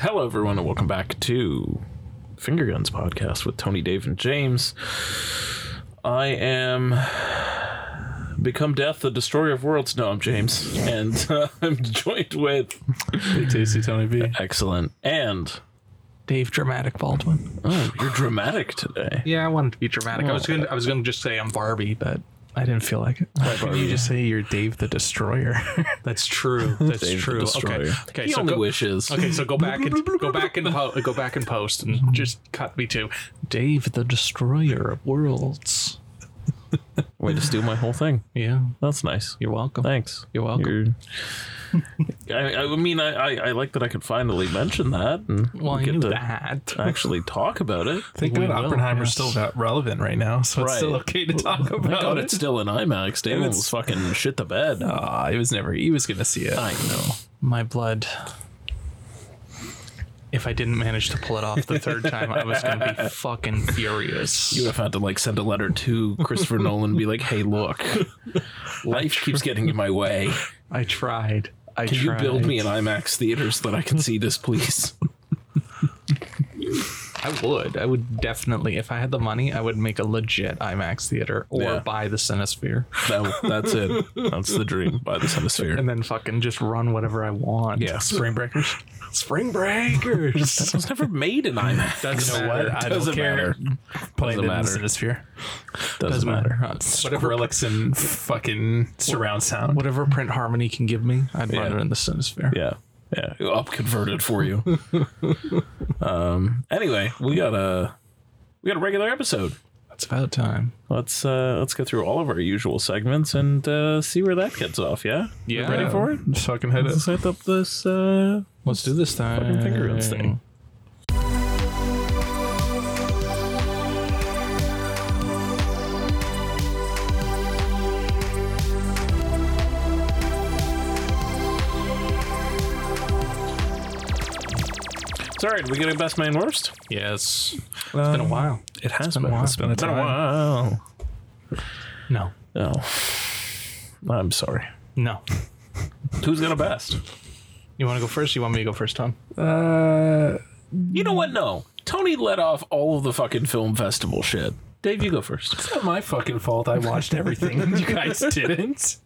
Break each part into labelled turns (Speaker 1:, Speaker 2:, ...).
Speaker 1: Hello, everyone, and welcome back to Finger Guns Podcast with Tony, Dave, and James. I am become death, the destroyer of worlds. No, I'm James, and uh, I'm joined with
Speaker 2: Big Tasty Tony B.
Speaker 1: excellent and
Speaker 3: Dave Dramatic Baldwin.
Speaker 1: oh, you're dramatic today.
Speaker 3: Yeah, I wanted to be dramatic. I was going to I was going to just say I'm Barbie, but I didn't feel like it.
Speaker 2: You just say you're Dave the Destroyer.
Speaker 3: That's true. That's
Speaker 1: Dave the
Speaker 3: true.
Speaker 1: Destroyer.
Speaker 3: Okay. Okay,
Speaker 1: He
Speaker 3: so
Speaker 1: only
Speaker 3: go,
Speaker 1: wishes.
Speaker 3: Okay, so go back and go back and po- go back and post and just cut me too. Dave the Destroyer of Worlds.
Speaker 1: Way to steal my whole thing.
Speaker 3: Yeah.
Speaker 1: That's nice.
Speaker 3: You're welcome.
Speaker 1: Thanks.
Speaker 3: You're welcome.
Speaker 1: You're- I, I mean, I, I, I like that I could finally mention that and
Speaker 3: Well, I
Speaker 1: get
Speaker 3: knew
Speaker 1: to
Speaker 3: that.
Speaker 1: actually talk about it.
Speaker 2: Think
Speaker 3: We
Speaker 2: about
Speaker 3: will,
Speaker 2: Oppenheimer's
Speaker 3: yes.
Speaker 2: still not relevant right now, so it's still
Speaker 1: Right.
Speaker 2: okay to talk
Speaker 1: Thank
Speaker 2: about
Speaker 1: God
Speaker 2: it.
Speaker 1: it's still in IMAX. Damon
Speaker 2: it's-
Speaker 1: was fucking shit the bed.
Speaker 2: Aw, he was never. He was gonna see it.
Speaker 1: I know.
Speaker 3: My blood. If I didn't manage to pull it off the third time, I was going to be fucking furious.
Speaker 1: You would have had to like send a letter to Christopher Nolan and be like, "Hey, look, life keeps getting in my way.
Speaker 3: I tried. I
Speaker 1: Can you
Speaker 3: tried.
Speaker 1: build me an IMAX theater so that I can see this, please?"
Speaker 3: I would. I would definitely. If I had the money, I would make a legit IMAX theater or
Speaker 1: Yeah.
Speaker 3: buy the Cinesphere
Speaker 1: That, that's it. That's the dream by this hemisphere.
Speaker 3: and then fucking just run whatever I want.
Speaker 1: Yeah,
Speaker 2: Spring Breakers.
Speaker 3: Spring Breakers.
Speaker 1: It was never made in IMAX.
Speaker 3: Doesn't
Speaker 2: You know
Speaker 3: matter.
Speaker 2: what? I
Speaker 1: Doesn't
Speaker 2: don't care.
Speaker 1: matter.
Speaker 2: Playing it in the
Speaker 1: Doesn't
Speaker 2: Cinesphere.
Speaker 1: Doesn't,
Speaker 3: Doesn't
Speaker 1: matter.
Speaker 3: matter. Uh, Whatever,
Speaker 2: Skrillex and fucking surround sound.
Speaker 3: whatever print harmony can give me, I'd run
Speaker 1: Yeah.
Speaker 3: it in the Cinesphere.
Speaker 1: Yeah. Yeah. Up converted for you. um anyway, we got a we got a regular episode.
Speaker 3: It's about time.
Speaker 1: Let's uh let's go through all of our usual segments and uh see where that gets off, yeah? You
Speaker 3: Yeah.
Speaker 1: Ready for it?
Speaker 2: Just fucking hit it.
Speaker 1: Let's set up this uh
Speaker 3: Let's do this thing.
Speaker 1: fucking finger guns thing. It's alright, we getting best man worst?
Speaker 3: Yes.
Speaker 2: Uh,
Speaker 3: it's been a while.
Speaker 1: It has
Speaker 3: been a while.
Speaker 1: It's been a,
Speaker 2: It's been a
Speaker 1: while.
Speaker 3: No.
Speaker 1: Oh. I'm sorry.
Speaker 3: No.
Speaker 1: Who's gonna best?
Speaker 3: You want to go first? You want me to go first, Tom?
Speaker 2: Uh,
Speaker 1: You know what? No. Tony let off all of the fucking film festival shit. Dave, you go first.
Speaker 2: it's not my fucking fault. I watched everything. you guys didn't.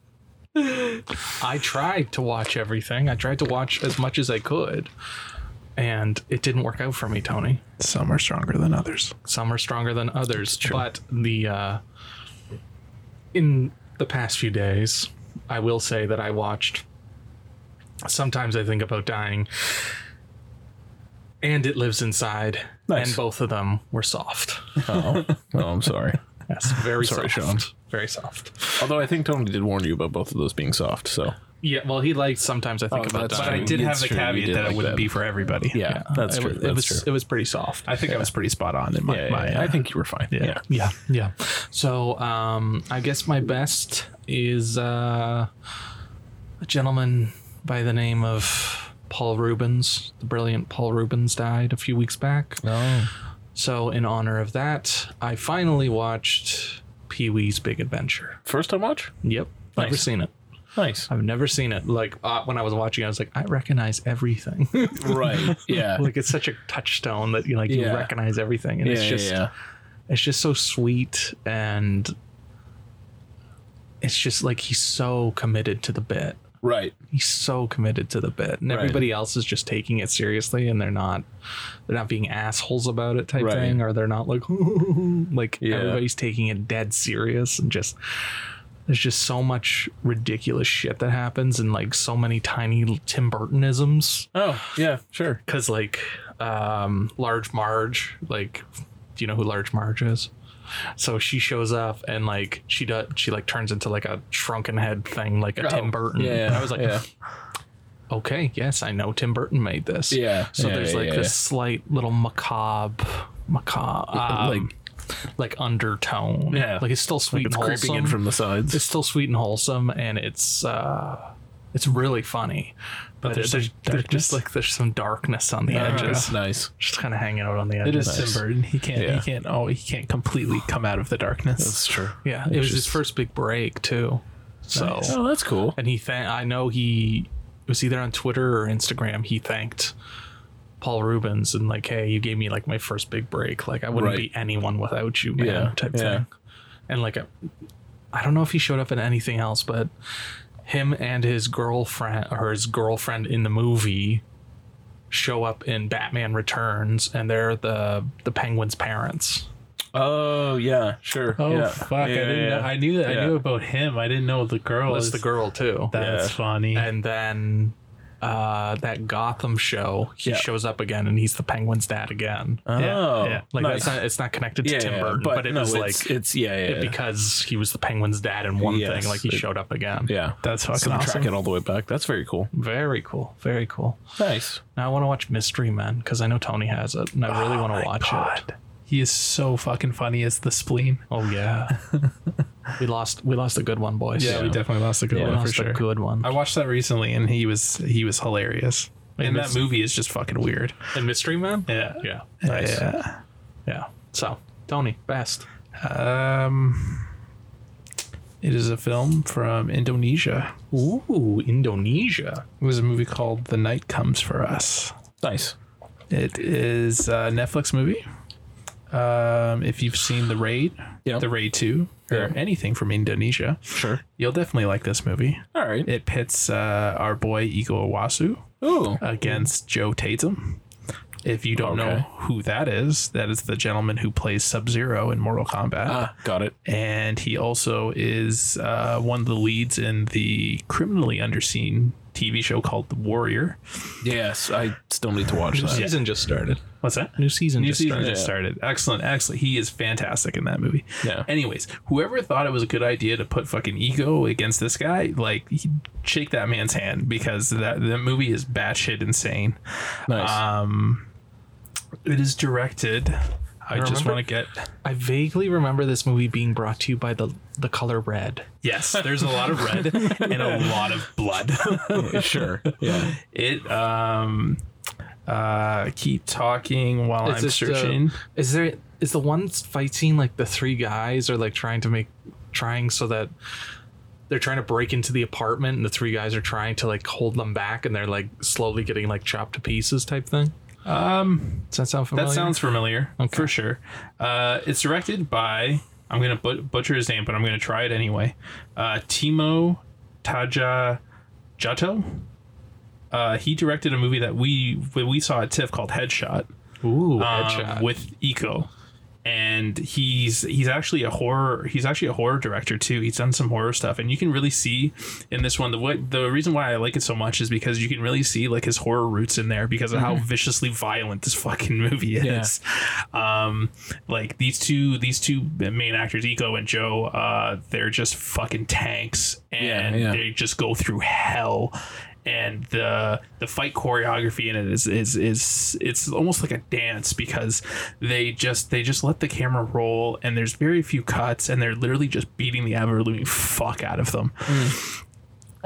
Speaker 3: I tried to watch everything. I tried to watch as much as I could. And it didn't work out for me, Tony.
Speaker 2: Some are stronger than others.
Speaker 3: Some are stronger than others. But the uh in the past few days, I will say that I watched sometimes I think about dying. And it lives inside.
Speaker 1: Nice.
Speaker 3: And both of them were soft.
Speaker 1: Oh, oh I'm sorry.
Speaker 3: Yes, very
Speaker 1: Sorry,
Speaker 3: soft. Very soft.
Speaker 1: Although I think Tony did warn you about both of those being soft, so
Speaker 3: Yeah, well, he liked sometimes I think
Speaker 1: Oh,
Speaker 3: about
Speaker 1: that's
Speaker 3: dying.
Speaker 2: But I did
Speaker 1: It's
Speaker 2: have the
Speaker 1: true, you
Speaker 2: caveat
Speaker 1: did
Speaker 2: that
Speaker 1: like
Speaker 2: it wouldn't
Speaker 1: that.
Speaker 2: be for everybody.
Speaker 1: yeah, that's
Speaker 3: it,
Speaker 1: true.
Speaker 3: wa- It
Speaker 1: that's
Speaker 3: was
Speaker 1: true.
Speaker 3: it was pretty soft.
Speaker 2: I think I was pretty spot on in my.
Speaker 1: yeah,
Speaker 2: my
Speaker 1: yeah,
Speaker 2: uh,
Speaker 1: I think you were fine. Yeah.
Speaker 3: yeah yeah so um i guess my best is uh a gentleman by the name of paul rubens the brilliant paul rubens died a few weeks back
Speaker 1: No.
Speaker 3: so in honor of that i finally watched pee-wee's big adventure
Speaker 1: First time watch?
Speaker 3: yep never
Speaker 1: Nice.
Speaker 3: seen it
Speaker 1: Nice.
Speaker 3: i've never seen it like uh, when i was watching i was like i recognize everything
Speaker 1: right. Yeah.
Speaker 3: like it's such a touchstone that you like
Speaker 1: Yeah.
Speaker 3: you recognize everything and
Speaker 1: yeah,
Speaker 3: it's
Speaker 1: yeah,
Speaker 3: just
Speaker 1: yeah.
Speaker 3: it's just so sweet and it's just like he's so committed to the bit
Speaker 1: Right.
Speaker 3: he's so committed to the bit and
Speaker 1: Right.
Speaker 3: everybody else is just taking it seriously and they're not they're not being assholes about it type
Speaker 1: Right.
Speaker 3: thing or they're not like like
Speaker 1: Yeah.
Speaker 3: everybody's taking it dead serious and just there's just so much ridiculous shit that happens and like so many tiny little tim burtonisms
Speaker 1: Oh, yeah, sure.
Speaker 3: because like um large marge like do you know who large marge is so she shows up and like she does she like turns into like a shrunken head thing like a tim burton
Speaker 1: Oh, Yeah.
Speaker 3: and i was like
Speaker 1: yeah.
Speaker 3: okay yes i know tim burton made this
Speaker 1: Yeah,
Speaker 3: so
Speaker 1: yeah,
Speaker 3: there's
Speaker 1: yeah,
Speaker 3: like
Speaker 1: yeah,
Speaker 3: this
Speaker 1: yeah.
Speaker 3: slight little macabre macabre um, like like undertone
Speaker 1: Yeah.
Speaker 3: like it's still sweet
Speaker 1: It's
Speaker 3: and
Speaker 1: creeping in
Speaker 3: wholesome
Speaker 1: from the
Speaker 3: it's
Speaker 1: sides.
Speaker 3: still sweet and wholesome and it's uh it's really funny but,
Speaker 2: there's
Speaker 3: there's, there's,
Speaker 2: some darkness?
Speaker 3: just like there's some darkness on the edges
Speaker 1: It's nice.
Speaker 3: just kind of hanging out on the
Speaker 2: It
Speaker 3: edges
Speaker 2: is Tim Burton. He can't.
Speaker 1: Yeah.
Speaker 2: He can't. Oh, he can't completely come out of the darkness.
Speaker 1: true.
Speaker 3: yeah it was his
Speaker 1: Just-
Speaker 3: first big break too so
Speaker 1: Oh, that's cool.
Speaker 3: and he thank i know he it was either on twitter or instagram he thanked Paul Rubens and like, hey, you gave me like my first big break. Like I wouldn't
Speaker 4: Right.
Speaker 3: be anyone without you, man,
Speaker 4: Yeah,
Speaker 3: type
Speaker 4: yeah.
Speaker 3: thing. And like, I I don't know if he showed up in anything else, but him and his girlfriend or his girlfriend in the movie show up in Batman Returns, and they're the the Penguin's parents.
Speaker 4: Oh yeah, sure.
Speaker 2: Oh
Speaker 4: yeah.
Speaker 2: fuck!
Speaker 4: Yeah,
Speaker 2: I didn't.
Speaker 4: yeah,
Speaker 2: Know, I knew that.
Speaker 4: Yeah.
Speaker 2: I knew about him. I didn't know the girl.
Speaker 3: Well, it's
Speaker 2: is-
Speaker 3: the girl too.
Speaker 2: That's
Speaker 4: Yeah.
Speaker 2: funny.
Speaker 3: and then uh that Gotham show, he
Speaker 4: Yeah.
Speaker 3: shows up again and he's the Penguin's dad again.
Speaker 2: Yeah,
Speaker 4: Oh,
Speaker 2: yeah.
Speaker 3: Like
Speaker 4: nice.
Speaker 3: that's not it's not connected to
Speaker 4: yeah,
Speaker 3: Tim
Speaker 4: yeah,
Speaker 3: Burton,
Speaker 4: but,
Speaker 3: but, it
Speaker 4: no,
Speaker 3: was
Speaker 4: it's,
Speaker 3: like
Speaker 4: it's yeah, yeah, yeah.
Speaker 3: because he was the Penguin's dad in one
Speaker 4: Yes,
Speaker 3: thing, like he
Speaker 4: it-
Speaker 3: showed up again.
Speaker 4: yeah.
Speaker 2: That's
Speaker 4: So
Speaker 2: fucking
Speaker 4: we
Speaker 2: awesome.
Speaker 4: Track it all the way back. That's very cool.
Speaker 3: Very cool. Very cool.
Speaker 4: Nice.
Speaker 3: Now I want to watch Mystery Men because I know Tony has it, and I really
Speaker 4: Oh
Speaker 3: want to watch it.
Speaker 2: He is so fucking funny as the spleen.
Speaker 3: Oh yeah. we lost. We lost a good one, boys.
Speaker 2: Yeah, we definitely lost a good
Speaker 4: Yeah,
Speaker 3: We
Speaker 2: one for
Speaker 3: lost
Speaker 2: sure.
Speaker 3: a good one.
Speaker 2: I watched that recently, and he was he was hilarious. And that
Speaker 3: it's-
Speaker 2: movie is just fucking weird.
Speaker 3: And Mystery Men.
Speaker 2: Yeah.
Speaker 3: Yeah. Nice. Yeah.
Speaker 2: Yeah.
Speaker 3: So Tony, best.
Speaker 2: Um, it is a film from Indonesia.
Speaker 3: Ooh, Indonesia.
Speaker 2: It was a movie called The Night Comes for Us.
Speaker 4: Nice.
Speaker 2: It is a Netflix movie. Um, if you've seen The Raid,
Speaker 4: Yeah.
Speaker 2: The Raid 2, or
Speaker 4: Yeah.
Speaker 2: anything from Indonesia,
Speaker 4: Sure.
Speaker 2: you'll definitely like this movie.
Speaker 4: All right.
Speaker 2: It pits uh, our boy Ego Owasu
Speaker 4: Ooh.
Speaker 2: against Joe Tatum. If you don't know
Speaker 4: Okay.
Speaker 2: who that is, that is the gentleman who plays Sub Zero in Mortal Kombat.
Speaker 1: Uh,
Speaker 4: Ah, got it.
Speaker 2: and he also is uh, one of the leads in the criminally underseen TV show called The Warrior.
Speaker 4: Yes, I still need to watch that.
Speaker 3: Season just started.
Speaker 2: What's that?
Speaker 3: New season.
Speaker 2: New
Speaker 3: just
Speaker 2: season
Speaker 3: started.
Speaker 2: just started. Excellent, excellent. He is fantastic in that movie.
Speaker 4: Yeah.
Speaker 2: Anyways, whoever thought it was a good idea to put fucking ego against this guy, like, he- shake that man's hand because that that movie is batshit insane.
Speaker 4: Nice.
Speaker 1: Uh,
Speaker 2: It is directed. I, just
Speaker 3: remember-
Speaker 2: want to get
Speaker 3: I vaguely remember this movie being brought to you by the the color red.
Speaker 2: yes. There's a lot of red and a lot of blood.
Speaker 4: sure. Yeah.
Speaker 2: It um uh keep talking while I'm
Speaker 3: the-
Speaker 2: searching.
Speaker 3: is there is the one fight scene like the three guys are like trying to make trying so that they're trying to break into the apartment and the three guys are trying to like hold them back and they're like slowly getting like chopped to pieces type thing. Um, does that sound familiar?
Speaker 2: That sounds familiar for sure. Uh, it's directed by I'm gonna but- butcher his name, but I'm gonna try it anyway. Uh, Timo Taja Jato. Uh, he directed a movie that we that we saw at TIFF called Headshot,
Speaker 3: ooh
Speaker 2: um,
Speaker 3: headshot.
Speaker 2: with Eco, and he's he's actually a horror he's actually a horror director too. He's done some horror stuff, and you can really see in this one the what the reason why I like it so much is because you can really see like his horror roots in there because of how viciously violent this fucking movie is
Speaker 4: Yeah.
Speaker 2: is. Um, like these two, these two main actors, Eco and Joe, uh, they're just fucking tanks, and
Speaker 4: Yeah, yeah.
Speaker 2: they just go through hell. And the the fight choreography in it is is is it's almost like a dance because they just they just let the camera roll and there's very few cuts and they're literally just beating the ever living fuck out of them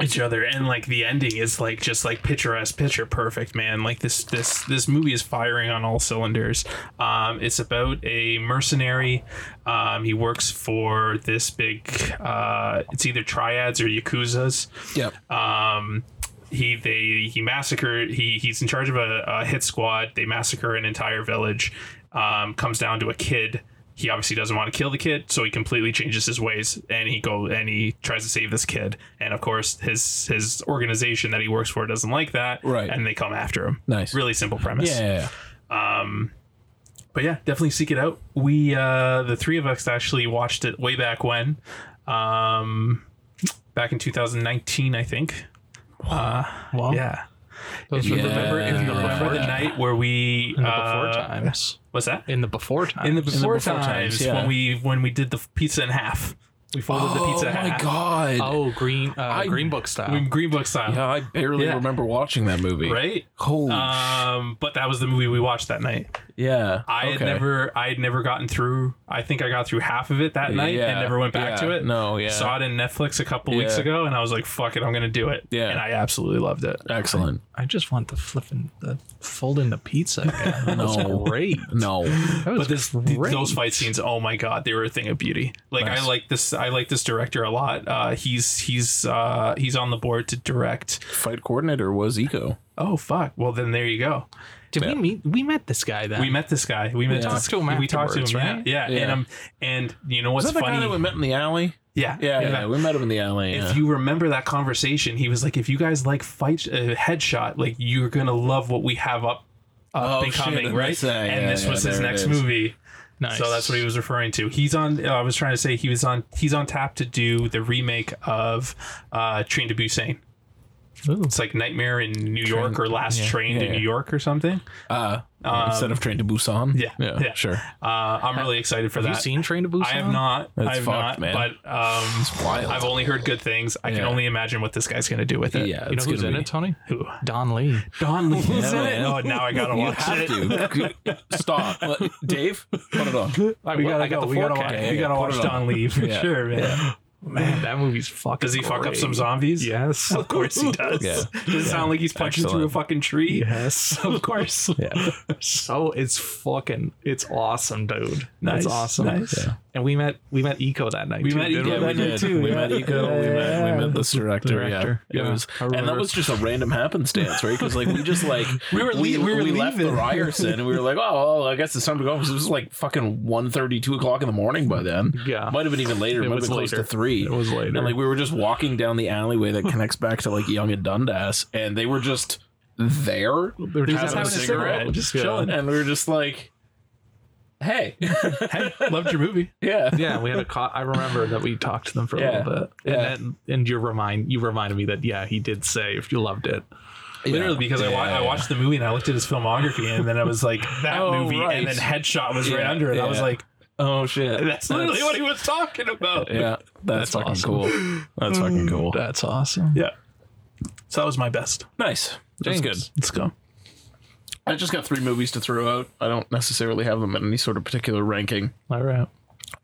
Speaker 2: each other and like the ending is like just like picturesque picture perfect man like this this this movie is firing on all cylinders um it's about a mercenary um he works for this big uh it's either triads or yakuzas
Speaker 4: Yep.
Speaker 2: um he they he massacred he he's in charge of a, a hit squad they massacre an entire village um comes down to a kid he obviously doesn't want to kill the kid so he completely changes his ways and he go and he tries to save this kid and of course his his organization that he works for doesn't like that
Speaker 4: Right.
Speaker 2: and they come after him
Speaker 4: Nice.
Speaker 2: really simple premise
Speaker 4: Yeah.
Speaker 2: but yeah, definitely seek it out. We uh the three of us actually watched it way back when. Um back in 2019, I think.
Speaker 3: wow.
Speaker 2: Yeah.
Speaker 3: Those
Speaker 2: If you
Speaker 3: were the-
Speaker 2: remember, if you
Speaker 4: Yeah.
Speaker 2: remember the night where we
Speaker 3: in the
Speaker 2: uh,
Speaker 3: before times.
Speaker 2: what's that?
Speaker 3: In the before times.
Speaker 2: In the before,
Speaker 4: before
Speaker 2: times,
Speaker 4: times, yeah.
Speaker 2: when we when we did the pizza in half, we
Speaker 1: Oh
Speaker 2: folded the pizza in half.
Speaker 4: god.
Speaker 3: oh green uh, Green Book style.
Speaker 2: We- Green Book style,
Speaker 4: Yeah, I barely
Speaker 2: Yeah.
Speaker 4: remember watching that movie.
Speaker 2: right?
Speaker 4: Holy. sh-
Speaker 2: Um, but that was the movie we watched that night.
Speaker 4: yeah.
Speaker 2: I had
Speaker 4: okay.
Speaker 2: never, I had never gotten through. I think I got through half of it that night
Speaker 4: Yeah,
Speaker 2: and never went back
Speaker 4: yeah,
Speaker 2: to it.
Speaker 4: no, yeah.
Speaker 2: saw it in Netflix a couple weeks
Speaker 4: Yeah.
Speaker 2: ago, and I was like, "Fuck it, I'm gonna do it."
Speaker 4: Yeah.
Speaker 2: and I absolutely loved it.
Speaker 4: Excellent.
Speaker 3: I just want the flipping the folding the pizza again. That was
Speaker 4: No.
Speaker 3: great.
Speaker 4: No.
Speaker 3: That was
Speaker 2: but this th-
Speaker 3: great.
Speaker 2: those fight scenes oh my god they were a thing of beauty like
Speaker 4: Nice.
Speaker 2: i like this i like this director a lot uh he's he's uh he's on the board to direct
Speaker 4: Fight coordinator was Eco.
Speaker 2: oh fuck. Well, then there you go.
Speaker 3: Did
Speaker 1: Yeah.
Speaker 3: we meet? We met this guy then.
Speaker 2: We met this guy. We met
Speaker 3: Yeah.
Speaker 2: this,
Speaker 3: Talked to him
Speaker 2: We talked to him.
Speaker 3: afterwards,
Speaker 2: yeah.
Speaker 3: right?
Speaker 2: Yeah.
Speaker 1: Yeah.
Speaker 2: And um, and you know
Speaker 1: Was
Speaker 2: what's
Speaker 1: that the
Speaker 2: funny?
Speaker 1: guy that we met in the alley?
Speaker 2: yeah.
Speaker 1: Yeah, yeah, we met him in the alley. Yeah.
Speaker 2: If you remember that conversation, he was like, "If you guys like fight uh, headshot, like you're gonna love what we have up, up
Speaker 1: Oh,
Speaker 2: and
Speaker 1: shit,
Speaker 2: coming,
Speaker 1: and
Speaker 2: right?"
Speaker 1: that's, uh,
Speaker 2: and
Speaker 1: yeah,
Speaker 2: this
Speaker 1: yeah,
Speaker 2: was his
Speaker 1: there it
Speaker 2: next
Speaker 1: is.
Speaker 2: movie.
Speaker 3: Nice.
Speaker 2: So that's what he was referring to. He's on. uh, I was trying to say he was on. He's on tap to do the remake of uh, Train to Busan.
Speaker 3: Ooh.
Speaker 2: It's like Nightmare in New York or Last Train to
Speaker 1: yeah.
Speaker 2: New York or something.
Speaker 1: uh, instead of Train to Busan.
Speaker 2: Yeah,
Speaker 1: Yeah.
Speaker 2: yeah.
Speaker 1: Sure.
Speaker 2: Uh, I'm really excited for
Speaker 3: Have
Speaker 2: that.
Speaker 3: you seen Train to Busan?
Speaker 2: I have not.
Speaker 1: That's
Speaker 2: I have
Speaker 1: fucked,
Speaker 2: not.
Speaker 1: man.
Speaker 2: But um,
Speaker 1: wild.
Speaker 2: I've only heard good things. I can
Speaker 1: Yeah.
Speaker 2: only imagine what this guy's gonna do with it.
Speaker 1: Yeah.
Speaker 3: You know
Speaker 1: it's
Speaker 3: who's
Speaker 1: gonna
Speaker 3: in
Speaker 1: be-
Speaker 3: it, Tony?
Speaker 2: Who?
Speaker 3: Don Lee.
Speaker 2: Don Lee's in
Speaker 1: Yeah,
Speaker 2: it.
Speaker 1: man.
Speaker 2: Oh, now I gotta
Speaker 1: You
Speaker 2: watch
Speaker 1: have
Speaker 2: it.
Speaker 1: to. Stop. Let- Dave, put it on.
Speaker 2: We gotta
Speaker 3: I got
Speaker 2: go.
Speaker 3: the
Speaker 2: We gotta
Speaker 3: 4K.
Speaker 2: watch.
Speaker 1: Yeah,
Speaker 2: we
Speaker 1: yeah,
Speaker 2: gotta
Speaker 1: put
Speaker 2: watch
Speaker 1: it on.
Speaker 2: Don Lee for
Speaker 1: Yeah.
Speaker 2: sure, man.
Speaker 3: Man, that movie's fucking.
Speaker 2: Does he fuck up
Speaker 3: great.
Speaker 2: some zombies?
Speaker 3: Yes,
Speaker 2: Of course he does.
Speaker 1: Yeah.
Speaker 2: Does it sound like he's punching through a
Speaker 1: Excellent.
Speaker 2: fucking tree?
Speaker 3: Yes,
Speaker 2: Of course.
Speaker 1: Yeah.
Speaker 3: so it's fucking it's awesome, dude.
Speaker 2: Nice,
Speaker 3: it's awesome.
Speaker 2: nice. Yeah.
Speaker 3: And we met we met Eco that night.
Speaker 2: We
Speaker 3: too,
Speaker 2: met
Speaker 3: didn't
Speaker 1: Yeah,
Speaker 2: Eco
Speaker 3: we?
Speaker 1: we
Speaker 2: that night
Speaker 1: did.
Speaker 2: too,
Speaker 1: We
Speaker 2: yeah.
Speaker 1: met Eco. We met we met this director.
Speaker 3: Director,
Speaker 1: Yeah,
Speaker 3: yeah.
Speaker 1: it was,
Speaker 3: I
Speaker 1: and that
Speaker 3: remember.
Speaker 1: was just a random happenstance, right? Because like we just like
Speaker 2: We were
Speaker 1: we,
Speaker 2: lea- we were
Speaker 1: left the
Speaker 2: leaving.
Speaker 1: Ryerson, and we were like, oh, well, I guess it's time to go. Because it was like fucking 1.30, 2 o'clock in the morning by then.
Speaker 3: Yeah.
Speaker 1: might have been even later.
Speaker 3: It
Speaker 1: might have
Speaker 3: was
Speaker 1: been close to
Speaker 3: later.
Speaker 1: three.
Speaker 3: It was later.
Speaker 1: And like we were just walking down the alleyway that connects back to like Young and Dundas, and they were just there. They
Speaker 3: were just having a
Speaker 2: cigarette, just chilling.
Speaker 1: and we were just like, hey,
Speaker 2: Hey, loved your movie.
Speaker 1: yeah,
Speaker 3: yeah, we had a call. I remember that we talked to them for a
Speaker 1: Yeah,
Speaker 3: little bit, and
Speaker 1: yeah.
Speaker 3: then and you remind you reminded me that yeah, he did say if you loved it.
Speaker 2: Literally, because I, wa-
Speaker 1: Yeah,
Speaker 2: I
Speaker 1: yeah.
Speaker 2: watched the movie and I looked at his filmography, and then I was like, that
Speaker 1: Oh,
Speaker 2: movie,
Speaker 1: right.
Speaker 2: and then Headshot was right
Speaker 1: Yeah,
Speaker 2: under it. I was
Speaker 1: yeah.
Speaker 2: like,
Speaker 1: Oh shit,
Speaker 2: that's literally what he was talking about.
Speaker 1: Yeah, that's, fucking
Speaker 3: awesome.
Speaker 1: cool. That's fucking cool.
Speaker 3: That's awesome.
Speaker 2: Yeah. So that was my best.
Speaker 1: Nice. That's good.
Speaker 2: Let's go.
Speaker 1: I just got three movies to throw out. I don't necessarily have them in any sort of particular ranking.
Speaker 3: All right.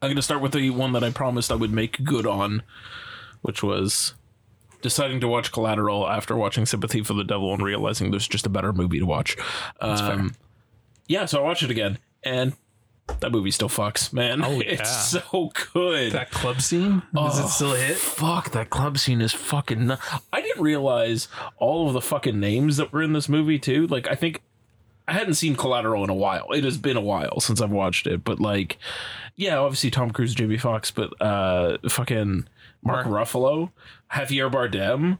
Speaker 1: I'm going to start with the one that I promised I would make good on, which was deciding to watch Collateral after watching Sympathy for the Devil and realizing there's just a better movie to watch. Um, yeah, so I watched it again, and that movie still fucks, man.
Speaker 3: Oh, yeah.
Speaker 1: It's so good.
Speaker 2: That club scene? Does it still hit?
Speaker 1: Fuck, that club scene is fucking. Nu- I didn't realize all of the fucking names that were in this movie too. Like, I think I hadn't seen Collateral in a while. It has been a while since I've watched it, but like, yeah, obviously Tom Cruise, Jamie Foxx, but uh, fucking Mark Ruffalo, Javier Bardem,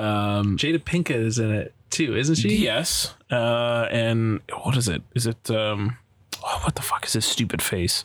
Speaker 1: um,
Speaker 2: Jada Pinkett is in it too, isn't she?
Speaker 1: yes, uh, and what is it? Is it um, oh, what the fuck is this stupid face?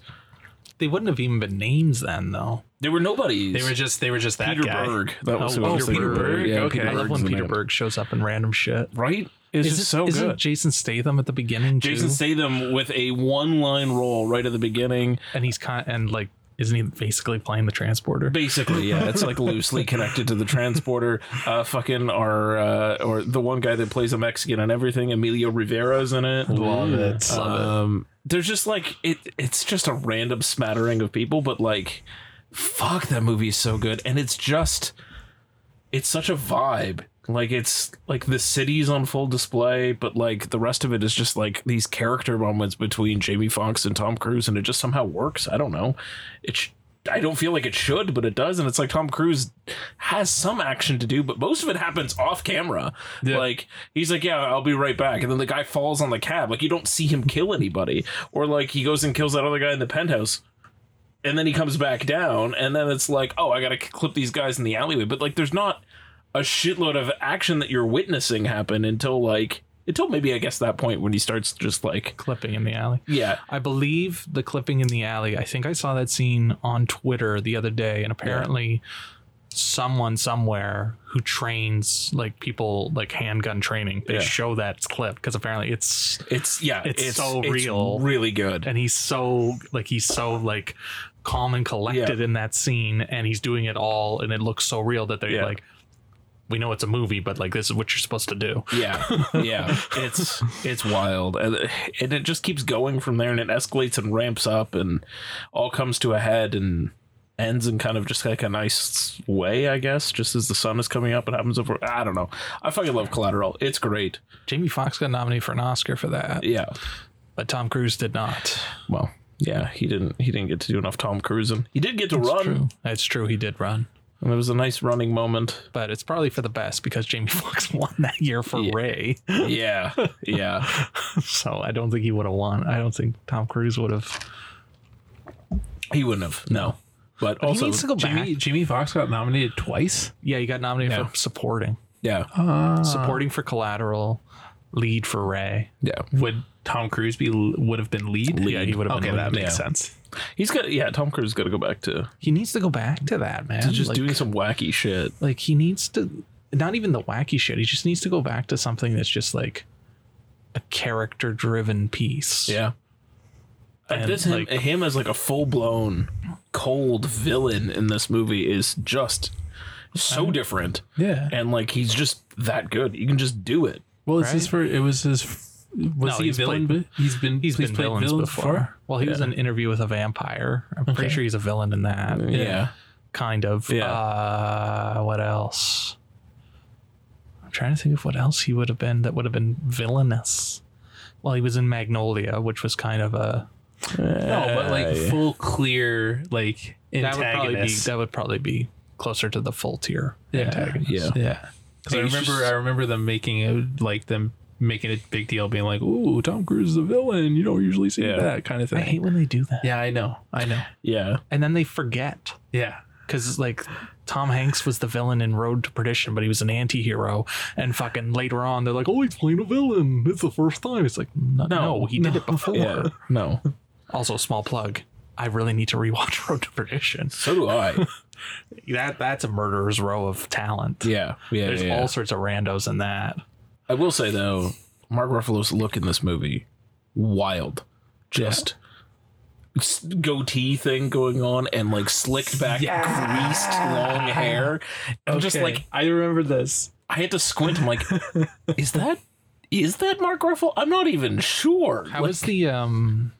Speaker 3: They wouldn't have even been names then, though.
Speaker 1: They were nobodies.
Speaker 2: They were just they were just that
Speaker 1: Peter
Speaker 2: guy.
Speaker 1: Berg. That was
Speaker 3: Oh,
Speaker 1: who I was thinking.
Speaker 3: Peter
Speaker 2: Berg,
Speaker 1: Yeah,
Speaker 2: okay.
Speaker 1: Peter
Speaker 2: I
Speaker 3: I love
Speaker 1: Berg's
Speaker 3: when
Speaker 1: the
Speaker 3: Peter
Speaker 1: man.
Speaker 3: Berg shows up in random shit.
Speaker 1: Right? It's
Speaker 3: Is
Speaker 1: just so
Speaker 3: isn't
Speaker 1: good.
Speaker 3: Jason Statham at the beginning too?
Speaker 1: Jason Statham with a one-line role right at the beginning.
Speaker 3: and he's kind and like isn't he basically playing the transporter?
Speaker 1: Basically, yeah, it's like loosely connected to the transporter. Uh, fucking our uh, or the one guy that plays a Mexican and everything, Emilio Rivera's in it.
Speaker 2: Love it.
Speaker 1: Um, there's just like it. It's just a random smattering of people, but like, fuck, that movie is so good, and it's just, it's such a vibe. Like it's like the city's on full display, but like the rest of it is just like these character moments between Jamie Foxx and Tom Cruise, and it just somehow works. I don't know. It. Sh- I don't feel like it should, but it does, and it's like Tom Cruise has some action to do, but most of it happens off camera. Like he's like, "Yeah, I'll be right back," and then the guy falls on the cab. Like you don't see him kill anybody, or like he goes and kills that other guy in the penthouse, and then he comes back down, and then it's like, "Oh, I gotta clip these guys in the alleyway," but like there's not a shitload of action that you're witnessing happen until like until maybe I guess that point when he starts just like
Speaker 3: Clipping in the alley.
Speaker 1: yeah
Speaker 3: I believe the clipping in the alley. I think I saw that scene on Twitter the other day, and apparently, someone somewhere who trains like people like handgun training, they
Speaker 1: Yeah.
Speaker 3: show that clip because apparently it's
Speaker 1: it's yeah
Speaker 3: It's so real.
Speaker 1: really good
Speaker 3: and he's so like he's so like calm and collected in that scene, and he's doing it all, and it looks so real that they're
Speaker 1: Yeah.
Speaker 3: like, we know it's a movie, but like this is what you're supposed to do.
Speaker 1: yeah yeah it's it's wild and it- and it just keeps going from there and it escalates and ramps up and all comes to a head and ends in kind of just like a nice way i guess just as the sun is coming up it happens over i don't know i fucking love collateral it's great
Speaker 3: Jamie Foxx got nominated for an Oscar for that,
Speaker 1: yeah
Speaker 3: but Tom Cruise did not.
Speaker 1: well yeah he didn't he didn't get to do enough tom cruising he did get to run
Speaker 3: It's true, he did run.
Speaker 1: And it was a nice running moment.
Speaker 3: But it's probably for the best because Jamie Foxx won that year for
Speaker 1: Yeah.
Speaker 3: Ray.
Speaker 1: Yeah, yeah.
Speaker 3: So I don't think he would have won. I don't think Tom Cruise would have.
Speaker 1: He wouldn't have. No. But
Speaker 3: he
Speaker 1: also,
Speaker 3: needs to go
Speaker 2: Jimmy
Speaker 3: back.
Speaker 2: Jimmy Fox got nominated twice.
Speaker 3: Yeah, he got nominated
Speaker 1: Yeah.
Speaker 3: for supporting.
Speaker 1: yeah,
Speaker 3: Oh. supporting for Collateral, lead for Ray.
Speaker 1: yeah.
Speaker 2: Would Tom Cruise be would have been lead?
Speaker 3: Yeah, he would have
Speaker 2: okay,
Speaker 3: been
Speaker 2: that
Speaker 3: lead,
Speaker 2: makes
Speaker 1: yeah.
Speaker 2: sense.
Speaker 1: He's got. Yeah, Tom Cruise got to go back to,
Speaker 3: He needs to go back to that, man.
Speaker 1: to just
Speaker 3: like,
Speaker 1: doing some wacky shit.
Speaker 3: like he needs to not even the wacky shit. He just needs to go back to something that's just like a character driven piece.
Speaker 1: Yeah. But
Speaker 3: And,
Speaker 1: this him,
Speaker 3: like-
Speaker 1: him as like a full blown cold villain in this movie is just so different.
Speaker 2: Yeah.
Speaker 1: And like he's just that good. You can just do it.
Speaker 2: Well, it's
Speaker 3: Right?
Speaker 2: his for it was his. f- Was
Speaker 3: No,
Speaker 2: he a
Speaker 3: he's
Speaker 2: villain?
Speaker 3: played-
Speaker 2: be- he's been
Speaker 3: He's been
Speaker 2: played
Speaker 3: villains
Speaker 2: villains
Speaker 3: before. Well, he was in an interview with a vampire. I'm pretty sure he's a villain in that.
Speaker 1: Yeah.
Speaker 3: Kind of.
Speaker 1: Yeah.
Speaker 3: Uh, what else? I'm trying to think of what else he would have been that would have been villainous. Well, he was in Magnolia, which was kind of a
Speaker 2: No, but like
Speaker 1: Uh,
Speaker 2: full clear like
Speaker 3: that would probably be
Speaker 2: antagonist.
Speaker 3: that would probably be closer to the full tier
Speaker 2: Yeah.
Speaker 3: antagonist.
Speaker 1: Yeah.
Speaker 2: yeah. Because I
Speaker 1: He's
Speaker 2: remember
Speaker 1: just-
Speaker 2: I remember them making it like them making a big deal, being like, "Ooh, Tom Cruise is a villain. You don't usually see
Speaker 1: Yeah.
Speaker 2: that kind of thing."
Speaker 3: I hate when they do that.
Speaker 2: yeah, I know. I know.
Speaker 1: Yeah.
Speaker 3: And then they forget.
Speaker 2: Yeah.
Speaker 3: because like Tom Hanks was the villain in Road to Perdition, but he was an anti-hero. And fucking later on, they're like, "Oh, he's playing a villain. It's the first time." It's like, no, no, he did it before.
Speaker 1: Yeah. No.
Speaker 3: Also, small plug. I really need to rewatch Road to Perdition.
Speaker 1: So do I.
Speaker 3: That that's a murderer's row of talent.
Speaker 1: Yeah. Yeah.
Speaker 3: There's
Speaker 1: yeah.
Speaker 3: all sorts of randos in that.
Speaker 1: I will say though, Mark Ruffalo's look in this movie, wild. Just s- goatee thing going on and like slicked back,
Speaker 2: Yeah.
Speaker 1: greased long hair. I'm just like
Speaker 2: I remember this.
Speaker 1: I had to squint. I'm like, is that is that Mark Ruffalo? I'm not even sure.
Speaker 3: How
Speaker 1: Like,
Speaker 3: was the um?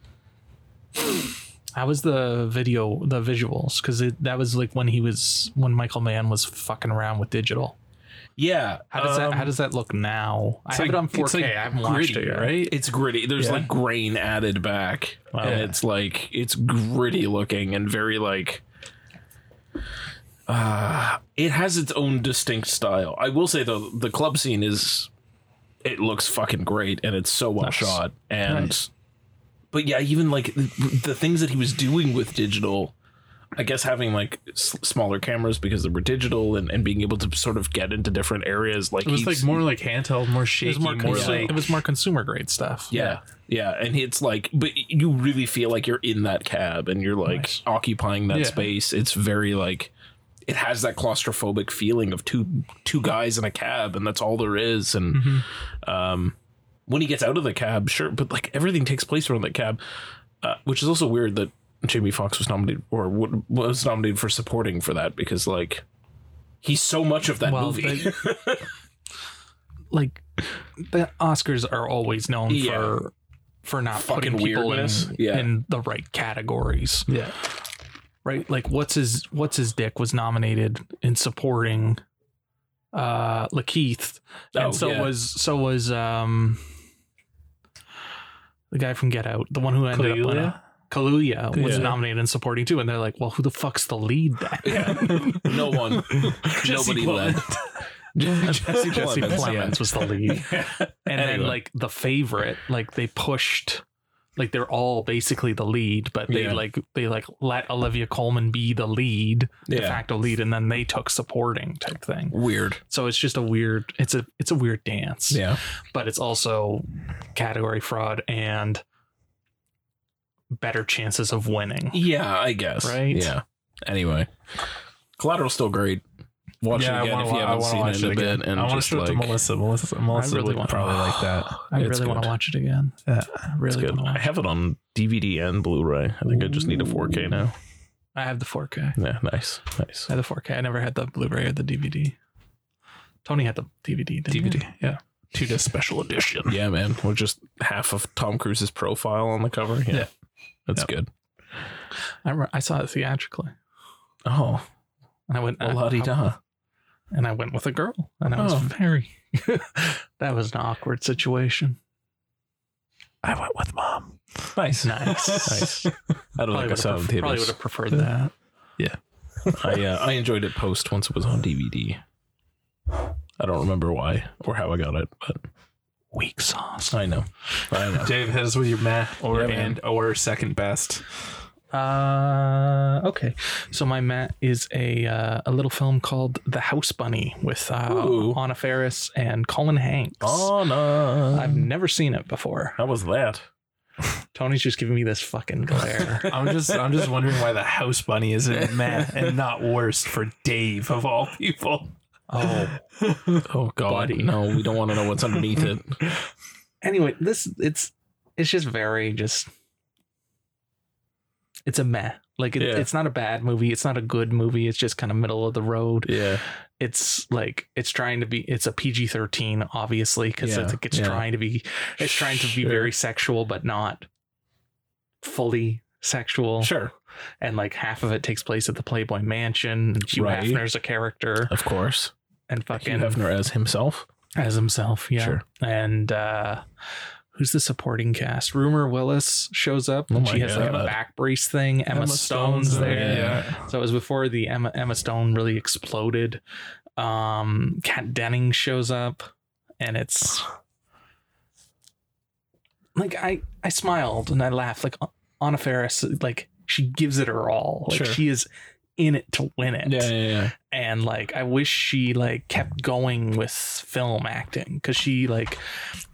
Speaker 3: How was the video, the visuals? Because that was like when he was when Michael Mann was fucking around with digital.
Speaker 1: yeah.
Speaker 3: How does that
Speaker 1: um,
Speaker 3: How does that look now? I
Speaker 2: It's
Speaker 3: have it on 4K.
Speaker 2: it's like
Speaker 3: I haven't watched
Speaker 2: gritty,
Speaker 3: it yet.
Speaker 2: right?
Speaker 1: it's gritty. There's
Speaker 2: Yeah.
Speaker 1: like grain added back.
Speaker 2: Yeah.
Speaker 1: And it's like it's gritty looking and very like uh it has its own distinct style. I will say though the club scene is it looks fucking great and it's so well
Speaker 3: Nice.
Speaker 1: shot and
Speaker 2: Nice.
Speaker 1: but yeah, even like the, the things that he was doing with digital I guess having like s- smaller cameras because they were digital and, and being able to sort of get into different areas like
Speaker 2: It was
Speaker 1: he's-
Speaker 2: like more like handheld, more
Speaker 3: It
Speaker 2: shaky,
Speaker 3: was more,
Speaker 2: more,
Speaker 3: consu-
Speaker 2: like
Speaker 3: it was more consumer grade stuff.
Speaker 1: Yeah. Yeah. And it's like, but you really feel like you're in that cab and you're like
Speaker 3: Nice.
Speaker 1: occupying that
Speaker 2: Yeah.
Speaker 1: space. It's very like, it has that claustrophobic feeling of two two guys in a cab and that's all there is. And um, when he gets out of the cab, sure, but like everything takes place around that cab, uh, which is also weird that Jamie Foxx was nominated or w- was nominated for supporting for that because like he's so much of that
Speaker 3: Well,
Speaker 1: movie.
Speaker 3: they- Like the Oscars are always known
Speaker 1: Yeah.
Speaker 3: for for not
Speaker 1: Fucking
Speaker 3: putting people in,
Speaker 1: weirdness. Yeah.
Speaker 3: in the right categories.
Speaker 2: yeah.
Speaker 3: Right? Like what's his what's his dick was nominated in supporting uh Lakeith.
Speaker 1: Oh,
Speaker 3: and so
Speaker 1: yeah.
Speaker 3: was so was um the guy from Get Out, the one who ended up on a- Kaluuya was
Speaker 1: Yeah.
Speaker 3: nominated in supporting too, and they're like, "Well, who the fuck's the lead then?"
Speaker 1: Yeah. no one, nobody led. Jesse,
Speaker 3: Jesse
Speaker 1: Plemons, yeah.
Speaker 3: Plemons was the lead, and then
Speaker 1: Anyway.
Speaker 3: like the favorite, like they pushed, like they're all basically the lead, but they
Speaker 1: Yeah.
Speaker 3: like they like let Olivia Colman be the lead, de
Speaker 1: Yeah.
Speaker 3: facto lead, and then they took supporting type thing.
Speaker 1: Weird.
Speaker 3: So it's just a weird, it's a it's a weird dance,
Speaker 1: Yeah.
Speaker 3: but it's also category fraud and better chances of winning.
Speaker 1: Yeah, I guess.
Speaker 3: Right?
Speaker 1: Yeah. Anyway, Collateral's still great. Watch
Speaker 2: Yeah, I
Speaker 1: it again
Speaker 2: wanna
Speaker 1: if you
Speaker 2: wa- I
Speaker 1: haven't
Speaker 2: wanna
Speaker 1: seen
Speaker 2: watch
Speaker 1: it in
Speaker 2: it
Speaker 1: a bit. And
Speaker 2: I want to
Speaker 1: just,
Speaker 2: show it to
Speaker 1: like-
Speaker 2: Melissa. Melissa, Melissa
Speaker 3: really
Speaker 2: would
Speaker 3: wanna-
Speaker 2: probably like that.
Speaker 3: I
Speaker 1: It's
Speaker 3: really want
Speaker 1: good.
Speaker 3: to watch it again.
Speaker 2: Yeah.
Speaker 3: I really
Speaker 1: It's
Speaker 3: want
Speaker 1: good.
Speaker 3: to
Speaker 1: I
Speaker 3: watch.
Speaker 1: have it on DVD and Blu-ray. I think I just need a 4K now.
Speaker 3: I have the 4K.
Speaker 1: Yeah, nice, nice.
Speaker 3: I had the 4K. I never had the Blu-ray or the DVD. Tony had the DVD. Didn't he?
Speaker 2: DVD. Yeah. Two disc special edition.
Speaker 1: Yeah, man, we're just half of Tom Cruise's profile on the cover. Yeah,
Speaker 2: Yeah.
Speaker 1: that's
Speaker 2: Yep.
Speaker 1: good.
Speaker 3: I remember, I saw it theatrically,
Speaker 1: Oh,
Speaker 3: and I went
Speaker 2: Uh,
Speaker 1: well, la di da.
Speaker 3: and I went with a girl, and I was
Speaker 1: Oh.
Speaker 3: very. that was an awkward situation.
Speaker 2: I went with mom.
Speaker 1: Nice,
Speaker 3: Nice.
Speaker 1: nice. I don't
Speaker 3: Probably
Speaker 1: think I
Speaker 3: would
Speaker 1: saw it in
Speaker 3: have
Speaker 1: theaters.
Speaker 3: preferred that.
Speaker 2: Yeah.
Speaker 4: I uh, I enjoyed it post once it was on DVD. I don't remember why or how I got it, but
Speaker 3: Weak sauce.
Speaker 4: I know. I know.
Speaker 2: Dave, hit us with your meh or
Speaker 4: Yeah, man.
Speaker 2: and or second best.
Speaker 3: Uh, okay. So my mat is a uh, a little film called The House Bunny with uh,
Speaker 4: Ooh.
Speaker 3: Anna Faris and Colin Hanks.
Speaker 1: Oh.
Speaker 4: Anna,
Speaker 3: I've never seen it before.
Speaker 4: how was that?
Speaker 3: Tony's just giving me this fucking glare.
Speaker 2: I'm just I'm just wondering why the house bunny is in meh and not worst for Dave of all people.
Speaker 3: oh
Speaker 4: Oh God,
Speaker 3: Buddy.
Speaker 4: no! We don't want to know what's underneath it.
Speaker 3: anyway, this it's it's just very just it's a meh. Like it,
Speaker 4: Yeah.
Speaker 3: it's not a bad movie. It's not a good movie. It's just kind of middle of the road.
Speaker 4: Yeah,
Speaker 3: It's like it's trying to be. It's a PG thirteen, obviously, because
Speaker 4: Yeah,
Speaker 3: I think it's
Speaker 4: yeah.
Speaker 3: trying to be. It's trying to be
Speaker 4: Sure.
Speaker 3: very sexual, but not fully sexual.
Speaker 4: sure,
Speaker 3: And like half of it takes place at the Playboy Mansion. And Hugh
Speaker 4: Right.
Speaker 3: Hefner's a character,
Speaker 4: of course.
Speaker 3: and
Speaker 4: Hugh
Speaker 3: fucking
Speaker 4: Hefner as himself.
Speaker 3: as himself. Yeah.
Speaker 4: Sure.
Speaker 3: And uh who's the supporting cast? Rumor Willis shows up.
Speaker 4: Oh
Speaker 3: and
Speaker 4: my
Speaker 3: she has like a
Speaker 4: God.
Speaker 3: back brace thing. Emma, Stone's, there.
Speaker 2: Yeah.
Speaker 3: So it was before the Emma Emma Stone really exploded. Um Kat Denning shows up and it's like I I smiled and I laughed. Like Anna Faris, like she gives it her all. Like
Speaker 4: Sure.
Speaker 3: she is in it to win it
Speaker 4: Yeah, yeah, yeah.
Speaker 3: and like i wish she like kept going with film acting because she like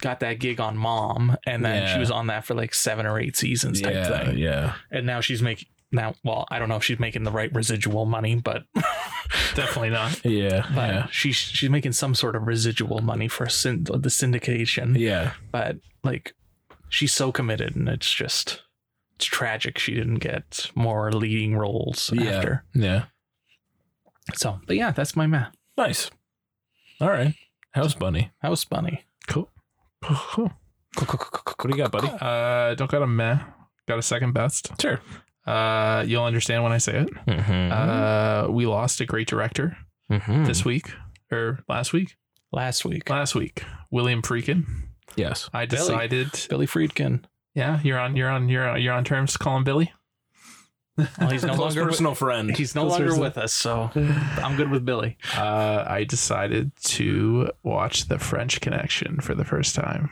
Speaker 3: got that gig on mom and then she
Speaker 4: Yeah.
Speaker 3: was on that for like seven or eight seasons type
Speaker 4: yeah,
Speaker 3: thing
Speaker 4: yeah.
Speaker 3: and now she's making now well i don't know if she's making the right residual money but
Speaker 2: Definitely not.
Speaker 4: Yeah,
Speaker 3: but
Speaker 4: yeah,
Speaker 3: she's she's making some sort of residual money for syn- the syndication
Speaker 4: yeah.
Speaker 3: but like she's so committed and it's just it's tragic she didn't get more leading roles
Speaker 4: Yeah.
Speaker 3: after
Speaker 4: yeah.
Speaker 3: so but yeah that's my map
Speaker 4: Nice. All right, how's Bunny?
Speaker 3: house bunny
Speaker 4: Cool. What do you got, buddy?
Speaker 2: Uh don't got a meh. Got a second best.
Speaker 4: Sure.
Speaker 2: Uh you'll understand when I say it.
Speaker 4: Mm-hmm. Hmm.
Speaker 2: Uh we lost a great director this week or last week.
Speaker 3: last week
Speaker 2: Last week. William Freakin.
Speaker 4: yes.
Speaker 2: I
Speaker 3: Billy.
Speaker 2: decided
Speaker 3: Billy Friedkin.
Speaker 2: Yeah, you're on you're on you're on, you're on terms to call him Billy.
Speaker 3: Well, he's no
Speaker 4: Close
Speaker 3: longer
Speaker 4: personal friend.
Speaker 3: he's no
Speaker 2: Close
Speaker 3: longer
Speaker 2: person.
Speaker 3: with us, so I'm good with Billy.
Speaker 2: Uh, I decided to watch The French Connection for the first time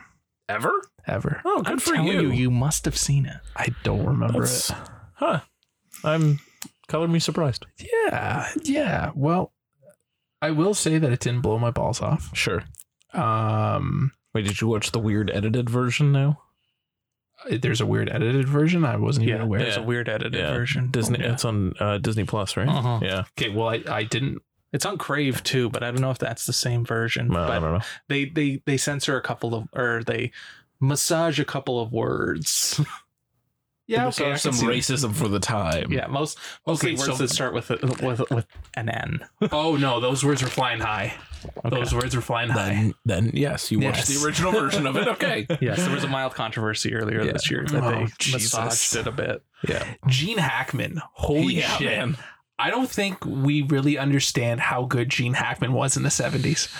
Speaker 4: Ever?
Speaker 2: ever.
Speaker 4: Oh, good
Speaker 3: I'm
Speaker 4: for
Speaker 3: telling
Speaker 4: you.
Speaker 3: you, you must have seen it.
Speaker 2: I don't remember
Speaker 4: That's-
Speaker 2: it.
Speaker 4: Huh. I'm color me surprised.
Speaker 2: Yeah, yeah. Well, I will say that it didn't blow my balls off.
Speaker 4: Sure.
Speaker 2: Um,
Speaker 4: Wait, did you watch the weird edited version now?
Speaker 2: there's a weird edited version. I wasn't even aware.
Speaker 3: there's a weird edited
Speaker 4: Yeah.
Speaker 3: version.
Speaker 4: Disney.
Speaker 2: yeah.
Speaker 4: It's on uh, Disney Plus, right?
Speaker 3: Uh-huh.
Speaker 4: Yeah.
Speaker 2: Okay, well, I, I didn't.
Speaker 3: It's on Crave too, but I don't know if that's the same version.
Speaker 4: Well, I
Speaker 3: but
Speaker 4: don't know.
Speaker 3: they they they censor a couple of or they massage a couple of words.
Speaker 2: Yeah,
Speaker 4: There's
Speaker 2: okay, I
Speaker 4: some
Speaker 2: can see that.
Speaker 4: racism for the time.
Speaker 3: yeah, most mostly
Speaker 2: Okay,
Speaker 3: words
Speaker 2: so-
Speaker 3: that start with a, with with an N.
Speaker 2: Oh no, those words were flying high.
Speaker 3: Okay.
Speaker 2: Those words were flying high.
Speaker 4: Then, then yes, you watched
Speaker 2: Yes.
Speaker 4: the original version of it. Okay.
Speaker 3: Yes, there was a mild controversy earlier
Speaker 4: Yeah.
Speaker 3: this year that
Speaker 2: Oh,
Speaker 3: they
Speaker 2: Jesus.
Speaker 3: massaged it a bit.
Speaker 4: Yeah.
Speaker 2: Gene Hackman. Holy
Speaker 4: Yeah,
Speaker 2: shit.
Speaker 4: man.
Speaker 2: I don't think we really understand how good Gene Hackman was in the 70s.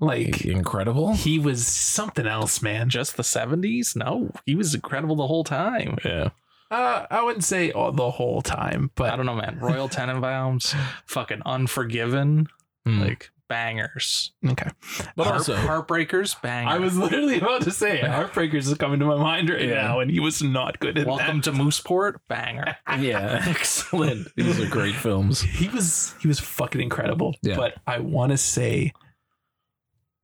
Speaker 2: Like,
Speaker 4: Incredible.
Speaker 2: he was something else, man.
Speaker 3: Just the 70s? No, he was incredible the whole time.
Speaker 4: Yeah.
Speaker 2: Uh, I wouldn't say all the whole time,
Speaker 3: I
Speaker 2: but
Speaker 3: don't know, man. Royal Tenenbaums, fucking Unforgiven,
Speaker 2: Hmm.
Speaker 4: Like,
Speaker 3: like bangers.
Speaker 2: okay.
Speaker 4: but
Speaker 3: Heart-
Speaker 4: also,
Speaker 3: Heartbreakers, bangers.
Speaker 2: I was literally about to say Heartbreakers is coming to my mind right
Speaker 4: Yeah.
Speaker 2: now, and he was not good at
Speaker 3: Welcome to Mooseport, banger.
Speaker 4: yeah, excellent. These are great films.
Speaker 2: that. He was he was fucking incredible.
Speaker 4: Yeah.
Speaker 2: But I want to say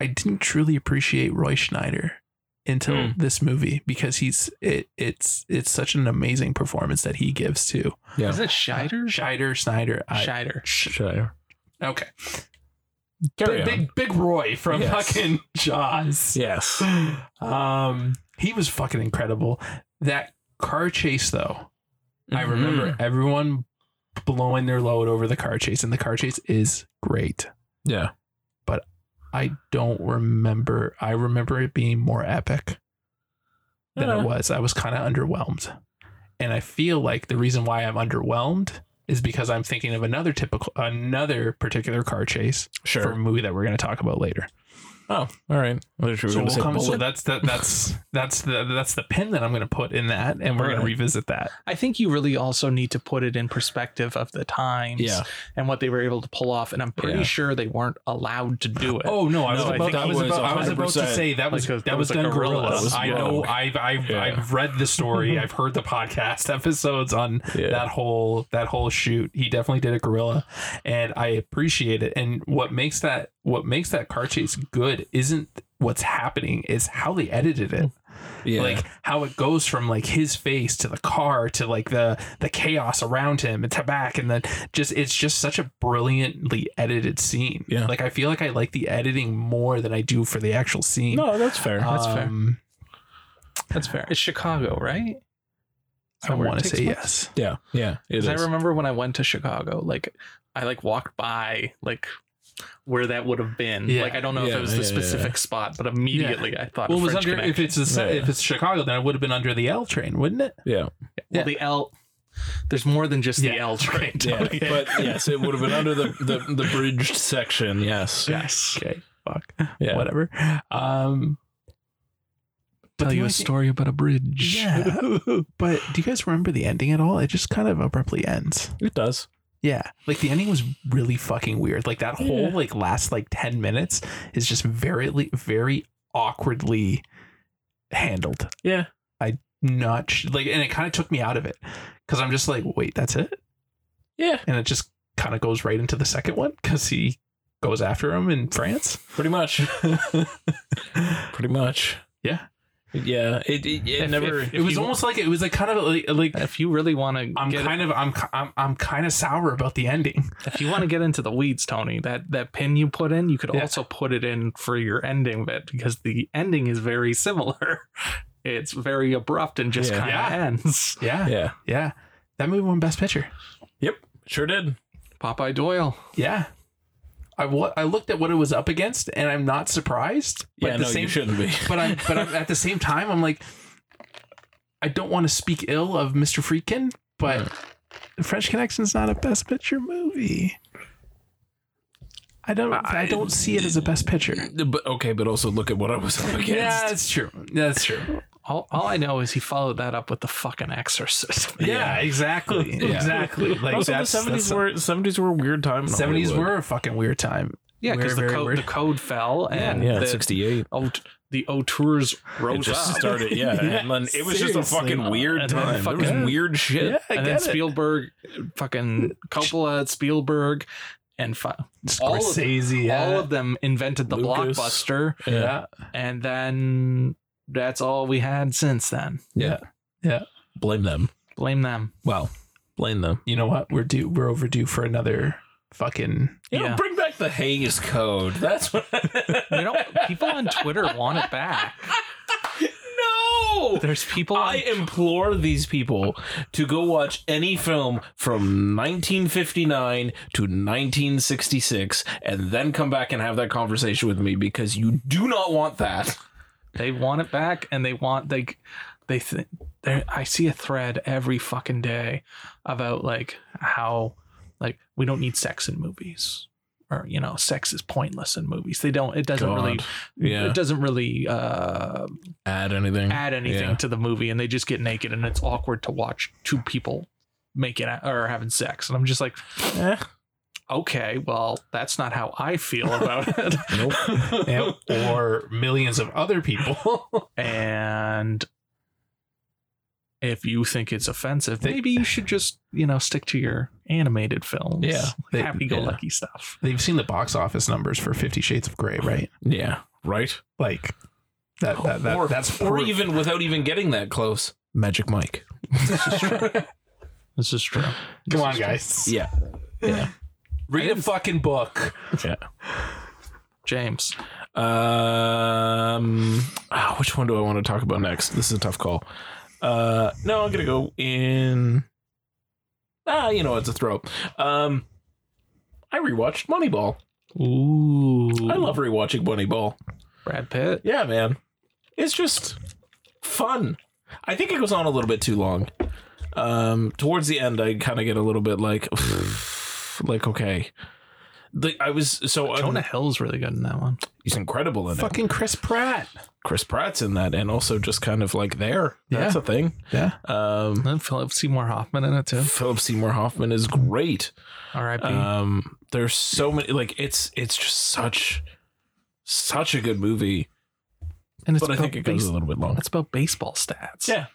Speaker 2: I didn't truly appreciate Roy Schneider until
Speaker 4: Hmm.
Speaker 2: this movie because he's it it's it's such an amazing performance that he gives to
Speaker 4: Yeah.
Speaker 3: Is it Scheider?
Speaker 2: Scheider Snyder. I,
Speaker 3: Scheider.
Speaker 4: Sure.
Speaker 2: Okay.
Speaker 4: Carry
Speaker 2: Big, big big Roy from
Speaker 4: Yes.
Speaker 2: fucking Jaws.
Speaker 4: Yes.
Speaker 2: Um he was fucking incredible. That car chase though.
Speaker 1: Mm-hmm.
Speaker 2: I
Speaker 4: Mm-hmm.
Speaker 2: remember everyone blowing their load over the car chase and the car chase is great.
Speaker 4: Yeah.
Speaker 2: I don't remember I remember it being more epic than
Speaker 4: Yeah.
Speaker 2: it was. I was kind of underwhelmed. And I feel like the reason why I'm underwhelmed is because I'm thinking of another typical another particular car chase for a
Speaker 4: Sure.
Speaker 2: movie that we're going to talk about later.
Speaker 1: Oh, all right. I thought you were
Speaker 2: So,
Speaker 1: gonna
Speaker 2: we'll
Speaker 1: say
Speaker 2: come, so
Speaker 1: bullet.
Speaker 2: that's that that's that's the that's the pin that I'm going to put in that, and we're going
Speaker 1: Alright.
Speaker 2: to revisit that.
Speaker 3: I think you really also need to put it in perspective of the times
Speaker 1: Yeah.
Speaker 3: and what they were able to pull off. And I'm pretty
Speaker 1: Yeah.
Speaker 3: sure they weren't allowed to do it.
Speaker 2: Oh no, I was
Speaker 1: No, I
Speaker 2: about,
Speaker 1: think
Speaker 2: I
Speaker 1: it
Speaker 2: was
Speaker 1: was
Speaker 2: about, I was about to
Speaker 1: 100%.
Speaker 2: say that was
Speaker 3: Like a-
Speaker 2: that
Speaker 3: that
Speaker 2: was
Speaker 3: was like
Speaker 2: done
Speaker 3: a gorilla.
Speaker 2: gorillas.
Speaker 1: That was
Speaker 2: I know
Speaker 1: wrong.
Speaker 2: I've I've
Speaker 1: Yeah.
Speaker 2: I've read the story. I've heard the podcast episodes on
Speaker 1: Yeah.
Speaker 2: that whole that whole shoot. He definitely did a gorilla, and I appreciate it. And what makes that what makes that car chase good isn't what's happening; is how they edited it.
Speaker 1: yeah.
Speaker 2: like how it goes from like his face to the car to like the the chaos around him and to back and then just it's just such a brilliantly edited scene
Speaker 1: Yeah.
Speaker 2: like i feel like i like the editing more than i do for the actual scene
Speaker 1: no, that's fair.
Speaker 3: that's fair.
Speaker 2: Um,
Speaker 3: That's fair. It's Chicago, right? Is
Speaker 2: i
Speaker 3: that where it
Speaker 2: want to
Speaker 3: takes
Speaker 2: say
Speaker 3: place?
Speaker 2: yes
Speaker 1: yeah, yeah. It is.
Speaker 3: Because I remember when I went to Chicago, like I like walked by like where that would have been.
Speaker 2: Yeah.
Speaker 3: Like I don't know if
Speaker 1: Yeah,
Speaker 3: it was
Speaker 1: yeah,
Speaker 3: the specific spot, but immediately I thought.
Speaker 2: well
Speaker 3: of
Speaker 2: it was
Speaker 3: French
Speaker 2: under if
Speaker 3: Connection.
Speaker 2: it's the, sa-
Speaker 1: Yeah.
Speaker 2: if it's chicago then it would have been under the l train wouldn't it
Speaker 1: yeah,
Speaker 3: well, the L. There's more than just
Speaker 2: Yeah.
Speaker 3: the L train.
Speaker 1: yeah.
Speaker 3: Tony.
Speaker 1: But yes, it would have been under the, the the bridged section. Yes.
Speaker 2: yes okay fuck
Speaker 1: Yeah.
Speaker 2: whatever um but
Speaker 3: Tell
Speaker 2: the
Speaker 3: you
Speaker 2: only
Speaker 3: a
Speaker 2: thing-
Speaker 3: story about a bridge.
Speaker 2: yeah but do you guys remember the ending at all it just kind of abruptly ends
Speaker 1: It does.
Speaker 2: Yeah, like the ending was really fucking weird. Like that whole
Speaker 1: Yeah.
Speaker 2: like last like ten minutes is just very very awkwardly handled.
Speaker 1: Yeah.
Speaker 2: Not sh- like, and it kind of took me out of it because I'm just like, wait, that's it,
Speaker 1: Yeah.
Speaker 2: and it just kind of goes right into the second one because he goes after him in France.
Speaker 1: Pretty much. Pretty much.
Speaker 2: Yeah.
Speaker 1: Yeah. It it, it
Speaker 3: If-
Speaker 1: never.
Speaker 3: if-
Speaker 2: It was
Speaker 3: you-
Speaker 2: almost like it was like kind of like, like
Speaker 3: If you really want to,
Speaker 2: I'm
Speaker 3: get,
Speaker 2: kind of I'm I'm I'm kind of sour about the ending.
Speaker 3: if you want to get into the weeds, Tony, that that pin you put in, you could
Speaker 2: Yeah.
Speaker 3: also put it in for your ending bit because the ending is very similar. It's very abrupt and just
Speaker 1: Yeah.
Speaker 3: kind of
Speaker 2: Yeah.
Speaker 3: ends.
Speaker 2: Yeah, yeah,
Speaker 1: yeah.
Speaker 2: That movie won Best Picture.
Speaker 1: Yep. Sure did.
Speaker 3: Popeye Doyle.
Speaker 2: Yeah. I wa- I looked at what it was up against, and I'm not surprised. But
Speaker 1: Yeah.
Speaker 2: at the
Speaker 1: No,
Speaker 2: same,
Speaker 1: you shouldn't be.
Speaker 2: But I'm, but I'm, at the same time, I'm like, I don't want to speak ill of Mr. Freakin, but French Connection's not a Best Picture movie. I don't, I, don't see it as a Best Picture.
Speaker 1: But okay. But also look at what I was up against.
Speaker 2: Yeah, that's true. That's true.
Speaker 3: All, all I know is he followed that up with the fucking exorcist.
Speaker 2: Yeah, exactly,
Speaker 1: Yeah.
Speaker 2: exactly. Like
Speaker 1: also, the
Speaker 2: that's-
Speaker 1: seventies
Speaker 2: that's-
Speaker 1: were seventies were a weird time. in
Speaker 2: 70s
Speaker 1: Hollywood.
Speaker 2: were a fucking weird time.
Speaker 3: Yeah, because
Speaker 2: Very,
Speaker 3: the
Speaker 2: very
Speaker 3: code
Speaker 2: weird.
Speaker 3: the code fell and
Speaker 1: yeah.
Speaker 3: the,
Speaker 1: Sixty eight.
Speaker 3: aut- the auteurs
Speaker 1: It
Speaker 3: rose
Speaker 1: just
Speaker 3: up.
Speaker 1: started. Yeah.
Speaker 2: Yeah,
Speaker 1: And then it was just a
Speaker 2: seriously.
Speaker 1: fucking weird
Speaker 3: And then
Speaker 1: time. There
Speaker 3: fucking-
Speaker 1: was weird shit.
Speaker 2: Yeah, I
Speaker 3: and
Speaker 2: get
Speaker 3: then
Speaker 2: it.
Speaker 3: Spielberg, fucking Coppola, Spielberg, and fi- all of-
Speaker 2: Scorsese, yeah.
Speaker 3: all of them invented the
Speaker 1: Lucas.
Speaker 3: blockbuster,
Speaker 1: Yeah.
Speaker 2: yeah.
Speaker 3: and then that's all we had since then.
Speaker 1: Yeah.
Speaker 2: Yeah.
Speaker 1: Blame them.
Speaker 3: Blame them.
Speaker 1: Well, blame them.
Speaker 2: you know what? We're due. We're overdue for another fucking.
Speaker 1: You
Speaker 3: Yeah.
Speaker 1: know, bring back the Hayes Code. That's what.
Speaker 3: You know, people on Twitter want it back.
Speaker 1: no.
Speaker 3: There's people. On,
Speaker 1: I implore these people to go watch any film from 1959 to 1966 and then come back and have that conversation with me because you do not want that.
Speaker 3: they want it back, and they want they they th- there. I see a thread every fucking day about like how like we don't need sex in movies. Or you know, sex is pointless in movies. They don't. It doesn't really.
Speaker 1: God. Yeah.
Speaker 3: It doesn't really uh,
Speaker 1: Add anything.
Speaker 3: add anything
Speaker 1: Yeah.
Speaker 3: to the movie and they just get naked and it's awkward to watch two people making out or having sex and i'm just like
Speaker 1: Eh.
Speaker 3: okay well that's not how i feel about it
Speaker 1: Nope.
Speaker 2: Yeah, or millions of other people.
Speaker 3: and if you think it's offensive
Speaker 2: They-
Speaker 3: maybe you should just you know stick to your animated films
Speaker 1: Yeah.
Speaker 2: They-
Speaker 3: happy-go-lucky stuff
Speaker 2: They've seen the box office numbers for Fifty Shades of Grey, right?
Speaker 1: Yeah. Right?
Speaker 2: Like that. That. that
Speaker 1: or,
Speaker 2: that's
Speaker 1: or
Speaker 2: proof.
Speaker 1: even without even getting that close. Magic Mike.
Speaker 3: this is true This
Speaker 2: Come on,
Speaker 3: is true.
Speaker 2: guys.
Speaker 1: Yeah. Yeah.
Speaker 2: Read a fucking book.
Speaker 1: Yeah.
Speaker 3: james
Speaker 1: Um, ah, which one do I want to talk about next? This is a tough call. Uh, no, I'm gonna go in. Ah, you know, it's a throw. Um, I rewatched Moneyball.
Speaker 3: ooh
Speaker 1: I love rewatching Moneyball.
Speaker 3: brad pitt
Speaker 1: Yeah, man, it's just fun. I think it goes on a little bit too long. Um, towards the end, I kind of get a little bit like, like okay, Like I was so um, I'm-
Speaker 3: Jonah Hill's really good in that one.
Speaker 1: he's incredible in it.
Speaker 2: Fucking Chris Pratt.
Speaker 1: Chris Pratt's in that, and also just kind of like there. That's
Speaker 3: Yeah.
Speaker 1: a thing.
Speaker 2: Yeah.
Speaker 1: Um,
Speaker 3: And Philip Seymour Hoffman in it too. Uh,
Speaker 1: Philip Seymour Hoffman is great.
Speaker 3: R.I.P.
Speaker 1: Um, there's so many like it's it's just such such a good movie,
Speaker 3: and it's
Speaker 1: but I
Speaker 3: about
Speaker 1: think it goes
Speaker 3: base-
Speaker 1: a little bit long.
Speaker 3: It's about baseball stats.
Speaker 1: Yeah.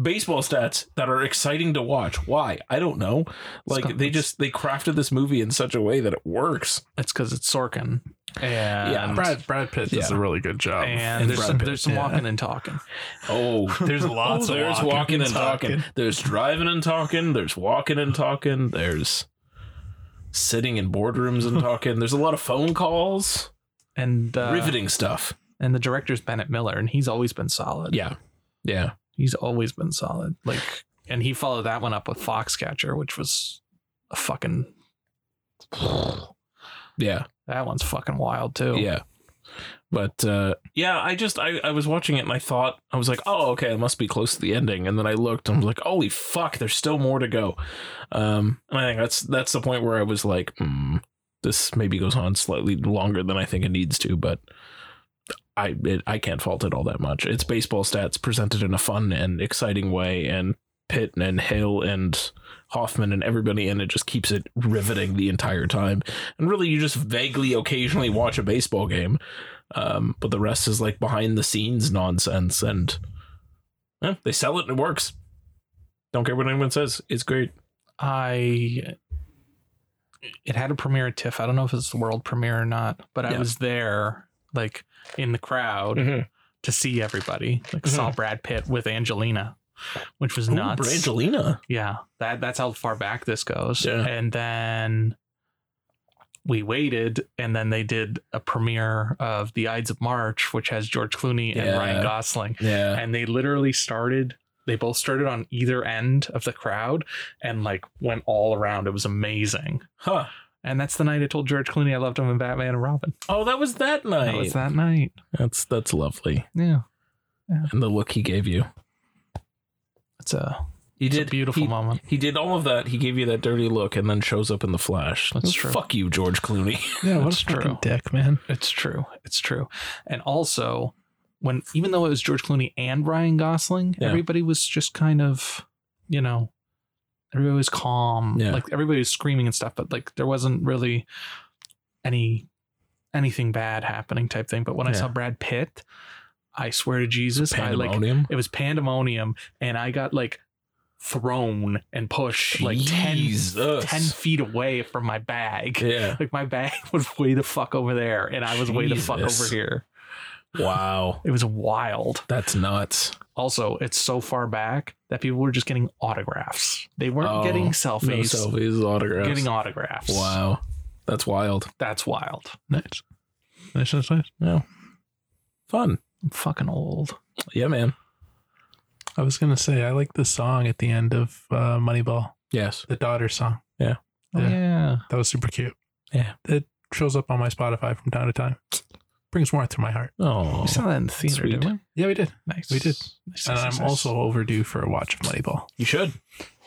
Speaker 1: Baseball stats that are exciting to watch. Why? I don't know. Like
Speaker 3: got-
Speaker 1: they just they crafted this movie in such a way that it works.
Speaker 3: it's because it's Sorkin. And
Speaker 1: Yeah,
Speaker 2: Brad Brad Pitt does
Speaker 1: Yeah.
Speaker 2: a really good job.
Speaker 3: And,
Speaker 1: And
Speaker 3: there's
Speaker 1: Brad
Speaker 3: some,
Speaker 1: Pitt,
Speaker 3: there's some
Speaker 2: yeah.
Speaker 3: walking and talking.
Speaker 1: Oh,
Speaker 2: there's
Speaker 1: Oh,
Speaker 2: lots of
Speaker 1: there's walking, and talking. There's driving and talking. There's walking and talking. There's sitting in boardrooms and talking. There's a lot of phone calls.
Speaker 3: And uh,
Speaker 1: Riveting stuff.
Speaker 3: And the director's Bennett Miller, and he's always been solid.
Speaker 1: Yeah. Yeah.
Speaker 3: he's always been solid. Like, and he followed that one up with Foxcatcher, which was a fucking
Speaker 1: Yeah.
Speaker 3: that one's fucking wild too.
Speaker 1: Yeah. But uh, yeah, I just I, I was watching it and I thought I was like, oh okay, it must be close to the ending. And then I looked and I was like, holy fuck, there's still more to go. Um, and I think that's that's the point where I was like, hmm, this maybe goes on slightly longer than I think it needs to, but I it, I can't fault it all that much. It's baseball stats presented in a fun and exciting way, and Pitt and Hill and Hoffman and everybody in it just keeps it riveting the entire time. And really, you just vaguely, occasionally watch a baseball game, um, but the rest is like behind the scenes nonsense, and eh, they sell it and it works. Don't care what anyone says. It's great.
Speaker 3: I it had a premiere at TIFF. I don't know if it's the world premiere or not, but I
Speaker 1: Yeah. Mm-hmm.
Speaker 3: was there, like in the crowd to see everybody. Like saw Brad Pitt with Angelina, which was
Speaker 1: Ooh,
Speaker 3: nuts.
Speaker 1: Brangelina.
Speaker 3: Yeah, that that's how far back this goes.
Speaker 1: Yeah.
Speaker 3: And then we waited, and then they did a premiere of The Ides of March, which has George Clooney and
Speaker 1: Yeah.
Speaker 3: Ryan Gosling,
Speaker 1: Yeah.
Speaker 3: and they literally started. They both started on either end of the crowd and like went all around. It was amazing.
Speaker 1: Huh.
Speaker 3: And that's the night I told George Clooney I loved him in Batman and Robin.
Speaker 1: Oh, that was that night.
Speaker 3: That was that night.
Speaker 1: That's that's lovely.
Speaker 3: Yeah.
Speaker 1: And the look he gave you.
Speaker 3: It's a,
Speaker 1: He
Speaker 3: it's a beautiful
Speaker 1: he,
Speaker 3: moment.
Speaker 1: he did all of that. He gave you that dirty look, and then shows up in the flash.
Speaker 3: That's true.
Speaker 1: Fuck you, George Clooney.
Speaker 2: Yeah,
Speaker 3: what a
Speaker 2: what That's a
Speaker 3: fucking
Speaker 2: true. dick, man.
Speaker 3: It's true. It's true. And also, when even though it was George Clooney and Ryan Gosling,
Speaker 1: Yeah.
Speaker 3: everybody was just kind of, you know, everybody was calm.
Speaker 1: Yeah.
Speaker 3: Like everybody was screaming and stuff, but like there wasn't really any anything bad happening type thing. But when I
Speaker 1: Yeah.
Speaker 3: saw Brad Pitt, I swear to Jesus, I like
Speaker 1: Pandemonium.
Speaker 3: it was pandemonium, and I got like thrown and pushed like 10,
Speaker 1: Jesus.
Speaker 3: 10 feet away from my bag.
Speaker 1: Yeah.
Speaker 3: Like my bag was way the fuck over there, and I was way the fuck over
Speaker 1: Jesus.
Speaker 3: here.
Speaker 1: Wow.
Speaker 3: It was wild.
Speaker 1: That's nuts.
Speaker 3: Also, it's so far back that people were just getting autographs. They weren't
Speaker 1: Oh,
Speaker 3: getting
Speaker 1: No
Speaker 3: selfies,
Speaker 1: selfies, autographs.
Speaker 3: getting autographs.
Speaker 1: wow. That's wild.
Speaker 3: That's wild.
Speaker 2: Nice. Nice, nice, nice.
Speaker 1: Yeah. Fun.
Speaker 3: I'm fucking old.
Speaker 1: Yeah, man.
Speaker 2: I was gonna say I like the song at the end of uh, Moneyball,
Speaker 1: Yes.
Speaker 2: the daughter song.
Speaker 3: Oh, Yeah.
Speaker 2: Yeah. That was super cute.
Speaker 1: Yeah.
Speaker 2: It shows up on my Spotify from time to time. Brings warmth to my heart.
Speaker 1: Oh.
Speaker 3: We saw that in the theater,
Speaker 1: sweet.
Speaker 3: didn't
Speaker 2: Yeah, we did.
Speaker 3: we? Nice.
Speaker 2: We did.
Speaker 3: Nice,
Speaker 2: And
Speaker 3: nice,
Speaker 2: I'm
Speaker 3: nice, nice.
Speaker 2: also overdue for a watch of Moneyball.
Speaker 1: You should.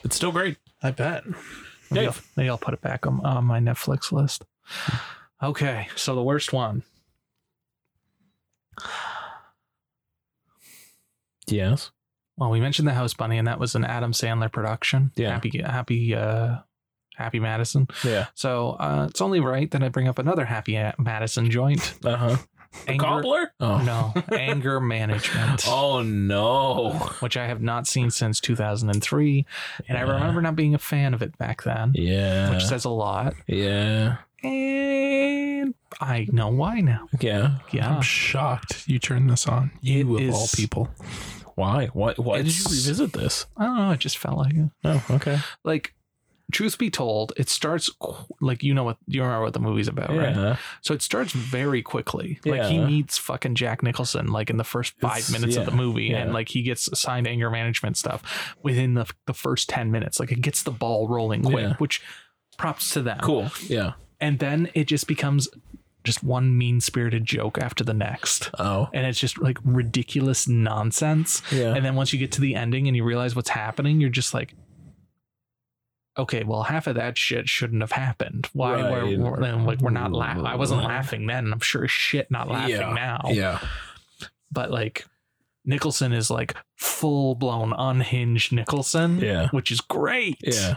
Speaker 1: It's still great.
Speaker 2: I bet.
Speaker 3: Maybe,
Speaker 1: Yeah.
Speaker 3: I'll, maybe I'll put it back on, on my Netflix list. Okay, so the worst one.
Speaker 1: Yes.
Speaker 3: Well, we mentioned the House Bunny, and that was an Adam Sandler production.
Speaker 1: Yeah.
Speaker 3: Happy, happy, uh, happy Madison.
Speaker 1: Yeah.
Speaker 3: So uh, it's only right that I bring up another Happy A- Madison joint.
Speaker 1: Uh
Speaker 4: Uh-huh.
Speaker 1: huh.
Speaker 3: Anger-
Speaker 1: Cobbler? Oh.
Speaker 3: No, anger management.
Speaker 1: Oh no.
Speaker 3: Which I have not seen since 2003, and I
Speaker 1: Yeah.
Speaker 3: remember not being a fan of it back then,
Speaker 1: Yeah.
Speaker 3: which says a lot.
Speaker 1: yeah.
Speaker 3: And I know why now.
Speaker 1: Yeah.
Speaker 3: Yeah,
Speaker 2: I'm shocked you turned this on. You
Speaker 3: Ah. It
Speaker 2: of all
Speaker 3: is-
Speaker 2: people.
Speaker 1: Why? Why? Why did you
Speaker 3: It's-
Speaker 1: revisit this?
Speaker 3: I don't know. It just felt like it.
Speaker 1: Oh, okay.
Speaker 3: Like, truth be told, it starts qu- like you know what you remember what the movie's about, right?
Speaker 1: Yeah.
Speaker 3: So it starts very quickly. Like he
Speaker 1: Yeah.
Speaker 3: meets fucking Jack Nicholson like in the first five
Speaker 1: It's-
Speaker 3: minutes of
Speaker 1: yeah,
Speaker 3: the movie, and
Speaker 1: yeah.
Speaker 3: like he gets assigned anger management stuff within the, the first ten minutes. Like it gets the ball rolling quick,
Speaker 1: Yeah.
Speaker 3: which props to them.
Speaker 1: Cool. Yeah.
Speaker 3: And then it just becomes just one mean spirited joke after the next,
Speaker 1: Oh.
Speaker 3: and it's just like ridiculous nonsense.
Speaker 1: Yeah.
Speaker 3: And then once you get to the ending and you realize what's happening, you're just like, okay, well, half of that shit shouldn't have happened. Why
Speaker 4: Right.
Speaker 3: were, were then, like we're not laughing? I wasn't laughing then, and I'm sure as shit not laughing
Speaker 4: Yeah.
Speaker 3: now.
Speaker 4: Yeah.
Speaker 3: But like Nicholson is like full blown unhinged Nicholson,
Speaker 4: Yeah.
Speaker 3: which is great.
Speaker 4: Yeah.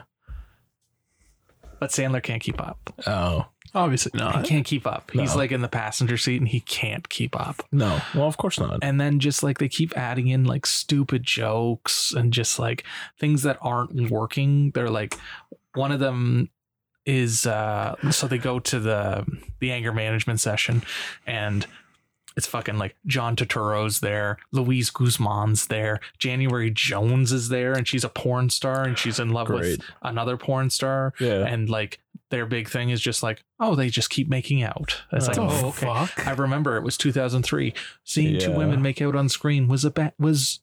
Speaker 3: But Sandler can't keep up.
Speaker 4: Oh.
Speaker 2: Obviously
Speaker 3: He
Speaker 2: not.
Speaker 3: can't keep up. He's
Speaker 4: No.
Speaker 3: like in the passenger seat and he can't keep up.
Speaker 4: No. Well, of course not.
Speaker 3: and then just like they keep adding in like stupid jokes and just like things that aren't working they're like one of them is uh so they go to the the anger management session and it's fucking like John Turturro's there, Louise Guzman's there, January Jones is there, and she's a porn star and she's in love
Speaker 4: Great.
Speaker 3: with another porn star.
Speaker 4: Yeah.
Speaker 3: And like their big thing is just like, oh, they just keep making out. It's like,
Speaker 4: Oh,
Speaker 3: oh, okay.
Speaker 2: fuck.
Speaker 3: I remember it was 2003. Seeing two
Speaker 4: Yeah.
Speaker 3: women make out on screen was a ba- was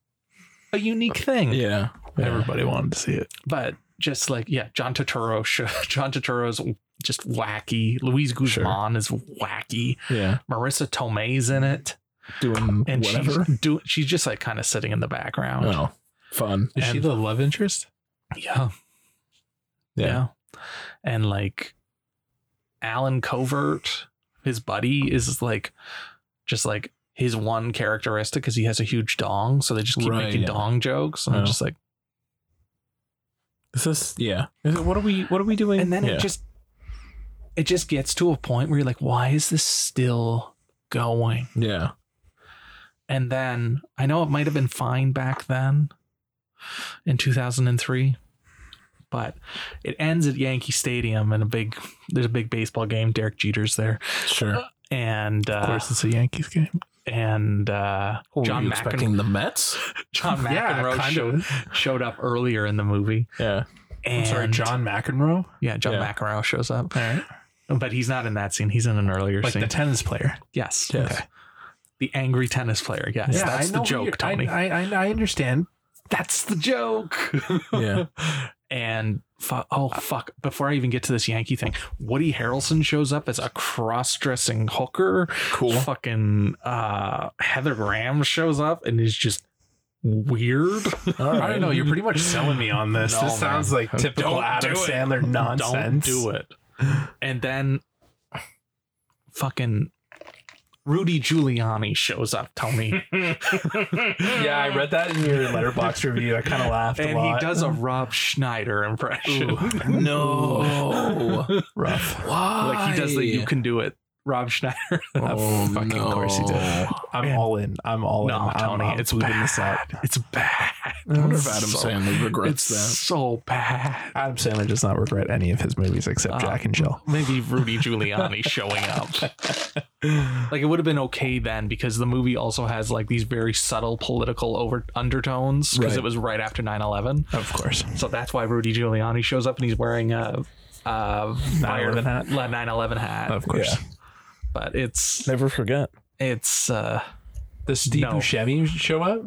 Speaker 3: a unique thing.
Speaker 4: Uh, yeah. Yeah.
Speaker 2: Everybody wanted to see it.
Speaker 3: But just like yeah, John Turturro, sh- John Turturro's just wacky. Louise Guzman is wacky.
Speaker 4: Yeah.
Speaker 3: Marissa Tomei's in it,
Speaker 4: Doing
Speaker 3: and
Speaker 4: whatever.
Speaker 3: she's do she's just like kind of sitting in the background.
Speaker 4: Oh. Fun.
Speaker 2: Is she
Speaker 3: And-
Speaker 2: the love interest?
Speaker 3: Yeah,
Speaker 4: Yeah.
Speaker 3: yeah, and like Alan Covert, his buddy, is like just like his one characteristic is he has a huge dong, so they just keep
Speaker 4: Right,
Speaker 3: making
Speaker 4: yeah.
Speaker 3: dong jokes, and
Speaker 4: Yeah.
Speaker 3: I'm just like.
Speaker 4: Is this? Yeah. Is it, what are we? What are we doing?
Speaker 3: and then
Speaker 4: Yeah.
Speaker 3: it just it just gets to a point where you're like why is this still going
Speaker 4: Yeah.
Speaker 3: and then i know it might have been fine back then in 2003 but it ends at yankee stadium and a big there's a big baseball game derek jeter's there
Speaker 4: Sure.
Speaker 3: and
Speaker 2: Of
Speaker 3: uh,
Speaker 2: course, it's a Yankees game.
Speaker 3: and uh, john mcenroe
Speaker 4: the Mets?
Speaker 3: john mcenroe
Speaker 2: kind
Speaker 3: showed,
Speaker 2: of.
Speaker 3: showed up earlier in the movie
Speaker 4: Yeah.
Speaker 2: I'm
Speaker 3: and
Speaker 2: sorry, John McEnroe.
Speaker 3: yeah john
Speaker 4: Yeah.
Speaker 3: mcenroe shows up
Speaker 2: All right,
Speaker 3: but he's not in that scene he's in an earlier
Speaker 2: like
Speaker 3: scene
Speaker 2: the tennis player.
Speaker 3: Yes.
Speaker 4: Yes.
Speaker 3: Okay. The angry tennis player. Yes. that's the
Speaker 2: who
Speaker 3: joke,
Speaker 2: you're-
Speaker 3: Tony.
Speaker 2: I, I, I, I understand.
Speaker 3: that's the joke.
Speaker 4: Yeah.
Speaker 3: And fu- oh fuck! Before I even get to this Yankee thing, Woody Harrelson shows up as a cross-dressing hooker.
Speaker 4: Cool.
Speaker 3: Fucking uh, Heather Graham shows up and is just weird.
Speaker 4: All
Speaker 2: I don't know. You're pretty much selling me on this.
Speaker 3: No,
Speaker 2: this sounds
Speaker 3: man.
Speaker 2: like typical
Speaker 3: Don't
Speaker 2: Adam
Speaker 3: do it.
Speaker 2: Sandler nonsense.
Speaker 3: Don't do it. And then fucking Rudy Giuliani shows up, Tony.
Speaker 2: Yeah, I read that in your letterbox review. I kind of laughed
Speaker 3: and
Speaker 2: a lot.
Speaker 3: he does a Rob Schneider impression.
Speaker 4: No.
Speaker 2: rough.
Speaker 4: Why?
Speaker 3: Like he does the "You can do it," Rob Schneider.
Speaker 2: Oh, fucking
Speaker 4: no.
Speaker 2: course he did. I'm
Speaker 3: Man.
Speaker 2: all in. I'm all in.
Speaker 3: no,
Speaker 2: I'm,
Speaker 3: Tony,
Speaker 2: I'm
Speaker 3: it's
Speaker 2: booting
Speaker 3: bad.
Speaker 2: this up.
Speaker 3: It's bad.
Speaker 4: I wonder if Adam
Speaker 3: So-
Speaker 4: Sandler
Speaker 3: It's
Speaker 4: regrets that.
Speaker 3: so bad.
Speaker 2: Adam Sandler does not regret any of his movies except
Speaker 3: Uh,
Speaker 2: Jack and Jill.
Speaker 3: Maybe Rudy Giuliani showing up. Like it would have been okay then because the movie also has like these very subtle political over undertones because
Speaker 4: Right.
Speaker 3: it was right after 9-11.
Speaker 2: Of course.
Speaker 3: So that's why Rudy Giuliani shows up and he's wearing a, a fire
Speaker 2: 9/11 hat?
Speaker 3: 9-11 hat.
Speaker 2: Of course.
Speaker 4: Yeah.
Speaker 3: But it's
Speaker 4: Never forget.
Speaker 3: it's uh
Speaker 2: Does Steve
Speaker 3: No.
Speaker 2: Buscemi show up?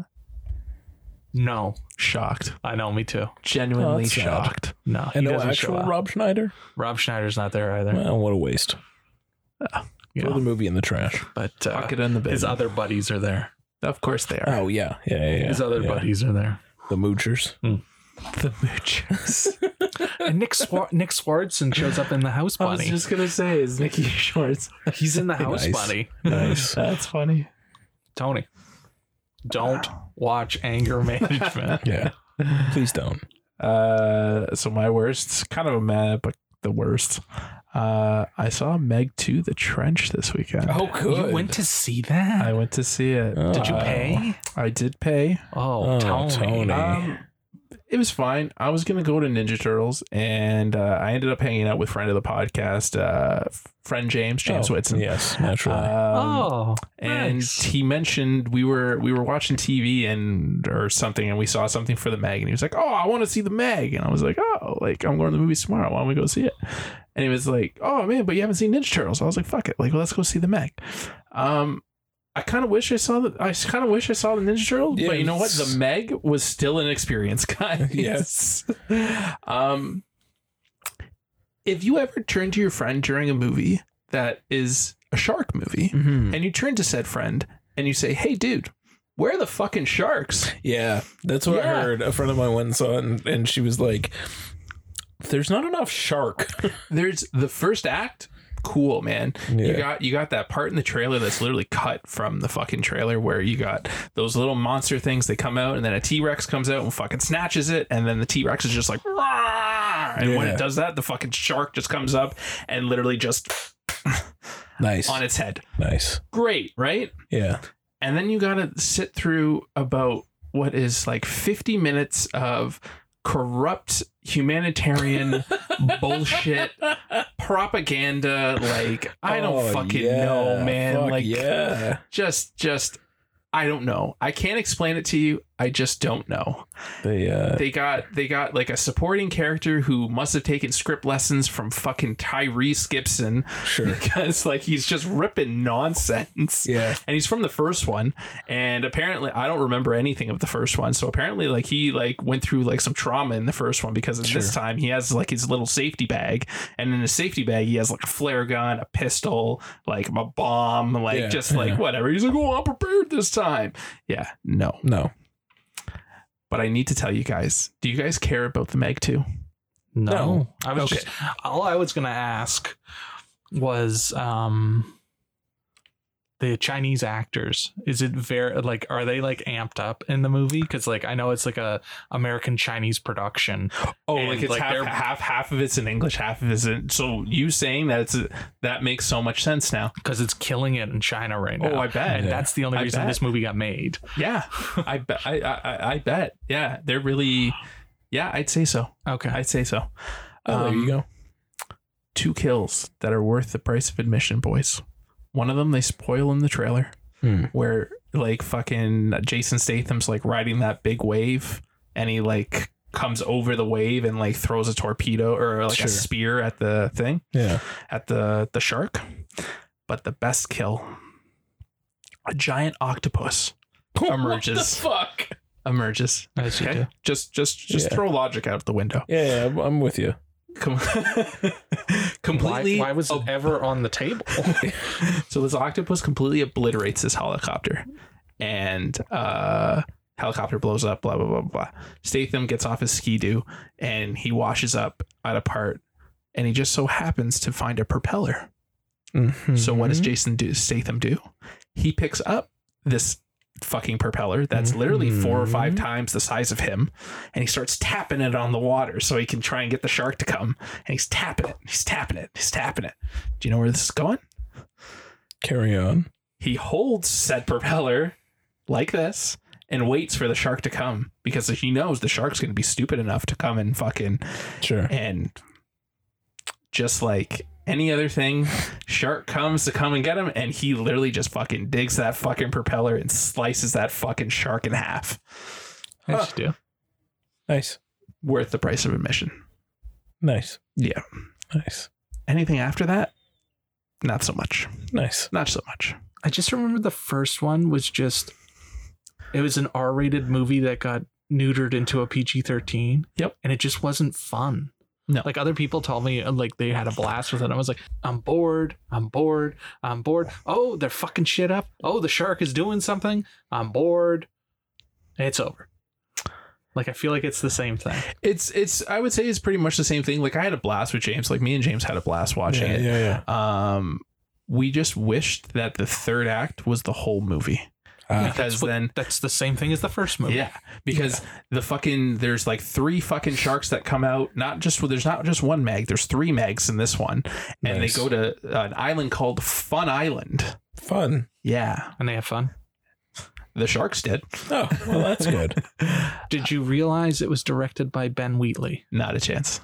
Speaker 3: no.
Speaker 2: Shocked.
Speaker 3: I know, me too.
Speaker 4: Oh,
Speaker 2: Genuinely
Speaker 4: that's sad.
Speaker 2: shocked.
Speaker 3: No, he
Speaker 4: And no
Speaker 3: doesn't show
Speaker 4: actual
Speaker 3: up. Rob-,
Speaker 4: Rob Schneider?
Speaker 3: Schneider's not there either.
Speaker 4: Well, what a waste.
Speaker 3: you
Speaker 4: Throw
Speaker 3: know,
Speaker 4: the movie in the trash.
Speaker 3: but uh,
Speaker 2: Fuck it in the bin.
Speaker 3: his other buddies are there.
Speaker 2: of course they are.
Speaker 4: Oh, yeah. Yeah, yeah, yeah.
Speaker 3: his other
Speaker 4: yeah.
Speaker 3: buddies are there.
Speaker 4: The Moochers.
Speaker 2: The Moochers.
Speaker 3: And Nick Swar- Nick Swartzen shows up in the house
Speaker 2: I was
Speaker 3: bunny.
Speaker 2: just gonna say is Nikki Schwartz.
Speaker 3: He's in the house
Speaker 4: Nice.
Speaker 3: bunny.
Speaker 4: Nice.
Speaker 2: That's funny.
Speaker 3: Tony, don't watch anger management.
Speaker 4: Yeah. Please don't.
Speaker 2: Uh, so my worst, it's kind of a mad, but the worst. Uh, I saw Meg 2 The Trench this weekend.
Speaker 3: You went to see that?
Speaker 2: I went to see it.
Speaker 4: Oh.
Speaker 3: Did you
Speaker 2: Uh,
Speaker 3: pay?
Speaker 2: I did pay.
Speaker 3: Oh,
Speaker 4: Oh,
Speaker 3: Tony.
Speaker 4: Tony.
Speaker 2: Um, it was fine. I was gonna go to Ninja Turtles, and uh, I ended up hanging out with friend of the podcast, uh, friend James James
Speaker 4: Oh,
Speaker 2: Whitson.
Speaker 4: Yes, naturally.
Speaker 2: Um,
Speaker 3: oh,
Speaker 2: and
Speaker 3: nice.
Speaker 2: he mentioned we were we were watching TV and or something, and we saw something for the Meg, and he was like, "Oh, I want to see the Meg," and I was like, "Oh, like I'm going to the movies tomorrow. Why don't we go see it?" And he was like, "Oh man, but you haven't seen Ninja Turtles." I was like, "Fuck it, like well, let's go see the Meg." Um, I kind of wish I saw the I kind of wish I saw the Ninja Turtles,
Speaker 4: Yeah,
Speaker 2: but you know what?
Speaker 4: it's-
Speaker 2: The Meg was still an experience, guys.
Speaker 4: Yes.
Speaker 2: um, if you ever turn to your friend during a movie that is a shark movie
Speaker 3: Mm-hmm.
Speaker 4: Mm-hmm.
Speaker 2: and you turn to said friend and you say, "Hey, dude, where are the fucking sharks?"
Speaker 4: Yeah, that's what I
Speaker 2: Yeah.
Speaker 4: heard. A friend of mine went and saw it, and, and she was like, There's not enough shark.
Speaker 2: there's the first act cool man you
Speaker 4: Yeah.
Speaker 2: got you got that part in the trailer that's literally cut from the fucking trailer where you got those little monster things they come out and then a t-rex comes out and fucking snatches it and then the t-rex is just like "Rah!" and when
Speaker 4: Yeah.
Speaker 2: it does that the fucking shark just comes up and literally just
Speaker 4: nice.
Speaker 2: on its head
Speaker 4: Nice.
Speaker 2: great right
Speaker 4: Yeah.
Speaker 2: and then you gotta sit through about what is like 50 minutes of corrupt humanitarian bullshit propaganda like i don't
Speaker 4: Oh,
Speaker 2: fucking
Speaker 4: yeah.
Speaker 2: know man
Speaker 4: Fuck
Speaker 2: like
Speaker 4: yeah.
Speaker 2: just just i don't know i can't explain it to you i just don't know
Speaker 4: They uh
Speaker 2: they got they got like a supporting character who must have taken script lessons from fucking tyrese gibson
Speaker 4: sure.
Speaker 2: because like he's just ripping nonsense
Speaker 4: Yeah.
Speaker 2: and he's from the first one and apparently i don't remember anything of the first one so apparently like he like went through like some trauma in the first one because in this
Speaker 4: Sure.
Speaker 2: time he has like his little safety bag and in his safety bag he has like a flare gun a pistol like a bomb like
Speaker 4: Yeah,
Speaker 2: just like
Speaker 4: yeah.
Speaker 2: whatever he's like oh i'm prepared this time yeah no
Speaker 4: No.
Speaker 2: but i need to tell you guys do you guys care about the meg 2
Speaker 3: No.
Speaker 4: No.
Speaker 3: I was
Speaker 2: Okay.
Speaker 3: just all I was gonna ask was um the Chinese actors. Is it very like are they like amped up in the movie? Because like I know it's like a American Chinese production.
Speaker 2: Oh,
Speaker 3: And,
Speaker 2: like it's
Speaker 3: like,
Speaker 2: half,
Speaker 3: they're-
Speaker 2: half half of it's in English, half of it's in. So you saying that it's that makes so much sense now.
Speaker 3: because it's killing it in China right now.
Speaker 2: Oh, I bet.
Speaker 3: and that's the only
Speaker 2: I
Speaker 3: reason
Speaker 2: bet.
Speaker 3: this movie got made.
Speaker 2: Yeah, I bet. I, I I- I bet. Yeah, they're really. Yeah, I'd say so.
Speaker 3: Okay.
Speaker 2: I'd say so.
Speaker 4: Oh, there
Speaker 2: Um,
Speaker 4: you go.
Speaker 2: Two kills that are worth the price of admission, boys. One of them they spoil in the trailer,
Speaker 4: Hmm.
Speaker 2: where like fucking Jason Statham's like riding that big wave, and he like comes over the wave and like throws a torpedo or like
Speaker 4: Sure.
Speaker 2: a spear at the thing.
Speaker 4: Yeah.
Speaker 2: at the the shark, but the best kill. A giant octopus Emerges.
Speaker 4: What the fuck?
Speaker 2: emerges.
Speaker 3: As you do.
Speaker 2: Okay, just just just
Speaker 4: Yeah.
Speaker 2: throw logic out the window.
Speaker 4: Yeah, yeah, I'm- I'm with you.
Speaker 2: Com- completely.
Speaker 3: Why, why was it ever on the table?
Speaker 2: so this octopus completely obliterates this helicopter, and uh, helicopter blows up. Blah blah blah blah. Statham gets off his ski doo and he washes up at a part, and he just so happens to find a propeller.
Speaker 3: Mm-hmm.
Speaker 2: So what does Jason do, Statham do? He picks up this fucking propeller that's literally four or five
Speaker 4: Mhm.
Speaker 2: times the size of him, and he starts tapping it on the water so he can try and get the shark to come. And he's tapping it, he's tapping it, he's tapping it. Do you know where this is going?
Speaker 4: carry on?
Speaker 2: He holds said propeller like this and waits for the shark to come because he knows the shark's going to be stupid enough to come and fucking
Speaker 4: Sure.
Speaker 2: and just like any other thing, shark comes to come and get him, and he literally just fucking digs that fucking propeller and slices that fucking shark in half.
Speaker 3: As you do.
Speaker 4: Nice.
Speaker 2: Worth the price of admission.
Speaker 4: Nice.
Speaker 2: Yeah.
Speaker 4: Nice.
Speaker 2: Anything after that? Not so much.
Speaker 4: Nice.
Speaker 2: Not so much.
Speaker 3: I just remember the first one was just it was an R-rated movie that got neutered into a PG-13.
Speaker 2: Yep.
Speaker 3: And it just wasn't fun.
Speaker 2: No.
Speaker 3: Like other people told me uh, like they had a blast with it. I was like, I'm bored, I'm bored, I'm bored. Oh, they're fucking shit up. Oh, the shark is doing something. I'm bored. It's over. Like I feel like it's the same thing.
Speaker 2: It's it's I would say it's pretty much the same thing. Like I had a blast with James. Like me and James had a blast watching
Speaker 4: yeah,
Speaker 2: it.
Speaker 4: yeah, yeah.
Speaker 2: Um we just wished that the third act was the whole movie.
Speaker 4: Ah.
Speaker 2: because
Speaker 3: that's what-
Speaker 2: then
Speaker 3: That's the same thing as the first movie.
Speaker 2: Yeah, because the fucking there's like three fucking sharks that come out. Not just well, there's not just one meg. There's three megs in this one, and
Speaker 4: Nice.
Speaker 2: they go to an island called Fun Island.
Speaker 4: Fun.
Speaker 2: Yeah,
Speaker 3: And they have fun.
Speaker 2: the sharks did.
Speaker 4: Oh, well, that's good.
Speaker 3: Did you realize it was directed by Ben Wheatley?
Speaker 2: Not a chance.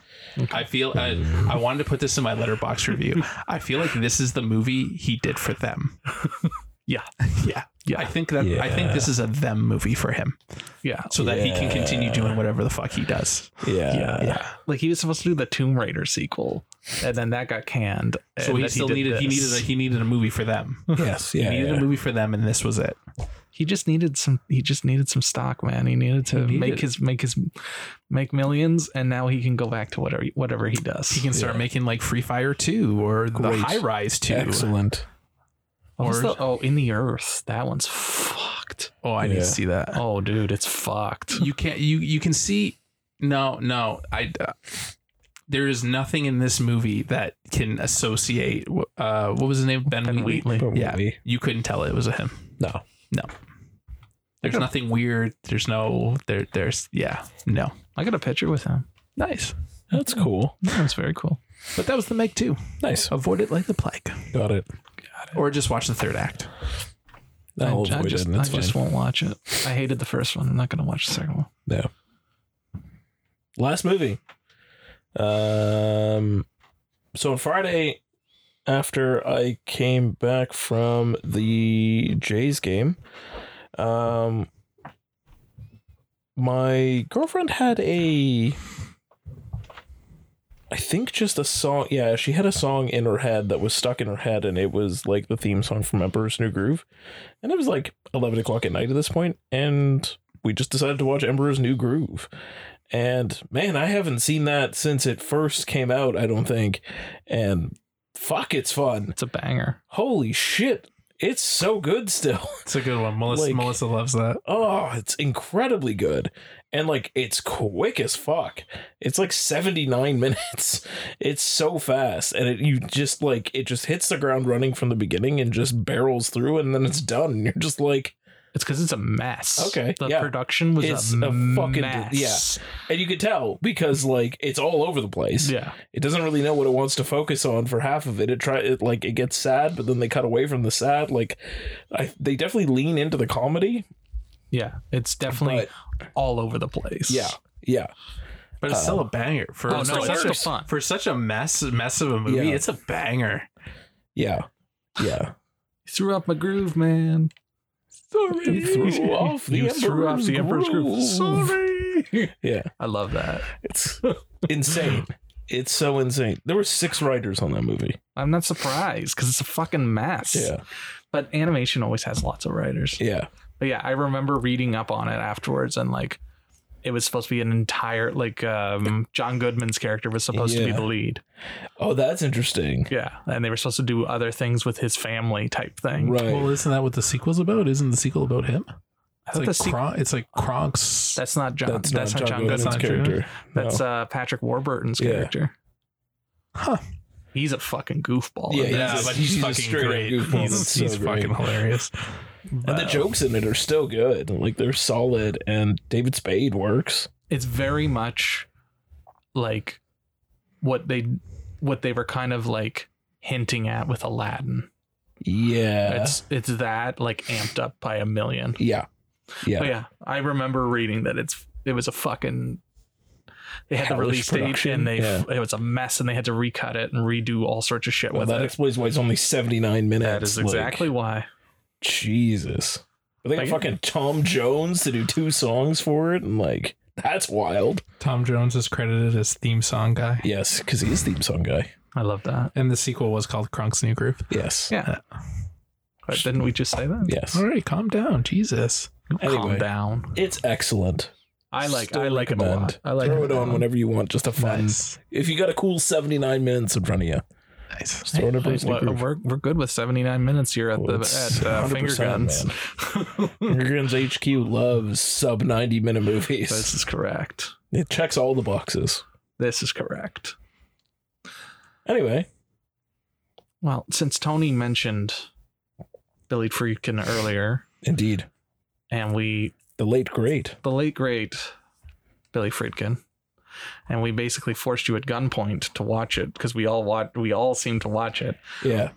Speaker 2: I feel I, I wanted to put this in my letterbox review. I feel like this is the movie he did for them.
Speaker 3: Yeah.
Speaker 2: yeah,
Speaker 3: Yeah.
Speaker 2: I think that I think this is a them movie for him,
Speaker 3: Yeah.
Speaker 2: so that he can continue
Speaker 4: Yeah.
Speaker 2: doing whatever the fuck he does.
Speaker 4: Yeah.
Speaker 2: yeah.
Speaker 3: Like he was supposed to do the Tomb Raider sequel, and then that got canned.
Speaker 2: So
Speaker 3: and
Speaker 2: he
Speaker 3: then
Speaker 2: still
Speaker 3: did
Speaker 2: needed he
Speaker 3: this.
Speaker 2: needed a, he needed a movie for them.
Speaker 4: Yes. Yeah.
Speaker 2: he needed
Speaker 4: yeah.
Speaker 2: a movie for them, and this was it.
Speaker 3: he just needed some. He just needed some stock, man. He needed to
Speaker 2: needed-
Speaker 3: make his make his make millions, and now he can go back to whatever whatever he does.
Speaker 2: He can start
Speaker 4: Yeah.
Speaker 2: making like Free Fire Two or the
Speaker 4: Great.
Speaker 2: High Rise Two.
Speaker 4: Excellent.
Speaker 3: What was
Speaker 2: or-
Speaker 3: the- oh, in the earth, that one's fucked.
Speaker 2: Oh, I need
Speaker 4: Yeah.
Speaker 2: to see that.
Speaker 3: Oh, dude, it's fucked.
Speaker 2: You can't. You you can see. No, no. I. Uh, there is nothing in this movie that can associate. Uh, what was his name? Ben,
Speaker 3: Ben
Speaker 2: Wheatley.
Speaker 3: Wheatley.
Speaker 1: Ben
Speaker 2: Yeah,
Speaker 1: Wheatley.
Speaker 2: you couldn't tell it was a him.
Speaker 1: No.
Speaker 2: No. There's
Speaker 1: Okay.
Speaker 2: nothing weird. There's no there. There's yeah. No.
Speaker 3: I got a picture with him.
Speaker 2: Nice.
Speaker 1: That's cool.
Speaker 3: That was very cool.
Speaker 2: But that was the make too.
Speaker 1: Nice.
Speaker 2: Avoid it like the plague,
Speaker 1: Got it.
Speaker 2: or just watch the third act.
Speaker 1: I'll
Speaker 3: I, I
Speaker 1: avoid
Speaker 3: just,
Speaker 1: it and it's
Speaker 3: I
Speaker 1: fine.
Speaker 3: just won't watch it. I hated the first one. I'm not gonna watch the second one.
Speaker 1: No. Last movie. Um so on Friday after I came back from the Jays game, um my girlfriend had a I think just a song. Yeah, she had a song in her head that was stuck in her head, and it was like the theme song from Emperor's New Groove. And it was like 11 o'clock at night at this point, and we just decided to watch Emperor's New Groove. And man, I haven't seen that since it first came out, I don't think. And fuck, it's fun.
Speaker 3: It's a banger.
Speaker 1: Holy shit, it's so good still.
Speaker 2: It's a good one. Melissa
Speaker 1: Like-
Speaker 2: Melissa loves that.
Speaker 1: Oh, it's incredibly good. And like it's quick as fuck. It's like 79 minutes. It's so fast and it you just like it just hits the ground running from the beginning and just barrels through and then it's done. And you're just like
Speaker 3: It's because it's a mess.
Speaker 1: Okay,
Speaker 3: The
Speaker 1: yeah.
Speaker 3: production was
Speaker 1: It's
Speaker 3: a,
Speaker 1: a fucking-
Speaker 3: mess.
Speaker 1: and you could tell because like it's all over the place.
Speaker 3: Yeah.
Speaker 1: It doesn't really know what it wants to focus on for half of it. It try it like it gets sad, but then they cut away from the sad. Like I, they definitely lean into the comedy.
Speaker 3: Yeah. It's definitely all over the place.
Speaker 1: Yeah. Yeah.
Speaker 2: But it's
Speaker 1: Uh,
Speaker 2: still a banger for,
Speaker 3: Oh, no,
Speaker 2: for
Speaker 3: it's
Speaker 2: such
Speaker 3: still
Speaker 2: a,
Speaker 3: fun.
Speaker 2: for such a mess mess of a movie.
Speaker 1: Yeah.
Speaker 2: It's a banger.
Speaker 1: Yeah. Yeah.
Speaker 3: Threw up my groove, man.
Speaker 1: Sorry. Threw off the
Speaker 3: You threw off the Emperor's Groove.
Speaker 1: Sorry. Yeah.
Speaker 3: I love that.
Speaker 1: It's insane. It's so insane. There were six writers on that movie.
Speaker 3: I'm not surprised because it's a fucking mess. But animation always has lots of writers.
Speaker 1: Yeah.
Speaker 3: But yeah, I remember reading up on it afterwards and like it was supposed to be an entire like um John Goodman's character was supposed to be
Speaker 1: Yeah.
Speaker 3: the lead.
Speaker 1: Oh, that's interesting.
Speaker 3: Yeah. And they were supposed to do other things with his family type thing.
Speaker 1: Right.
Speaker 2: Well, isn't that what the sequel's about? Isn't the sequel about him?
Speaker 3: I thought
Speaker 2: It's like,
Speaker 3: the sequ-
Speaker 2: Kron- it's like Kronk's.
Speaker 3: that's not John
Speaker 1: that's,
Speaker 3: that's,
Speaker 1: not,
Speaker 3: not, John,
Speaker 1: Goodman's
Speaker 3: Goodman.
Speaker 2: Goodman.
Speaker 1: character.
Speaker 3: That's
Speaker 1: No.
Speaker 3: uh Patrick Warburton's
Speaker 1: Yeah.
Speaker 3: character.
Speaker 2: Huh.
Speaker 3: He's a fucking goofball.
Speaker 1: Yeah,
Speaker 3: in
Speaker 1: yeah.
Speaker 3: that.
Speaker 1: he's a- he's a straight-up goofball.
Speaker 2: He's,
Speaker 1: That's so
Speaker 2: he's
Speaker 1: great.
Speaker 2: fucking hilarious.
Speaker 1: and
Speaker 3: uh,
Speaker 1: the jokes in it are still good. Like they're solid, and David Spade works.
Speaker 3: It's very much like what they what they were kind of like hinting at with Aladdin.
Speaker 1: Yeah.
Speaker 3: It's it's that like amped up by a million.
Speaker 1: yeah. Yeah.
Speaker 3: But yeah, I remember reading that it's it was a fucking they had the
Speaker 1: Hellish
Speaker 3: release date
Speaker 1: production,
Speaker 3: and they
Speaker 1: yeah.
Speaker 3: it was a mess and they had to recut it and redo all sorts of shit
Speaker 1: Well,
Speaker 3: with
Speaker 1: that
Speaker 3: it.
Speaker 1: explains why it's only 79 minutes.
Speaker 3: That is
Speaker 1: like,
Speaker 3: exactly why.
Speaker 1: Jesus. But They got
Speaker 3: Like-
Speaker 1: fucking Tom Jones to do two songs for it, and like that's wild.
Speaker 2: Tom Jones is credited as theme song guy,
Speaker 1: Yes, because he's theme song guy.
Speaker 3: I love that.
Speaker 2: and the sequel was called Kronk's New Group.
Speaker 1: Yes.
Speaker 3: Yeah. Uh, But didn't we just say that?
Speaker 1: Yes.
Speaker 2: All right, calm down, Jesus.
Speaker 1: Anyway.
Speaker 3: Calm down.
Speaker 1: It's excellent.
Speaker 3: I like
Speaker 1: Still
Speaker 3: I like him a
Speaker 1: recommend.
Speaker 3: lot. I like um,
Speaker 1: Throw
Speaker 3: him
Speaker 1: it
Speaker 3: a
Speaker 1: on
Speaker 3: lot.
Speaker 1: whenever you want, just a fun.
Speaker 2: Nice,
Speaker 1: If you got a cool 79 minutes in front of you,
Speaker 2: nice.
Speaker 1: just throw it up
Speaker 3: Hey, what- we're, we're good with 79 minutes here at
Speaker 1: Well,
Speaker 3: the
Speaker 1: it's
Speaker 3: at uh, finger
Speaker 1: 100%,
Speaker 3: guns.
Speaker 1: man. Finger Guns HQ loves sub 90 minute
Speaker 3: this
Speaker 1: movies.
Speaker 3: is correct.
Speaker 1: It checks all the boxes.
Speaker 3: This is correct.
Speaker 1: Anyway,
Speaker 3: Well, since Tony mentioned Billy Freakin earlier,
Speaker 1: indeed,
Speaker 3: and we
Speaker 1: the late great.
Speaker 3: the late great Billy Friedkin, and we basically forced you at gunpoint to watch it because we all watch we all seem to watch it.
Speaker 1: Yeah.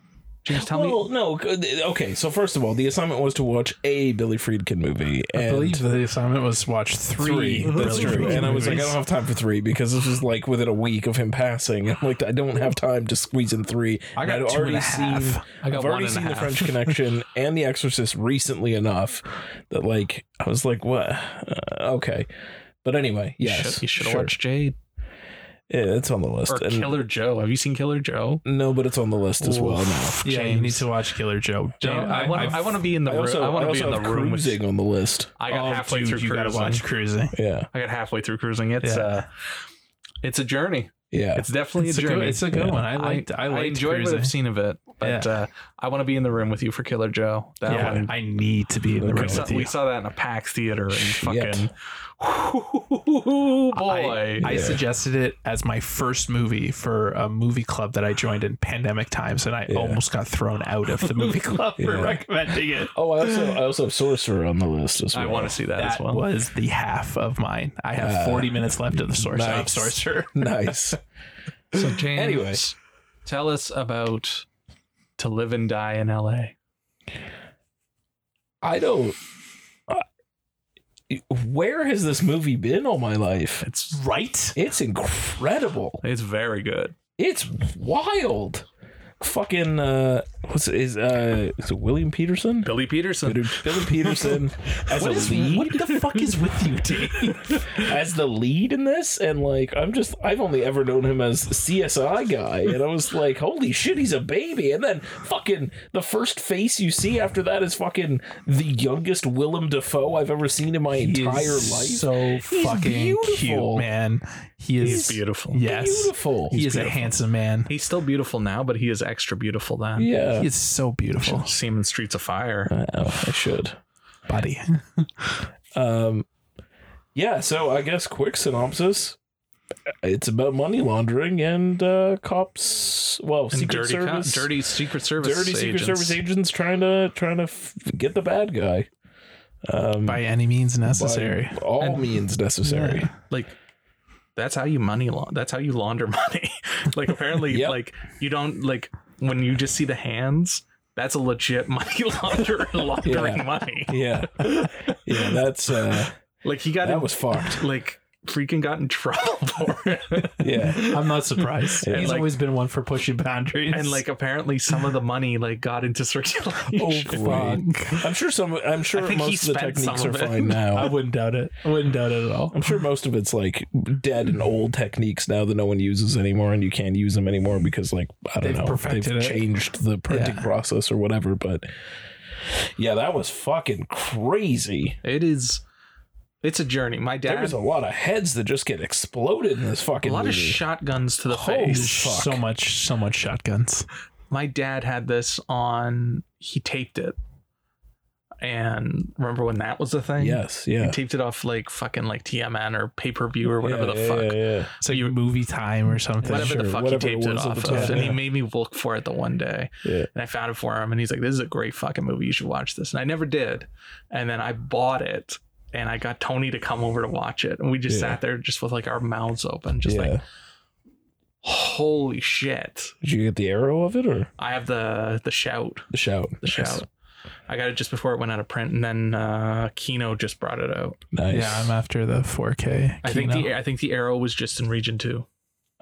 Speaker 3: James, tell me
Speaker 1: well, no. good- Okay, so first of all, the assignment was to watch a Billy Friedkin movie. And
Speaker 2: I believe the assignment was watch three.
Speaker 1: Three, that's
Speaker 2: Billy
Speaker 1: true.
Speaker 2: Freakin
Speaker 1: And I was like, I
Speaker 2: movies.
Speaker 1: don't have time for three because this was like within a week of him passing. I'm like, I don't have time to squeeze in three.
Speaker 2: I got
Speaker 1: And I'd
Speaker 2: two and a half.
Speaker 1: Seen,
Speaker 3: I got
Speaker 1: I've
Speaker 3: one
Speaker 1: already
Speaker 3: and a
Speaker 1: seen The
Speaker 3: half.
Speaker 1: French Connection and The Exorcist recently enough that like I was like, what? Uh, okay, but anyway, yes,
Speaker 3: Shit, you should have
Speaker 1: sure.
Speaker 3: watched Jade
Speaker 1: Yeah, it's on the list.
Speaker 3: or
Speaker 1: And-
Speaker 3: Killer Joe. Have you seen Killer Joe?
Speaker 1: no, but it's on the list as well. Now.
Speaker 3: Oof,
Speaker 2: Yeah, you
Speaker 3: James.
Speaker 2: need to watch Killer Joe.
Speaker 3: James, I want I want to be in the
Speaker 1: I
Speaker 3: room.
Speaker 1: also,
Speaker 3: I want to be
Speaker 1: also
Speaker 3: in the
Speaker 1: have
Speaker 3: room with
Speaker 1: cruising on the list.
Speaker 3: I got halfway through
Speaker 2: You gotta
Speaker 3: cruising.
Speaker 2: watch cruising.
Speaker 1: Yeah,
Speaker 3: I got halfway through cruising. It's
Speaker 2: Yeah.
Speaker 3: uh it's a journey.
Speaker 1: yeah.
Speaker 3: It's definitely
Speaker 2: it's
Speaker 3: a
Speaker 2: a
Speaker 3: journey.
Speaker 2: good, it's a good
Speaker 1: Yeah.
Speaker 2: one. I liked I, liked
Speaker 3: enjoyed
Speaker 2: cruising.
Speaker 3: what I've seen of it, but
Speaker 2: Yeah.
Speaker 3: uh, I want to be in the room with you for Killer Joe. That
Speaker 2: yeah,
Speaker 3: one.
Speaker 2: I need to be in the
Speaker 1: Okay.
Speaker 2: room
Speaker 1: I'm
Speaker 3: We saw,
Speaker 2: with you.
Speaker 3: we saw that in a PAX theater and
Speaker 1: Shit.
Speaker 3: fucking. boy.
Speaker 2: I, I
Speaker 1: Yeah.
Speaker 2: suggested it as my first movie for a movie club that I joined in pandemic times, and I
Speaker 1: Yeah.
Speaker 2: almost got thrown out of the movie club for
Speaker 1: Yeah.
Speaker 2: recommending it.
Speaker 1: Oh, I also I also have Sorcerer on the list as well.
Speaker 3: I want to see that,
Speaker 2: That
Speaker 3: as well.
Speaker 2: was the half of mine. I have
Speaker 1: Uh,
Speaker 2: 40 minutes left of the source. I'm
Speaker 1: nice.
Speaker 2: sorcerer.
Speaker 1: Nice.
Speaker 3: So James,
Speaker 1: Anyway.
Speaker 3: tell us about to live and die in L.A.
Speaker 1: I don't. Where has this movie been all my life?
Speaker 3: It's
Speaker 2: Right?
Speaker 1: It's incredible.
Speaker 3: it's very good.
Speaker 1: It's wild. Fucking uh, what's is uh, is it William Peterson?
Speaker 3: Billy Peterson.
Speaker 1: Billy Peterson as
Speaker 2: What,
Speaker 1: a
Speaker 2: is,
Speaker 1: lead.
Speaker 2: what the fuck is with you, Dave?
Speaker 1: as the lead in this and like i'm just i've only ever known him as the csi guy and i was like holy shit he's a baby and then fucking the first face you see after that is fucking the youngest willem dafoe i've ever seen in my entire life
Speaker 2: So fucking
Speaker 1: beautiful.
Speaker 2: cute, man. He is
Speaker 1: He's
Speaker 3: beautiful.
Speaker 2: Yes.
Speaker 1: beautiful
Speaker 2: He is a handsome man.
Speaker 3: He's still beautiful now, but he is extra beautiful then.
Speaker 1: yeah
Speaker 2: He is so beautiful,
Speaker 3: See him in Streets of Fire.
Speaker 1: oh, i should
Speaker 2: buddy.
Speaker 1: um yeah so i guess quick synopsis it's about money laundering and uh cops well
Speaker 3: and
Speaker 1: secret
Speaker 3: dirty, co-
Speaker 1: service
Speaker 3: dirty Secret Service.
Speaker 1: dirty secret
Speaker 3: agents.
Speaker 1: service agents trying to trying to f- get the bad guy um
Speaker 2: By any means
Speaker 1: by
Speaker 2: necessary.
Speaker 1: all
Speaker 3: And-
Speaker 1: means necessary
Speaker 3: like that's how you money laun- that's how you launder money like apparently
Speaker 1: Yep.
Speaker 3: like you don't like when you just see the hands that's a legit money launder laundering
Speaker 1: Yeah.
Speaker 3: money
Speaker 1: yeah yeah that's uh
Speaker 3: like he got
Speaker 1: that
Speaker 3: in,
Speaker 1: was fucked
Speaker 3: like freaking got in trouble for it
Speaker 1: yeah
Speaker 2: I'm not surprised.
Speaker 1: Yeah.
Speaker 2: He's
Speaker 3: like-
Speaker 2: always been one for pushing boundaries.
Speaker 3: and like apparently some of the money like got into circulation
Speaker 1: oh fuck i'm sure some i'm sure
Speaker 3: I think he
Speaker 1: most of the
Speaker 3: spent
Speaker 1: techniques
Speaker 3: some
Speaker 1: are
Speaker 3: of it.
Speaker 1: fine
Speaker 2: I
Speaker 1: now
Speaker 2: wouldn't doubt it. I wouldn't doubt it at all.
Speaker 1: i'm sure most of it's like dead and old techniques now that no one uses anymore and you can't use them anymore because like i don't
Speaker 2: They've
Speaker 1: know
Speaker 2: perfected
Speaker 1: they've
Speaker 2: it.
Speaker 1: changed the printing
Speaker 2: Yeah.
Speaker 1: process or whatever but yeah that was fucking crazy
Speaker 3: it is it's a journey my dad
Speaker 1: There's a lot of heads that just get exploded in this
Speaker 3: a
Speaker 1: fucking
Speaker 3: lot
Speaker 1: movie.
Speaker 3: of shotguns to the
Speaker 1: Holy
Speaker 3: face
Speaker 1: Fuck.
Speaker 2: So much, so much shotguns.
Speaker 3: my dad had this on he taped it and remember when that was a thing
Speaker 1: yes,
Speaker 3: he
Speaker 1: yeah.
Speaker 3: taped it off like fucking like tmn or pay-per-view or whatever
Speaker 1: Yeah,
Speaker 3: the
Speaker 1: yeah,
Speaker 3: fuck
Speaker 1: Yeah, yeah.
Speaker 2: It's like movie time or something.
Speaker 3: whatever
Speaker 1: sure,
Speaker 3: the fuck
Speaker 1: whatever it
Speaker 3: he taped it
Speaker 1: was at
Speaker 3: off
Speaker 1: the
Speaker 3: of
Speaker 1: time,
Speaker 3: and he
Speaker 1: yeah.
Speaker 3: made me look for it the one day
Speaker 1: Yeah.
Speaker 3: and i found it for him and he's like this is a great fucking movie you should watch this and i never did and then i bought it and i got tony to come over to watch it and we just
Speaker 1: Yeah.
Speaker 3: sat there just with like our mouths open just
Speaker 1: yeah.
Speaker 3: like holy shit
Speaker 1: Did you get the arrow of it or
Speaker 3: i have the the shout
Speaker 1: the shout?
Speaker 3: the shout. I got it just before it went out of print, and then uh, Kino just brought it out.
Speaker 1: Nice.
Speaker 2: Yeah, I'm after the 4K.
Speaker 3: I think
Speaker 2: Kino.
Speaker 3: the I think the Arrow was just in Region Two.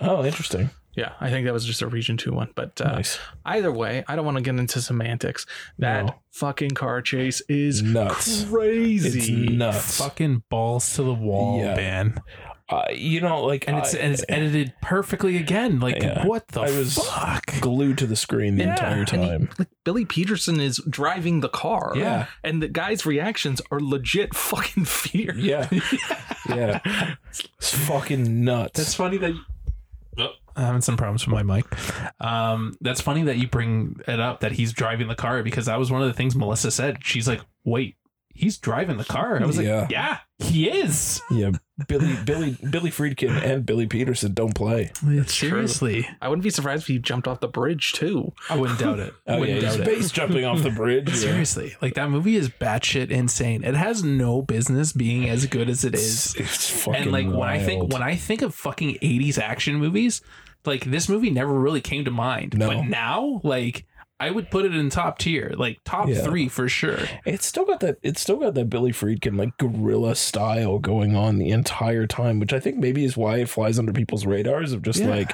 Speaker 1: oh, interesting.
Speaker 3: Yeah, I think that was just a Region Two one. But uh,
Speaker 1: nice.
Speaker 3: either way, I don't want to get into semantics. That
Speaker 1: No.
Speaker 3: fucking car chase is
Speaker 1: Nuts.
Speaker 3: crazy.
Speaker 1: It's nuts.
Speaker 2: fucking balls to the wall,
Speaker 1: Yeah.
Speaker 2: man.
Speaker 1: Uh, you know, like
Speaker 2: And it's
Speaker 1: I-
Speaker 2: and it's edited perfectly again. Like
Speaker 1: Yeah.
Speaker 2: what the
Speaker 1: I was-
Speaker 2: fuck?
Speaker 1: glued to the screen the
Speaker 3: Yeah,
Speaker 1: entire
Speaker 3: and he-
Speaker 1: time.
Speaker 3: like, Billy Peterson is driving the car.
Speaker 1: Yeah.
Speaker 3: and the guy's reactions are legit fucking fear.
Speaker 1: yeah. yeah. It's fucking nuts.
Speaker 2: That's funny that. I'm having some problems with my mic. Um, that's funny that you bring it up that he's driving the car because that was one of the things Melissa said. She's like, "Wait, he's driving the car." I was
Speaker 1: Yeah.
Speaker 2: like, "Yeah, he is."
Speaker 1: yeah. Billy Billy Billy Friedkin and Billy Peterson don't play.
Speaker 2: Seriously,
Speaker 3: I wouldn't be surprised if he jumped off the bridge too.
Speaker 2: I wouldn't doubt it.
Speaker 1: Oh,
Speaker 2: I
Speaker 1: yeah,
Speaker 2: wouldn't
Speaker 1: he's
Speaker 2: doubt it.
Speaker 1: base jumping off the bridge. yeah.
Speaker 2: Seriously, like that movie is batshit insane. It has no business being as good as it is.
Speaker 1: It's, it's fucking
Speaker 2: And like when I think
Speaker 1: wild.
Speaker 2: when I think of fucking 80s action movies, like this movie never really came to mind.
Speaker 1: No.
Speaker 2: But now, like I would put it in top tier, like top
Speaker 1: Yeah.
Speaker 2: 3 for sure.
Speaker 1: It's still got that. It's still got that Billy Friedkin like gorilla style going on the entire time, which I think maybe is why it flies under people's radars. Of just
Speaker 2: Yeah.
Speaker 1: like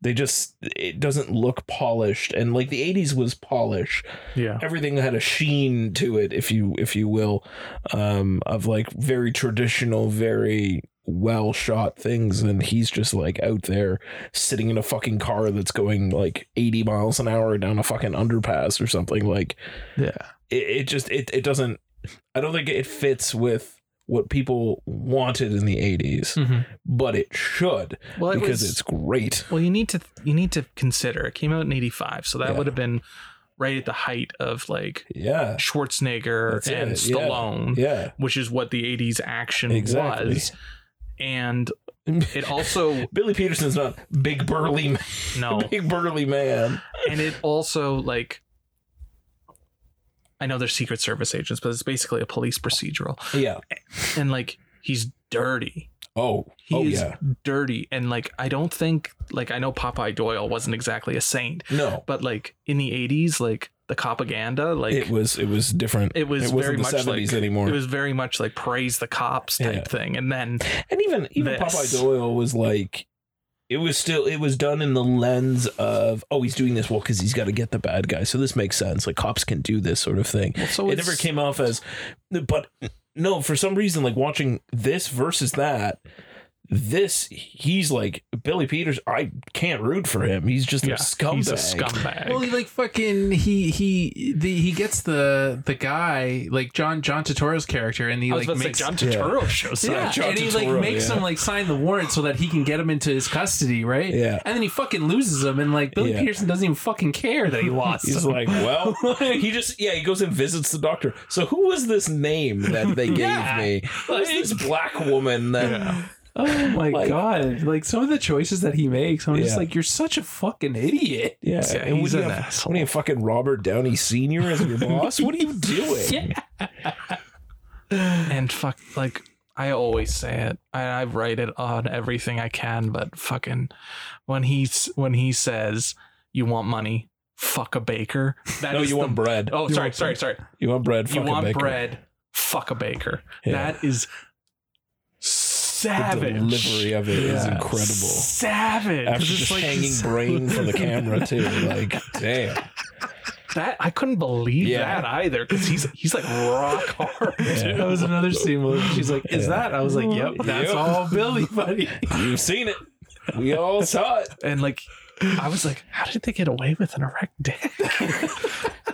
Speaker 1: they just it doesn't look polished, and like the '80s was polish.
Speaker 3: Yeah.
Speaker 1: Everything had a sheen to it, if you if you will, um, of like very traditional, very well shot things and he's just like out there sitting in a fucking car that's going like 80 miles an hour down a fucking underpass or something like
Speaker 2: Yeah.
Speaker 1: it, it just it, it doesn't i don't think it fits with what people wanted in the 80s but it should
Speaker 3: Well, it
Speaker 1: Mm-hmm. because
Speaker 3: was-
Speaker 1: it's great
Speaker 3: Well, you need to you need to consider it came out in '85, so that
Speaker 1: Yeah.
Speaker 3: would have been right at the height of like
Speaker 1: Yeah.
Speaker 3: Schwarzenegger
Speaker 1: That's
Speaker 3: and
Speaker 1: it, yeah.
Speaker 3: Stallone,
Speaker 1: Yeah.
Speaker 3: which is what the 80s action
Speaker 1: Exactly.
Speaker 3: was. And it also
Speaker 1: Billy Peterson's not big burly man.
Speaker 3: no.
Speaker 1: Big burly man.
Speaker 3: and it also like I know they're secret service agents, but it's basically a police procedural.
Speaker 1: Yeah.
Speaker 3: And like he's dirty.
Speaker 1: Oh.
Speaker 3: He
Speaker 1: oh
Speaker 3: is
Speaker 1: yeah.
Speaker 3: dirty and like I don't think like I know Popeye Doyle wasn't exactly a saint,
Speaker 1: No.
Speaker 3: but like in the 80s like the propaganda like
Speaker 1: it was it was different.
Speaker 3: it was
Speaker 1: it wasn't
Speaker 3: very
Speaker 1: the
Speaker 3: much
Speaker 1: 70s
Speaker 3: like
Speaker 1: anymore.
Speaker 3: it was very much like praise the cops type
Speaker 1: Yeah.
Speaker 3: thing and then
Speaker 1: and even even
Speaker 3: this.
Speaker 1: Popeye Doyle was like it was still it was done in the lens of oh he's doing this well because he's got to get the bad guy so this makes sense like cops can do this sort of thing
Speaker 3: well, so
Speaker 1: it never
Speaker 3: it's-
Speaker 1: came off as but no for some reason like watching this versus that this he's like billy peters i can't root for him he's just
Speaker 3: yeah,
Speaker 1: a scumbag
Speaker 3: he's a scumbag
Speaker 2: Well, he like fucking he he the he gets the the guy like John John Turturro's character, and he
Speaker 3: I was
Speaker 2: like
Speaker 3: about to say,
Speaker 2: makes
Speaker 3: John
Speaker 1: yeah.
Speaker 3: Turturro shows up.
Speaker 2: yeah,
Speaker 1: John
Speaker 2: and he like
Speaker 1: Turturro,
Speaker 2: makes
Speaker 1: yeah.
Speaker 2: him like sign the warrant so that he can get him into his custody, right?
Speaker 1: Yeah.
Speaker 2: and then he fucking loses him, and like Billy
Speaker 1: Yeah.
Speaker 2: Peterson doesn't even fucking care that he lost.
Speaker 1: He's
Speaker 2: him.
Speaker 1: like, well, he just yeah, he goes and visits the doctor. So who was this name that they gave
Speaker 2: Yeah.
Speaker 1: me? Who's this black woman that
Speaker 2: oh my
Speaker 1: like-
Speaker 2: god! Like some of the choices that he makes, I'm
Speaker 1: Yeah.
Speaker 2: just like, you're such a fucking idiot.
Speaker 1: Yeah, and
Speaker 2: he's
Speaker 1: when you
Speaker 2: an
Speaker 1: have, When you have fucking Robert Downey Sr. as your boss, what are you doing?
Speaker 3: And fuck, like I always say it, and I write it on everything I can. But fucking, when he's when he says, "You want money? Fuck a baker." That
Speaker 1: No,
Speaker 3: is
Speaker 1: you
Speaker 3: the-
Speaker 1: want bread.
Speaker 3: Oh,
Speaker 1: You
Speaker 3: sorry,
Speaker 1: want-
Speaker 3: sorry, sorry.
Speaker 1: You want bread?
Speaker 3: you
Speaker 1: fucking
Speaker 3: want
Speaker 1: bacon.
Speaker 3: bread? Fuck a baker.
Speaker 1: Yeah.
Speaker 3: That is
Speaker 1: The
Speaker 3: savage.
Speaker 1: delivery of it is
Speaker 3: Yeah.
Speaker 1: incredible.
Speaker 3: Savage.
Speaker 1: After
Speaker 3: It's
Speaker 1: just
Speaker 3: like-
Speaker 1: hanging brain from the camera too, like damn.
Speaker 3: that, I couldn't believe
Speaker 1: Yeah.
Speaker 3: that either because he's he's like rock hard.
Speaker 1: Yeah.
Speaker 2: That was another scene where she's like, "Is
Speaker 1: Yeah.
Speaker 2: that?" I was like, "Yep, that's
Speaker 1: Yep.
Speaker 2: all Billy, buddy."
Speaker 1: You've seen it. We all saw it.
Speaker 3: And like, I was like, how did they get away with an erect dick?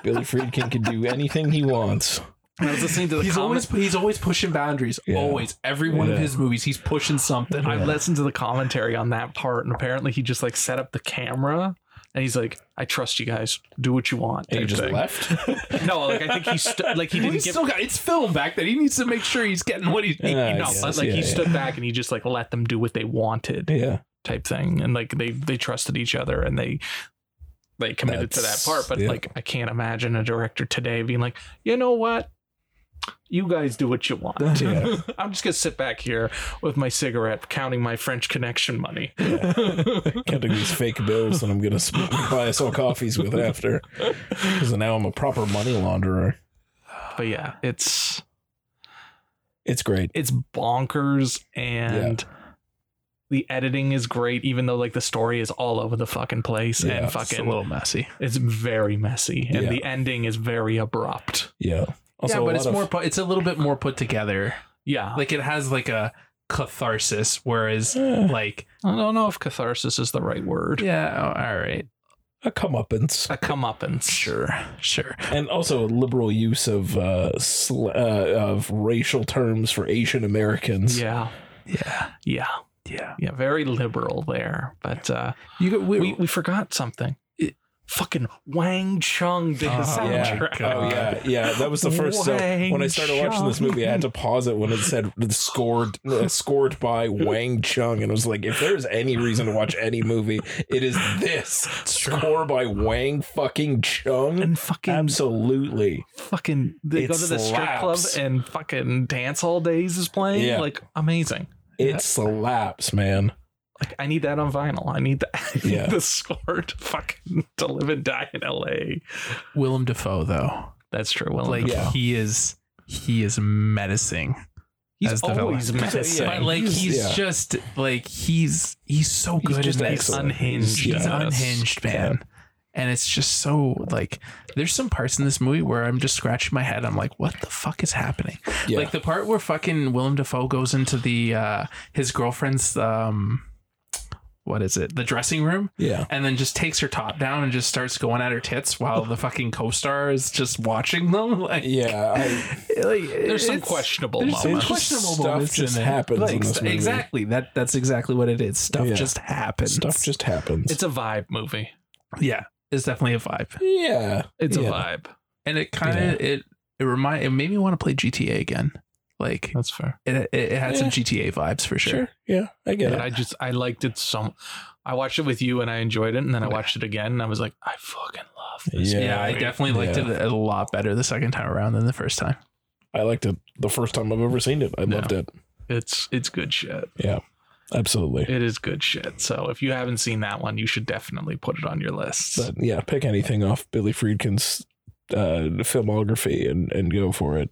Speaker 1: Billy Friedkin can do anything he wants.
Speaker 3: And I was listening to the
Speaker 2: he's
Speaker 3: comment-
Speaker 2: always he's always pushing boundaries.
Speaker 1: Yeah.
Speaker 2: Always, every one of
Speaker 1: Yeah.
Speaker 2: his movies, he's pushing something.
Speaker 3: I listened to the commentary on that part, and apparently he just like set up the camera, and he's like, "I trust you guys. Do what you want."
Speaker 1: And you
Speaker 3: type
Speaker 1: just
Speaker 3: thing.
Speaker 1: left.
Speaker 3: No, like I think he stu- like he
Speaker 2: Well,
Speaker 3: didn't
Speaker 2: he's
Speaker 3: give.
Speaker 2: still got it's film back then. He needs to make sure he's getting what he needs.
Speaker 1: Yeah, I
Speaker 3: no,
Speaker 1: guess,
Speaker 3: but like
Speaker 1: yeah,
Speaker 3: he
Speaker 1: yeah.
Speaker 3: stood back and he just like let them do what they wanted,
Speaker 1: Yeah.
Speaker 3: type thing, and like they they trusted each other and they they committed to that
Speaker 1: That's-
Speaker 3: part. But
Speaker 1: yeah.
Speaker 3: like I can't imagine a director today being like, you know what, you guys do what you want.
Speaker 1: Yeah.
Speaker 3: I'm just gonna sit back here with my cigarette, counting my French connection money.
Speaker 1: counting these fake bills and I'm gonna sp- buy us all coffees with after. Because now I'm a proper money launderer.
Speaker 3: But yeah, it's
Speaker 1: It's great.
Speaker 3: it's bonkers and the editing is great, even though like the story is all over the fucking place
Speaker 1: Yeah,
Speaker 3: and
Speaker 1: it's
Speaker 3: fucking it's,
Speaker 2: messy.
Speaker 3: very messy. And
Speaker 1: Yeah.
Speaker 3: the ending is very abrupt.
Speaker 1: Yeah.
Speaker 2: yeah,
Speaker 1: a
Speaker 2: but
Speaker 1: lot
Speaker 2: it's
Speaker 1: of-
Speaker 2: more. Pu- it's a little bit more put together.
Speaker 3: Yeah.
Speaker 2: Like it has like a catharsis, whereas
Speaker 1: Eh,
Speaker 2: like
Speaker 3: I don't know if catharsis is the right word.
Speaker 2: yeah, oh, all right,
Speaker 1: a comeuppance.
Speaker 3: A comeuppance. Sure.
Speaker 2: sure.
Speaker 1: And also a liberal use of uh, sl- uh of racial terms for Asian Americans.
Speaker 3: Yeah.
Speaker 2: Yeah,
Speaker 3: Yeah.
Speaker 2: yeah.
Speaker 3: Yeah. Very liberal there. But uh
Speaker 2: You got
Speaker 3: we, we forgot something. Fucking Wang Chung did the
Speaker 2: Oh,
Speaker 1: yeah.
Speaker 3: soundtrack.
Speaker 1: Oh yeah, yeah. That was the first. So when I started watching this movie, I had to pause it when it said scored uh, scored by Wang Chung, and I was like, if there is any reason to watch any movie, it is this score by Wang fucking Chung.
Speaker 3: And fucking
Speaker 1: Absolutely.
Speaker 3: fucking they
Speaker 1: It
Speaker 3: go to the strip club
Speaker 1: slaps.
Speaker 3: and fucking dance all days is playing
Speaker 1: Yeah.
Speaker 3: like amazing
Speaker 1: It slaps, man.
Speaker 3: like i need that on vinyl i need that I need
Speaker 1: Yeah.
Speaker 3: the score to fucking to live and die in la
Speaker 2: Willem Dafoe though.
Speaker 3: that's true well
Speaker 2: like
Speaker 1: Yeah.
Speaker 2: he is he is menacing
Speaker 3: he's
Speaker 2: as the villain.
Speaker 3: always menacing
Speaker 1: Yeah,
Speaker 2: but like he's,
Speaker 1: he's- yeah.
Speaker 2: just like he's he's so good
Speaker 1: just
Speaker 2: in this
Speaker 1: excellent.
Speaker 3: unhinged
Speaker 1: He's-
Speaker 2: he's
Speaker 1: yeah.
Speaker 2: unhinged man and it's just so like there's some parts in this movie where i'm just scratching my head i'm like what the fuck is happening
Speaker 1: Yeah.
Speaker 2: like the part where fucking willem dafoe goes into the uh his girlfriend's um what is it the dressing room
Speaker 1: Yeah.
Speaker 2: and then just takes her top down and just starts going at her tits while the fucking co-star is just watching them like
Speaker 1: Yeah. I,
Speaker 3: there's some
Speaker 2: it's-
Speaker 3: questionable
Speaker 2: there's
Speaker 3: moments
Speaker 2: some
Speaker 1: It's just
Speaker 2: questionable
Speaker 1: stuff
Speaker 2: moments
Speaker 1: just
Speaker 2: in it.
Speaker 1: happens in this
Speaker 2: st-
Speaker 1: movie.
Speaker 2: Exactly. That that's exactly what it is. Stuff
Speaker 1: Yeah.
Speaker 2: just happens.
Speaker 1: stuff just happens.
Speaker 3: it's a vibe movie
Speaker 2: yeah. is definitely a vibe.
Speaker 1: Yeah.
Speaker 3: It's
Speaker 1: Yeah.
Speaker 3: a vibe.
Speaker 2: And it kind of
Speaker 1: Yeah.
Speaker 2: it it remind it made me want to play GTA again. Like
Speaker 3: That's fair.
Speaker 2: it it, it had
Speaker 1: Uh,
Speaker 2: some
Speaker 1: Yeah.
Speaker 2: GTA vibes for
Speaker 1: Sure.
Speaker 2: sure.
Speaker 1: Yeah. I get
Speaker 3: But
Speaker 1: it.
Speaker 3: I just I liked it so. I watched it with you and I enjoyed it, and then I watched it again and I was like, I fucking love this.
Speaker 2: Yeah,
Speaker 1: Yeah.
Speaker 2: I definitely liked
Speaker 1: Yeah.
Speaker 2: it a lot better the second time around than the first time.
Speaker 1: I liked it the first time I've ever seen it. I
Speaker 2: No.
Speaker 1: loved it.
Speaker 3: It's it's good shit.
Speaker 1: Absolutely.
Speaker 3: It is good shit. So if you haven't seen that one, you should definitely put it on your list.
Speaker 1: But yeah, pick anything off Billy Friedkin's uh, filmography and, and go for it.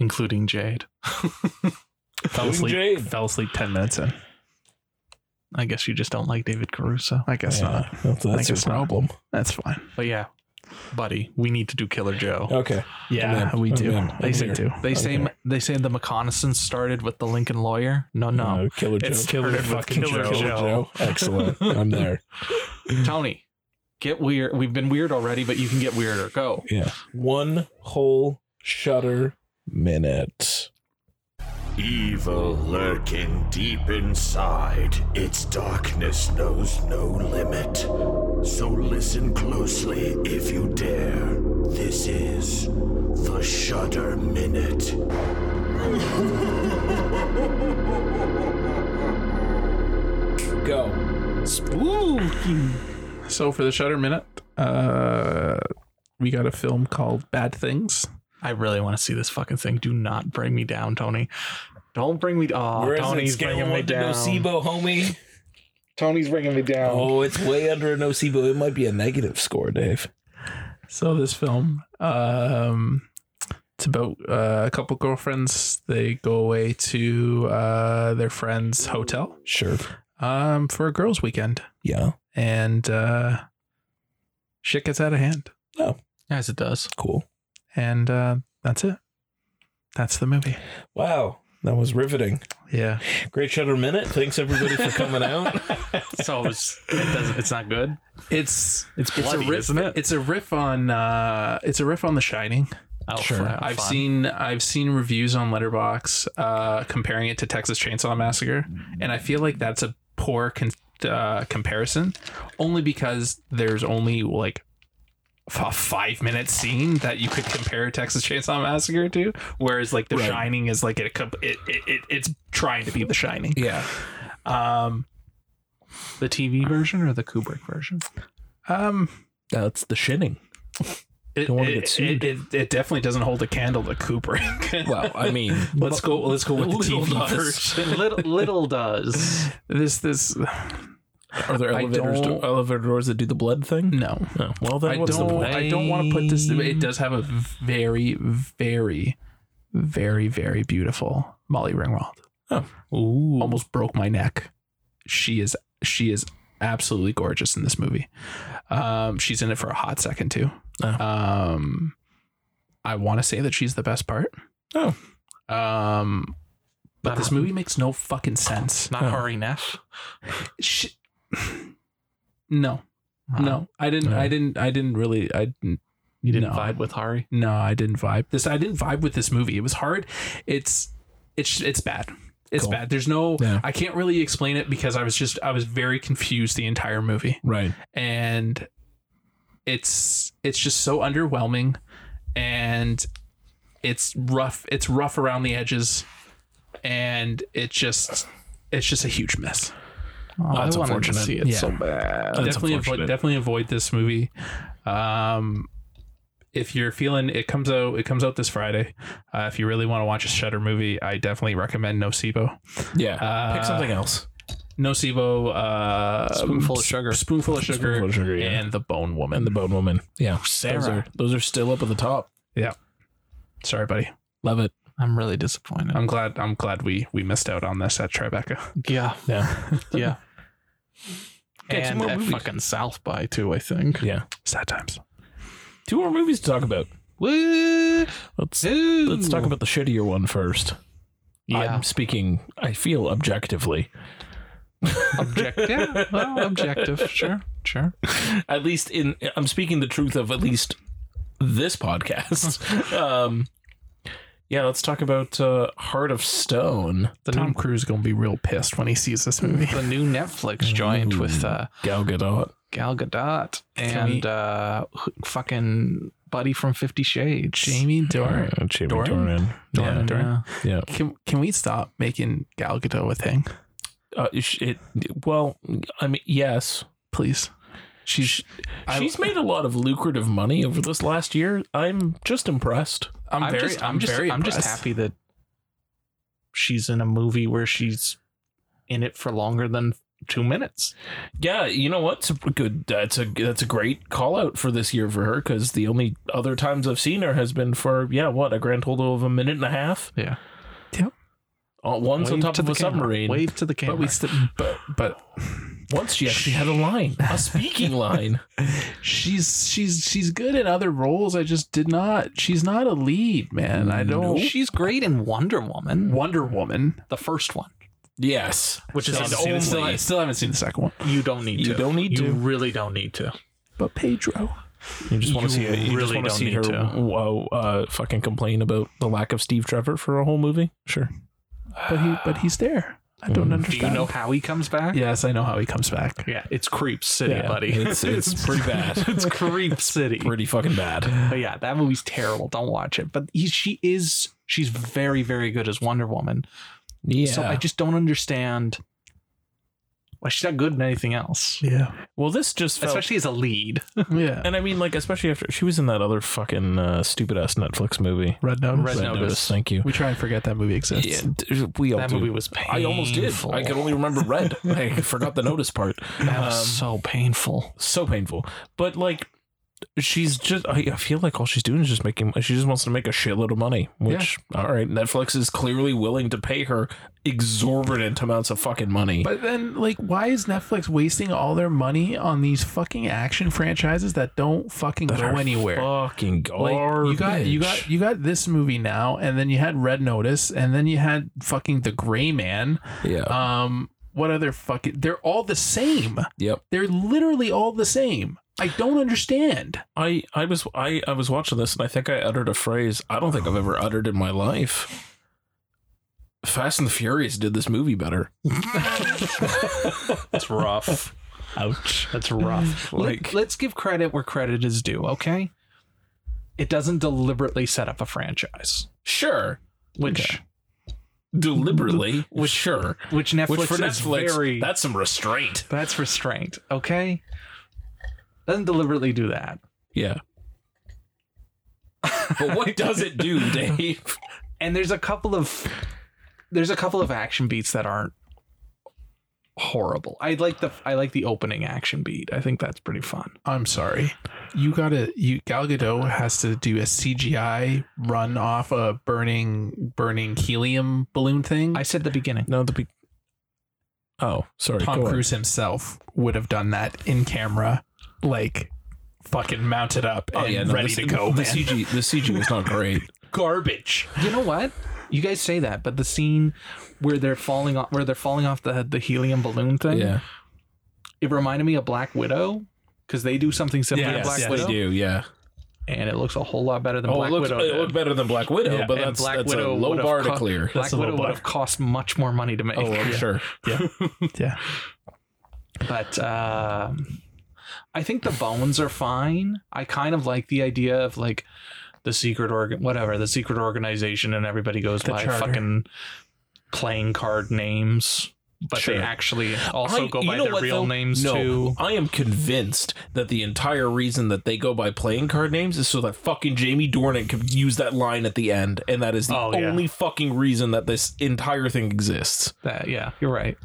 Speaker 3: including Jade.
Speaker 2: Fell asleep.
Speaker 1: Jade.
Speaker 2: Fell asleep ten minutes in.
Speaker 3: I guess you just don't like David Caruso.
Speaker 2: I guess
Speaker 1: Yeah,
Speaker 2: not.
Speaker 1: That's, that's your
Speaker 2: it's not.
Speaker 1: problem.
Speaker 2: That's fine.
Speaker 3: But yeah, buddy, we need to do Killer Joe.
Speaker 1: Okay.
Speaker 2: Yeah,
Speaker 1: in.
Speaker 2: we
Speaker 1: I'm
Speaker 2: do.
Speaker 1: in. I'm
Speaker 2: They say
Speaker 1: here.
Speaker 2: do.
Speaker 3: They say
Speaker 1: Oh, Okay.
Speaker 3: they say the reconnaissance started with the Lincoln lawyer. No, no,
Speaker 1: Uh, Killer Joe.
Speaker 3: it's Killer
Speaker 2: started with
Speaker 3: fucking
Speaker 2: Killer
Speaker 3: Joe.
Speaker 1: Killer Joe. Excellent. I'm there.
Speaker 3: Tony, get weird. We've been weird already, but you can get weirder. Go.
Speaker 1: Yeah. One whole shutter minute.
Speaker 5: Evil lurking deep inside, its darkness knows no limit. So listen closely if you dare. This is the Shudder Minute.
Speaker 1: Go.
Speaker 2: So for the Shutter Minute, uh, we got a film called Bad Things.
Speaker 3: I really want to see this fucking thing. Do not bring me down, Tony. Don't bring me. Oh, Tony's bringing me down.
Speaker 1: homie.
Speaker 3: Tony's bringing me down.
Speaker 1: Oh, it's way under a nocebo. It might be a negative score, Dave.
Speaker 2: So this film, um, it's about uh, a couple girlfriends. They go away to uh, their friend's hotel
Speaker 1: Sure.
Speaker 2: um, for a girls' weekend,
Speaker 1: Yeah.
Speaker 2: and uh, shit gets out of hand.
Speaker 3: As it does.
Speaker 1: Cool.
Speaker 2: And uh, that's it. That's the movie.
Speaker 1: Wow. That was riveting.
Speaker 2: Yeah.
Speaker 1: Great shutter minute. Thanks everybody for coming out.
Speaker 3: So it's, it doesn't, it's not good.
Speaker 2: It's
Speaker 3: It's bloody,
Speaker 2: riff,
Speaker 3: isn't it?
Speaker 2: It's a riff on uh, it's a riff on The Shining.
Speaker 3: Oh,
Speaker 1: Sure.
Speaker 3: fun.
Speaker 2: Uh, I've
Speaker 3: Fun.
Speaker 2: seen I've seen reviews on Letterbox uh, comparing it to Texas Chainsaw Massacre, and I feel like that's a poor con- uh, comparison, only because there's only like f- a five minute scene that you could compare Texas Chainsaw Massacre to, whereas like The
Speaker 1: Right.
Speaker 2: Shining is like it, comp- it, it, it it's trying to be The Shining.
Speaker 1: yeah.
Speaker 2: Um,
Speaker 3: the TV version or the Kubrick version.
Speaker 2: um,
Speaker 1: That's the shinning.
Speaker 2: it,
Speaker 1: Don't wanna
Speaker 2: it-
Speaker 1: get sued.
Speaker 2: It, it, it definitely doesn't hold a candle to Kubrick.
Speaker 1: Well, I mean,
Speaker 2: Let's go. Let's go with the
Speaker 3: Little
Speaker 2: TV
Speaker 3: does.
Speaker 2: first.
Speaker 3: little, little does.
Speaker 2: This this
Speaker 1: are there
Speaker 2: I
Speaker 1: elevators
Speaker 2: don't-
Speaker 1: elevator doors that do the blood thing?
Speaker 2: no.
Speaker 1: No. Well, then
Speaker 2: I
Speaker 1: what's the
Speaker 2: don't.
Speaker 1: point?
Speaker 2: I don't want to put this. It does have a very, very, very, very beautiful Molly Ringwald.
Speaker 3: Ooh.
Speaker 2: Almost broke my neck. She is. She is absolutely gorgeous in this movie. Um, she's in it for a hot second too.
Speaker 1: Oh.
Speaker 2: Um, I want to say that she's the best part.
Speaker 1: Oh.
Speaker 2: Um, but
Speaker 3: Not-
Speaker 2: this movie makes no fucking sense.
Speaker 3: Not Hari Neff.
Speaker 2: She, no. No, I didn't. I
Speaker 1: Yeah.
Speaker 2: didn't. I didn't really. I didn't.
Speaker 3: You didn't
Speaker 2: no.
Speaker 3: vibe with Hari.
Speaker 2: No, I didn't vibe. This. I didn't vibe with this movie. It was hard. It's. It's. It's bad. It's
Speaker 1: Cool.
Speaker 2: bad. There's no.
Speaker 1: Yeah.
Speaker 2: I can't really explain it because I was just. I was very confused the entire movie,
Speaker 1: Right.
Speaker 2: and it's. It's just so underwhelming, and it's rough. It's rough around the edges, and it just. It's just a huge mess.
Speaker 3: Oh, I
Speaker 1: that's
Speaker 3: wanted to
Speaker 1: unfortunate.
Speaker 3: see it
Speaker 2: Yeah.
Speaker 3: so bad.
Speaker 2: definitely avoid definitely avoid this movie. Um, if you're feeling it comes out it comes out this Friday. Uh, if you really want to watch a Shutter movie, I definitely recommend Nocebo.
Speaker 1: Yeah.
Speaker 2: Uh,
Speaker 1: Pick something else.
Speaker 2: Nocebo, uh,
Speaker 3: Spoonful of Sugar.
Speaker 2: Spoonful of Sugar,
Speaker 1: Spoonful of Sugar, yeah.
Speaker 2: and The Bone Woman.
Speaker 1: And the Bone Woman. Yeah. Sarah. Those are, those are still up at the top.
Speaker 2: Sorry, buddy.
Speaker 1: Love it.
Speaker 3: I'm really disappointed.
Speaker 2: I'm glad I'm glad we we missed out on this at Tribeca.
Speaker 3: yeah,
Speaker 1: Yeah.
Speaker 3: yeah.
Speaker 1: Okay, two
Speaker 3: and
Speaker 1: more
Speaker 3: at
Speaker 1: movies.
Speaker 3: fucking South by too, I think.
Speaker 1: Yeah.
Speaker 2: Sad times.
Speaker 1: Two more movies to talk about.
Speaker 3: Woo!
Speaker 1: Let's
Speaker 3: Let's
Speaker 1: let's talk about the shittier one first.
Speaker 3: yeah.
Speaker 1: I'm speaking. I feel objectively.
Speaker 3: objective. Yeah, well, objective. Sure, sure.
Speaker 1: At least in I'm speaking the truth of at least this podcast. um, yeah, let's talk about uh, Heart of Stone.
Speaker 3: The
Speaker 2: Tom
Speaker 3: new,
Speaker 2: Cruise gonna be real pissed when he sees this movie.
Speaker 3: the new Netflix joint with uh,
Speaker 1: Gal Gadot.
Speaker 3: Gal Gadot
Speaker 2: Can we-
Speaker 3: and uh, fucking buddy from Fifty Shades.
Speaker 2: Jamie Dornan.
Speaker 1: Uh, Jamie
Speaker 2: Doran?
Speaker 1: Doran.
Speaker 2: Dornan.
Speaker 3: Dornan,
Speaker 2: Dornan.
Speaker 3: yeah.
Speaker 1: Yeah.
Speaker 2: Can, can we stop making Gal Gadot a thing,
Speaker 1: Uh, sh- it, well, I mean, yes.
Speaker 2: please? She's I-
Speaker 1: She's made a lot of lucrative money over this last year. I'm just impressed.
Speaker 2: I'm,
Speaker 3: I'm
Speaker 2: very
Speaker 3: just, I'm, just,
Speaker 2: very
Speaker 3: I'm just
Speaker 2: impressed.
Speaker 3: happy that she's in a movie where she's in it for longer than two minutes.
Speaker 1: Yeah, you know what? It's a good. That's a that's a great call out for this year for her because the only other times I've seen her has been for yeah, what a grand total of a minute and a half.
Speaker 3: Yeah.
Speaker 2: Yep.
Speaker 1: Uh, once on
Speaker 3: Wave
Speaker 1: top
Speaker 3: to
Speaker 1: of
Speaker 3: the
Speaker 1: a
Speaker 3: camera.
Speaker 1: submarine.
Speaker 3: Wave to the camera.
Speaker 2: But we still, but but
Speaker 1: Once she actually had a line, a speaking line.
Speaker 2: she's she's she's good in other roles. I just did not. She's not a lead, man. I don't.
Speaker 3: Oh, She's great in Wonder Woman,
Speaker 2: Wonder Woman,
Speaker 3: the first one,
Speaker 1: Yes,
Speaker 3: which is
Speaker 2: Still
Speaker 3: his
Speaker 2: haven't seen
Speaker 3: only.
Speaker 2: it. Still, still haven't seen the second one.
Speaker 3: you don't need
Speaker 1: You
Speaker 3: to.
Speaker 1: don't need
Speaker 3: you
Speaker 1: to.
Speaker 3: really don't need to.
Speaker 2: But Pedro,
Speaker 1: you just want to
Speaker 3: You
Speaker 1: see. Her, you
Speaker 3: really
Speaker 1: just want
Speaker 3: don't
Speaker 1: to see
Speaker 3: need
Speaker 1: her.
Speaker 3: to.
Speaker 1: Whoa, uh, fucking complain about the lack of Steve Trevor for a whole movie. Sure.
Speaker 2: but he but he's there. I don't
Speaker 3: Do
Speaker 2: understand.
Speaker 3: you know how he comes back?
Speaker 2: Yes, I know how he comes back.
Speaker 3: Yeah, it's Creep City,
Speaker 1: Yeah,
Speaker 3: buddy.
Speaker 1: it's- it's pretty bad.
Speaker 3: it's Creep City.
Speaker 1: Pretty fucking bad.
Speaker 3: But yeah, that movie's terrible. Don't watch it. But he, she is, she's very, very good as Wonder Woman.
Speaker 1: Yeah.
Speaker 3: So I just don't understand why she's not good in anything else,
Speaker 2: Yeah,
Speaker 1: well, this just felt.
Speaker 3: especially as a lead.
Speaker 2: yeah.
Speaker 1: and I mean, like, especially after she was in that other fucking uh, stupid ass Netflix movie.
Speaker 2: Red Notice.
Speaker 3: Red Notice.
Speaker 1: Thank you.
Speaker 2: We try and forget that movie exists.
Speaker 1: Yeah, d- we all
Speaker 3: That
Speaker 1: do.
Speaker 3: movie was painful.
Speaker 1: I almost did. I could only remember red. I forgot the notice part.
Speaker 3: That was so painful.
Speaker 1: So painful. But like, she's just. I, I feel like all she's doing is just making. She just wants to make a shitload of money. Which all right, Netflix is clearly willing to pay her exorbitant amounts of fucking money.
Speaker 2: But then, like, why is Netflix wasting all their money on these fucking action franchises that don't fucking
Speaker 1: That
Speaker 2: go
Speaker 1: are
Speaker 2: anywhere?
Speaker 1: Fucking
Speaker 2: Like,
Speaker 1: garbage.
Speaker 2: you got you got you got this movie now, and then you had Red Notice, and then you had fucking The Gray Man.
Speaker 1: yeah.
Speaker 2: Um, what other fucking? They're all the same.
Speaker 1: yep.
Speaker 2: They're literally all the same. I don't understand.
Speaker 1: I I was I I was watching this and I think I uttered a phrase I don't think I've ever uttered in my life. Fast and the Furious did this movie better.
Speaker 3: That's rough. Ouch. That's rough.
Speaker 1: Like-
Speaker 3: Let, let's give credit where credit is due, okay? It doesn't deliberately set up a franchise,
Speaker 1: Sure,
Speaker 3: which
Speaker 1: deliberately. Which sure,
Speaker 3: which Netflix
Speaker 1: which for
Speaker 3: is
Speaker 1: Netflix,
Speaker 3: very
Speaker 1: that's some restraint.
Speaker 3: that's restraint, okay? Doesn't deliberately do that.
Speaker 1: Yeah. but what does it do, Dave?
Speaker 3: and there's a couple of there's a couple of action beats that aren't horrible. I like the I like the opening action beat. I think that's pretty fun.
Speaker 2: I'm sorry. You gotta you Gal Gadot has to do a CGI run off a burning burning helium balloon thing.
Speaker 3: I said the beginning.
Speaker 1: No, the. Be- oh, sorry.
Speaker 2: Tom
Speaker 1: go on.
Speaker 2: Cruise himself would have done that in camera, like fucking mounted up
Speaker 1: Oh
Speaker 2: and
Speaker 1: yeah, no,
Speaker 2: ready
Speaker 1: this-
Speaker 2: to go.
Speaker 1: The
Speaker 2: man.
Speaker 1: CG, the CG was not great.
Speaker 2: garbage.
Speaker 3: You know what? You guys say that, but the scene where they're falling off where they're falling off the the helium balloon thing,
Speaker 1: yeah,
Speaker 3: it reminded me of Black Widow because they do something similar to
Speaker 1: Yes,
Speaker 3: Black
Speaker 1: they
Speaker 3: Widow,
Speaker 1: do. Yeah.
Speaker 3: and it looks a whole lot better than
Speaker 1: Oh,
Speaker 3: Black
Speaker 1: it looked,
Speaker 3: Widow.
Speaker 1: it
Speaker 3: did.
Speaker 1: looked better than Black Widow,
Speaker 2: Yeah,
Speaker 1: but
Speaker 3: and
Speaker 1: that's,
Speaker 3: Black
Speaker 1: that's
Speaker 3: Widow
Speaker 1: a low
Speaker 3: would've
Speaker 1: bar to
Speaker 3: co-
Speaker 1: clear.
Speaker 3: Black
Speaker 2: a low
Speaker 3: Widow would
Speaker 2: bar.
Speaker 3: have cost much more money to make.
Speaker 1: Oh, I'm sure.
Speaker 3: but um, I think the bones are fine. I kind of like the idea of like the secret organ, whatever the secret organization, and everybody goes by
Speaker 2: charter.
Speaker 3: fucking playing card names, but they
Speaker 1: Sure.
Speaker 3: actually also
Speaker 1: I-
Speaker 3: go
Speaker 1: you
Speaker 3: by
Speaker 1: know
Speaker 3: their
Speaker 1: what,
Speaker 3: real
Speaker 1: though?
Speaker 3: names
Speaker 1: no,
Speaker 3: too.
Speaker 1: I am convinced that the entire reason that they go by playing card names is so that fucking Jamie Dornan could use that line at the end, and that is the
Speaker 3: Oh, yeah.
Speaker 1: only fucking reason that this entire thing exists.
Speaker 3: That yeah, you're right.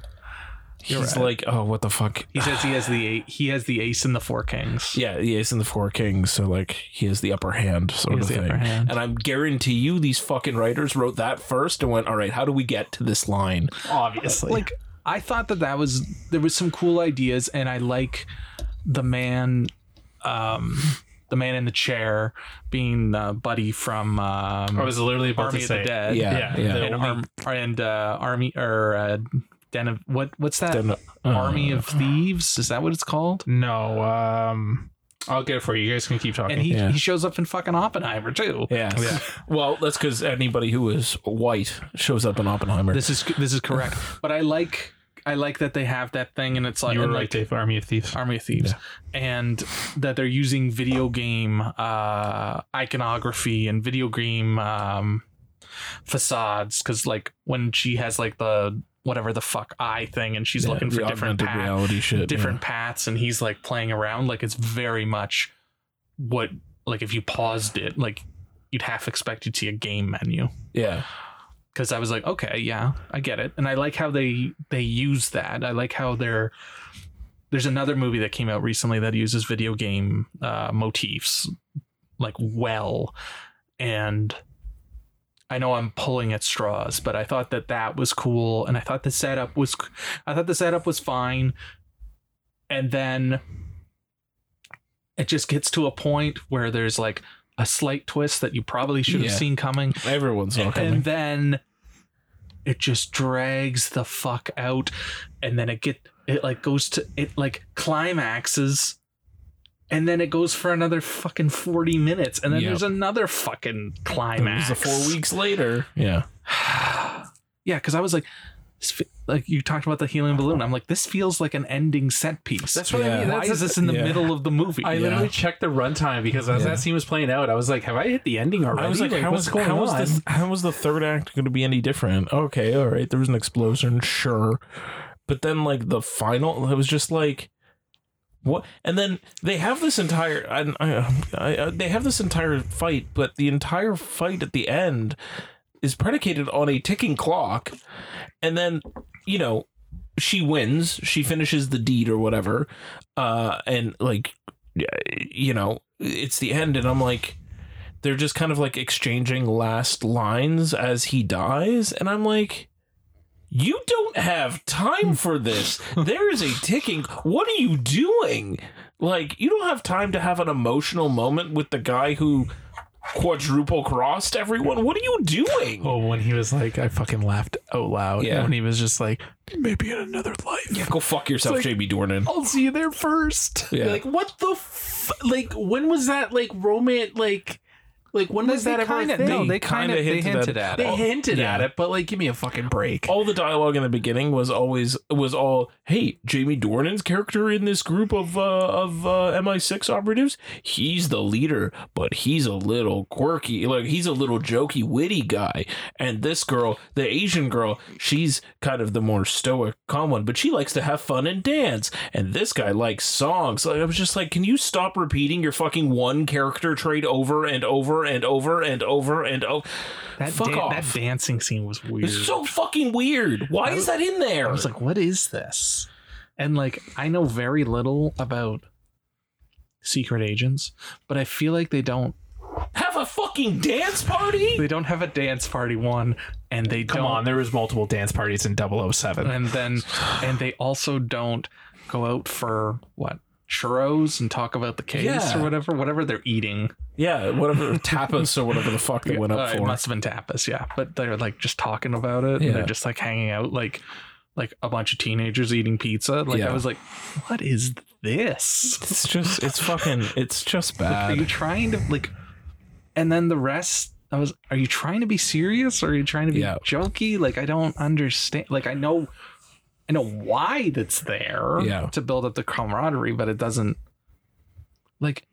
Speaker 1: He's
Speaker 3: right.
Speaker 1: like, oh, what the fuck?
Speaker 3: He says he has the eight, he has the ace and the four kings.
Speaker 1: Yeah, he is in the Four Kings, so like he has the upper hand, sort
Speaker 3: has
Speaker 1: of
Speaker 3: the
Speaker 1: thing.
Speaker 3: upper hand.
Speaker 1: And I guarantee you, these fucking writers wrote that first and went, all right, how do we get to this line?
Speaker 2: Obviously,
Speaker 3: like I thought that that was there was some cool ideas, and I like the man, um, the man in the chair being uh, buddy from um,
Speaker 2: I was literally about
Speaker 3: Army
Speaker 2: to
Speaker 3: of
Speaker 2: say.
Speaker 3: the Dead,
Speaker 1: Yeah,
Speaker 2: Yeah,
Speaker 1: yeah.
Speaker 2: the
Speaker 3: and,
Speaker 2: only-
Speaker 3: arm, and uh, Army or uh, Den of what? What's that?
Speaker 1: Den- uh,
Speaker 3: Army of Thieves is that what it's called?
Speaker 2: No, um, I'll get it for you. You guys can keep talking.
Speaker 3: And he,
Speaker 1: Yeah.
Speaker 3: he shows up in fucking Oppenheimer too.
Speaker 1: Yeah.
Speaker 2: Yeah.
Speaker 1: Well, that's because anybody who is white shows up in Oppenheimer.
Speaker 3: This is this is correct. but I like I like that they have that thing, and it's like,
Speaker 2: you were
Speaker 3: and,
Speaker 2: right,
Speaker 3: like,
Speaker 2: Dave. Army of Thieves.
Speaker 3: Army of Thieves, and that they're using video game uh, iconography and video game um, facades. Because like when she has like the whatever the fuck eye thing, and she's
Speaker 1: Yeah,
Speaker 3: looking
Speaker 1: the
Speaker 3: for different
Speaker 1: augmented
Speaker 3: paths,
Speaker 1: reality shit.
Speaker 3: different paths, and he's like playing around. Like it's very much what like if you paused it, like you'd half expect you'd see a game menu
Speaker 1: Yeah.
Speaker 3: because I was like, okay, yeah, I get it, and I like how they they use that. I like how they're there's another movie that came out recently that uses video game uh, motifs like well, and I know I'm pulling at straws, but I thought that that was cool, and I thought the setup was, I thought the setup was fine, and then it just gets to a point where there's like a slight twist that you probably should have
Speaker 1: Yeah.
Speaker 3: seen coming
Speaker 1: yeah. Everyone's not coming.
Speaker 3: and then it just drags the fuck out and then it get it like goes to it like climaxes and then it goes for another fucking 40 minutes and then
Speaker 1: Yep.
Speaker 3: there's another fucking climax
Speaker 1: It was four weeks later. Yeah.
Speaker 3: yeah because i was like this fe- like you talked about the helium balloon i'm like this feels like an ending set piece
Speaker 2: That's what I
Speaker 1: Yeah.
Speaker 2: mean.
Speaker 3: why
Speaker 2: That's
Speaker 3: is this in the
Speaker 1: yeah.
Speaker 3: middle of the movie
Speaker 2: I
Speaker 1: Yeah.
Speaker 2: literally checked the runtime because as
Speaker 1: Yeah.
Speaker 2: that scene was playing out, I was like, "Have I hit the ending already?"
Speaker 1: I was like, how
Speaker 2: what's
Speaker 1: was
Speaker 2: going
Speaker 1: how
Speaker 2: on?
Speaker 1: was this, how was the third act going to be any different? Okay, all right, there was an explosion, sure, but then like the final, it was just like what? And then they have this entire, I, I, I, they have this entire fight, but the entire fight at the end is predicated on a ticking clock, and then you know she wins, she finishes the deed or whatever, uh, and like yeah, you know it's the end, and I'm like they're just kind of like exchanging last lines as he dies and i'm like you don't have time for this there is a ticking what are you doing like you don't have time to have an emotional moment with the guy who quadruple crossed everyone what are you doing
Speaker 2: Oh, when he was like, I fucking laughed out loud.
Speaker 1: Yeah.
Speaker 2: When he was just like, maybe in another life.
Speaker 1: yeah go fuck yourself
Speaker 2: It's like-
Speaker 1: jamie dornan
Speaker 2: I'll see you there first.
Speaker 1: Yeah.
Speaker 2: Like, what the f- Like, when was that, like, romance, like, like, when was that ever a
Speaker 3: kinda,
Speaker 2: thing?
Speaker 3: no, they kind
Speaker 1: kinda
Speaker 3: of they
Speaker 1: hinted at it.
Speaker 3: hinted at,
Speaker 2: They
Speaker 3: it.
Speaker 2: hinted
Speaker 1: Yeah. Oh,
Speaker 2: at it, but, like, give me a fucking break.
Speaker 1: all the dialogue in the beginning was always was all hey jamie dornan's character in this group of uh of uh mi6 operatives he's the leader but he's a little quirky like he's a little jokey witty guy and this girl the asian girl she's kind of the more stoic calm one but she likes to have fun and dance and this guy likes songs like i was just like can you stop repeating your fucking one character trait over and over and over and over and over
Speaker 3: that,
Speaker 1: fuck
Speaker 3: dan-
Speaker 1: off.
Speaker 3: that dancing scene was weird
Speaker 1: it's so fucking weird. Why is that in there?
Speaker 3: I was like, what is this? And like, I know very little about secret agents, but I feel like they don't
Speaker 1: have a fucking dance party?
Speaker 3: they don't have a dance party one, and they
Speaker 2: Come
Speaker 3: don't,
Speaker 2: on, there was multiple dance parties in 007.
Speaker 3: and then and they also don't go out for what churros and talk about the case
Speaker 1: Yeah.
Speaker 3: or whatever whatever they're eating.
Speaker 1: Yeah, whatever tapas or whatever the fuck they went
Speaker 3: Uh,
Speaker 1: up
Speaker 3: it
Speaker 1: for.
Speaker 3: must have been tapas, yeah. But they're like just talking about it. And
Speaker 1: Yeah.
Speaker 3: they're just like hanging out, like like a bunch of teenagers eating pizza. Like
Speaker 1: Yeah.
Speaker 3: I was like, what is this?
Speaker 1: It's just, it's fucking, it's just
Speaker 3: Are you
Speaker 1: bad.
Speaker 3: trying to like? And then the rest, I was. Are you trying to be serious? Or are you trying to be
Speaker 1: Yeah.
Speaker 3: jokey? Like I don't understand. Like I know, I know why that's there.
Speaker 1: Yeah.
Speaker 3: To build up the camaraderie, but it doesn't. Like,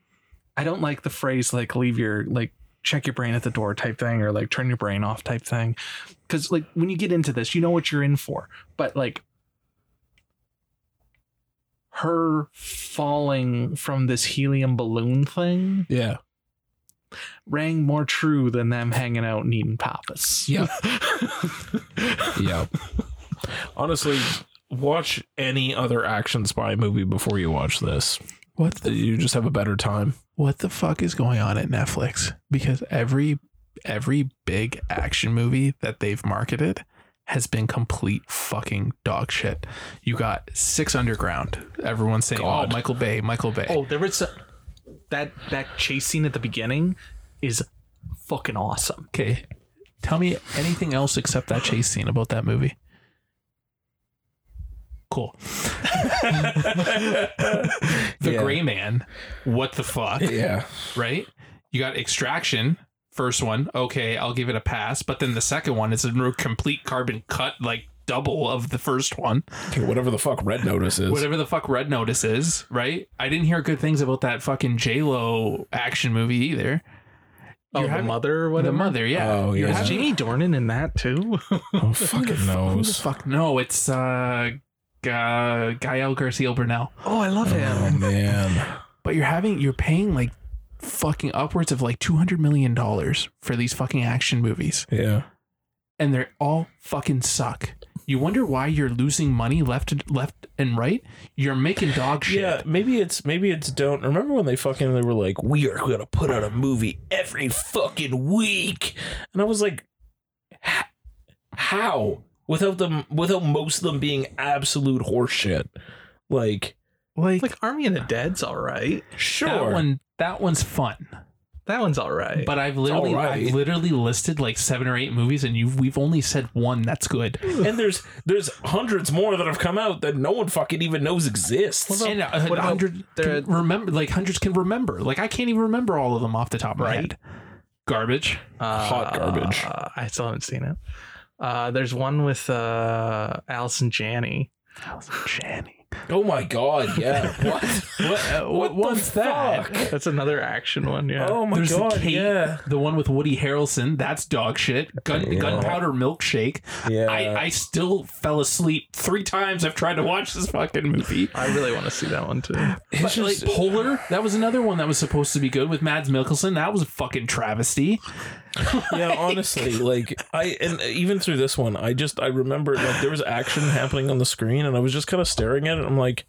Speaker 3: I don't like the phrase like leave your like check your brain at the door type thing or like turn your brain off type thing, because like when you get into this, you know what you're in for. But like. Her falling from this helium balloon thing
Speaker 1: Yeah,
Speaker 3: rang more true than them hanging out and eating tapas.
Speaker 1: Yeah. yeah. Honestly, watch any other action spy movie before you watch this.
Speaker 2: What the
Speaker 1: You just have a better time.
Speaker 2: what the fuck is going on at Netflix? Because every every big action movie that they've marketed has been complete fucking dog shit. You got Six Underground. Everyone's saying,
Speaker 1: God.
Speaker 2: "Oh, Michael Bay, Michael Bay."
Speaker 3: Oh, there was a, that that chase scene at the beginning is fucking awesome.
Speaker 2: Okay, tell me anything else except that chase scene about that movie. Cool. the
Speaker 1: Yeah.
Speaker 2: Gray Man. What the fuck?
Speaker 1: Yeah.
Speaker 2: right? You got extraction, first one. Okay, I'll give it a pass. But then the second one is a real complete carbon cut, like double of the first one.
Speaker 1: Whatever the fuck Red Notice is.
Speaker 2: Whatever the fuck Red Notice is, right? I didn't hear good things about that fucking J Lo action movie either.
Speaker 3: Oh,
Speaker 2: You're
Speaker 3: the
Speaker 2: having-
Speaker 3: mother or
Speaker 2: What a
Speaker 3: whatever.
Speaker 2: mother, yeah.
Speaker 1: Oh,
Speaker 2: You're
Speaker 1: yeah.
Speaker 3: Is Jamie
Speaker 2: having-
Speaker 3: Dornan in that too?
Speaker 1: Oh, fucking
Speaker 2: Who the
Speaker 1: knows.
Speaker 2: fuck? No, it's uh, Ga- Gael Garcia Bernal.
Speaker 3: oh, I love
Speaker 1: Oh, man.
Speaker 2: But you're having you're paying like fucking upwards of like two hundred million dollars for these fucking action movies,
Speaker 1: Yeah.
Speaker 2: and they're all fucking suck. You wonder why you're losing money left left and right. You're making dog shit.
Speaker 1: Yeah, maybe it's maybe it's don't remember when they fucking they were like, We are gonna put out a movie every fucking week and I was like "H- how? Without them without most of them being absolute horseshit. Like
Speaker 2: Like,
Speaker 3: Like Army of the Dead's all right.
Speaker 1: sure.
Speaker 2: that one. That one's fun.
Speaker 3: That one's all right.
Speaker 2: But I've literally
Speaker 1: alright.
Speaker 2: I've literally listed like seven or eight movies, and you've we've only said one that's good.
Speaker 1: and there's there's hundreds more that have come out that no one fucking even knows exists.
Speaker 2: and a,
Speaker 3: what
Speaker 2: a
Speaker 3: about
Speaker 2: hundred
Speaker 3: the-
Speaker 2: can remember like hundreds can remember. Like I can't even remember all of them off the top of my
Speaker 3: Right.
Speaker 2: head. Garbage.
Speaker 1: Oh hot garbage.
Speaker 3: Uh, I still haven't seen it. Uh, there's one with uh, Allison Janney.
Speaker 2: Jenny.
Speaker 1: oh my god, yeah. what? What,
Speaker 2: Uh,
Speaker 1: what
Speaker 2: what one's
Speaker 1: the
Speaker 2: that?
Speaker 1: fuck?
Speaker 3: That's another action one. Yeah.
Speaker 1: Oh my
Speaker 2: There's
Speaker 1: god,
Speaker 2: the Kate,
Speaker 1: yeah.
Speaker 2: the one with Woody Harrelson. That's dog shit. Gun,
Speaker 1: Yeah.
Speaker 2: Gunpowder milkshake.
Speaker 1: Yeah.
Speaker 2: I, I still fell asleep three times. I've tried to watch this fucking movie.
Speaker 3: I really want to see that one too.
Speaker 2: But, like Polar, that was another one that was supposed to be good with Mads Mikkelsen. That was a fucking travesty.
Speaker 1: yeah honestly like i and even through this one i just i remember like there was action happening on the screen and i was just kind of staring at it and i'm like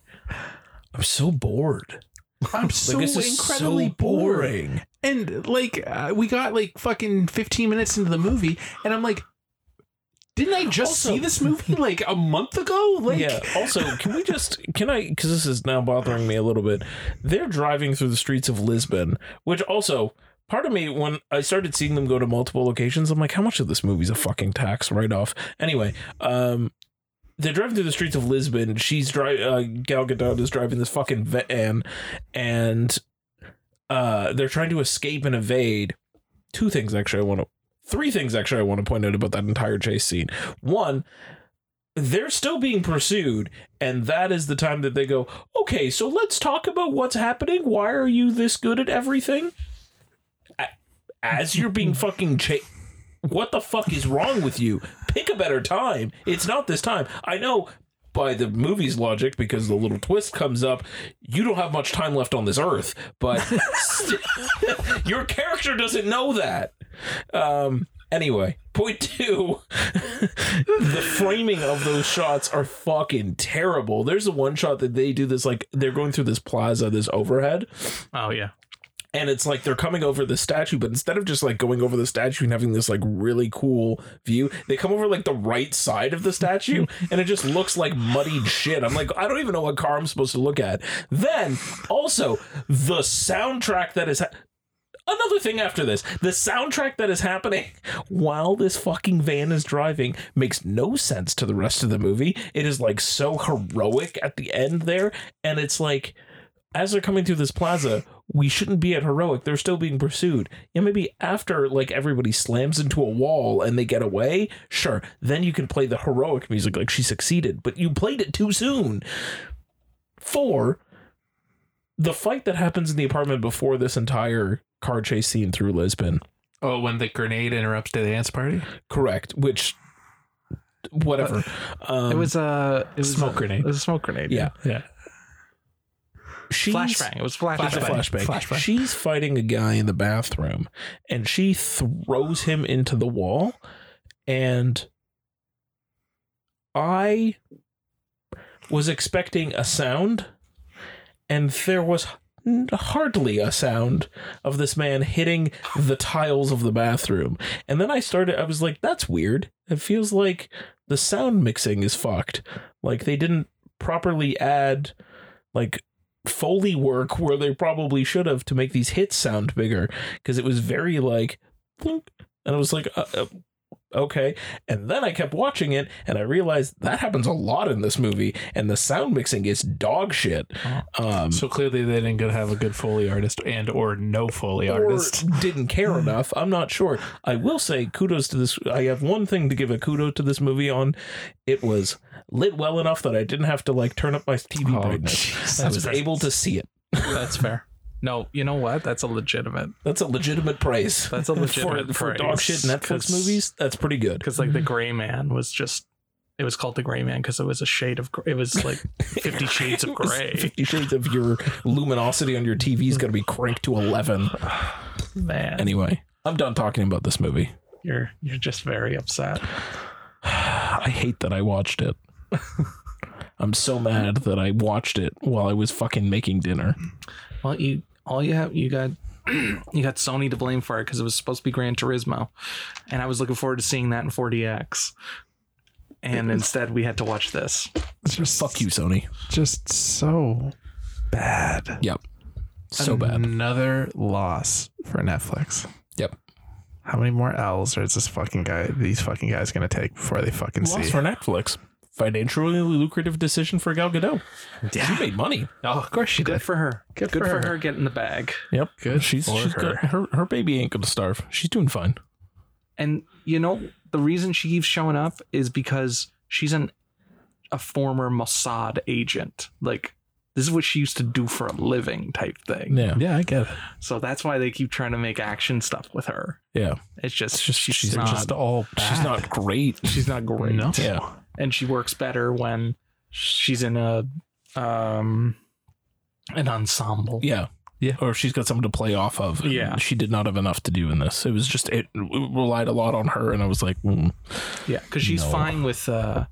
Speaker 1: i'm so bored
Speaker 2: I'm so
Speaker 1: like this is
Speaker 2: incredibly
Speaker 1: so
Speaker 2: bored.
Speaker 1: boring
Speaker 2: And like uh, we got like fucking 15 minutes into the movie and I'm like didn't I just
Speaker 1: Also-
Speaker 2: see this movie like a month ago? Like
Speaker 1: yeah also can we just can i because this is now bothering me a little bit they're driving through the streets of lisbon which also part of me when i started seeing them go to multiple locations i'm like how much of this movie's a fucking tax write-off anyway um they're driving through the streets of Lisbon. She's driving. Uh, Gal Gadot is driving this fucking van, and uh, they're trying to escape and evade. Two things actually, I want to. Three things actually, I want to point out about that entire chase scene. One, they're still being pursued, and that is the time that they go. Okay, so let's talk about what's happening. Why are you this good at everything? A- As you're being fucking chased. What the fuck is wrong with you? Pick a better time. It's not this time. I know by the movie's logic, because the little twist comes up, you don't have much time left on this earth, but st- your character doesn't know that. Um, anyway, point two the framing of those shots are fucking terrible. There's the one shot that they do this, like, they're going through this plaza, this overhead,
Speaker 3: Oh yeah.
Speaker 1: and it's like they're coming over the statue but instead of just like going over the statue and having this like really cool view they come over like the right side of the statue and it just looks like muddied shit i'm like i don't even know what car i'm supposed to look at then also the soundtrack that is ha- another thing after this the soundtrack that is happening while this fucking van is driving makes no sense to the rest of the movie it is like so heroic at the end there and it's like as they're coming through this plaza, we shouldn't be at heroic. They're still being pursued. Yeah, maybe after like everybody slams into a wall and they get away, sure, then you can play the heroic music like she succeeded, but you played it too soon. Four, the fight that happens in the apartment before this entire car chase scene through Lisbon.
Speaker 2: Oh, when the grenade interrupts the dance party?
Speaker 1: Correct, which whatever. Um,
Speaker 3: It was a it was uh,
Speaker 2: Smoke
Speaker 3: a,
Speaker 2: grenade.
Speaker 3: It was a smoke grenade.
Speaker 1: yeah.
Speaker 2: Yeah.
Speaker 1: She's-
Speaker 3: Flashbang. It was flashbang.
Speaker 1: It's a flashbang.
Speaker 2: Flashbang.
Speaker 1: She's fighting a guy in the bathroom, and she throws him into the wall, and I was expecting a sound, and there was n- hardly a sound of this man hitting the tiles of the bathroom. And then I started. I was like, "That's weird. It feels like the sound mixing is fucked. Like they didn't properly add." Like foley work where they probably should have to make these hits sound bigger because it was very like "Plunk," and I was like uh, uh, okay. And then I kept watching it and I realized that happens a lot in this movie and the sound mixing is dog shit. Um,
Speaker 2: Uh-huh. So clearly they didn't good have a good foley artist and or no foley
Speaker 1: or
Speaker 2: artist.
Speaker 1: didn't care enough. I'm not sure. I will say kudos to this. I have one thing to give a kudo to this movie on. It was lit well enough that I didn't have to like turn up my TV
Speaker 2: Oh,
Speaker 1: brightness. I was
Speaker 2: fair.
Speaker 1: able to see it.
Speaker 3: That's fair. No, you know what? That's a legitimate.
Speaker 1: That's a legitimate price.
Speaker 3: That's a legitimate
Speaker 1: for, for
Speaker 3: praise,
Speaker 1: dog shit Netflix
Speaker 3: 'cause-
Speaker 1: movies. That's pretty good.
Speaker 3: Because like the Gray Man was just. It was called the Gray Man because it was a shade of. gr- It was like Fifty Shades of Gray.
Speaker 1: Fifty Shades of your luminosity on your TV is going to be cranked to eleven.
Speaker 3: Man,
Speaker 1: Anyway, I'm done talking about this movie.
Speaker 3: you're you're just very upset.
Speaker 1: I hate that I watched it. I'm so mad that I watched it while I was fucking making dinner.
Speaker 3: Well, you all you have you got you got Sony to blame for it because it was supposed to be Gran Turismo, and I was looking forward to seeing that in 4DX, and instead we had to watch this.
Speaker 2: It's just
Speaker 1: Fuck you, Sony.
Speaker 2: Just so bad.
Speaker 1: Yep.
Speaker 2: Um,
Speaker 1: So bad.
Speaker 2: Another loss for Netflix.
Speaker 1: Yep.
Speaker 2: How many more L's is this fucking guy? These fucking guys gonna take before they fucking see?
Speaker 1: Lost for Netflix. Financially lucrative decision for Gal Gadot. She made money.
Speaker 2: oh, of course she
Speaker 3: Good
Speaker 2: did.
Speaker 3: for her. Good,
Speaker 2: for
Speaker 3: for,
Speaker 2: her.
Speaker 3: her. getting the bag.
Speaker 1: Yep. Good. She's,
Speaker 2: for
Speaker 1: she's
Speaker 2: her.
Speaker 1: good. her. Her baby ain't gonna starve. She's doing fine.
Speaker 3: And you know the reason she keeps showing up is because she's an a former Mossad agent. Like this is what she used to do for a living, type thing.
Speaker 1: Yeah.
Speaker 2: Yeah, I get it.
Speaker 3: So that's why they keep trying to make action stuff with her.
Speaker 1: Yeah.
Speaker 3: It's just,
Speaker 1: It's just
Speaker 3: she's,
Speaker 1: she's
Speaker 3: not,
Speaker 1: just
Speaker 2: all
Speaker 1: She's not great.
Speaker 3: she's not great.
Speaker 2: No.
Speaker 1: Yeah.
Speaker 3: and she works better when she's in a um an ensemble.
Speaker 1: Yeah.
Speaker 2: Yeah.
Speaker 1: Or she's got someone to play off of. and
Speaker 3: Yeah.
Speaker 1: She did not have enough to do in this. It was just, it relied a lot on her. And I was like, mm,
Speaker 3: Yeah, because she's
Speaker 1: No.
Speaker 3: fine with uh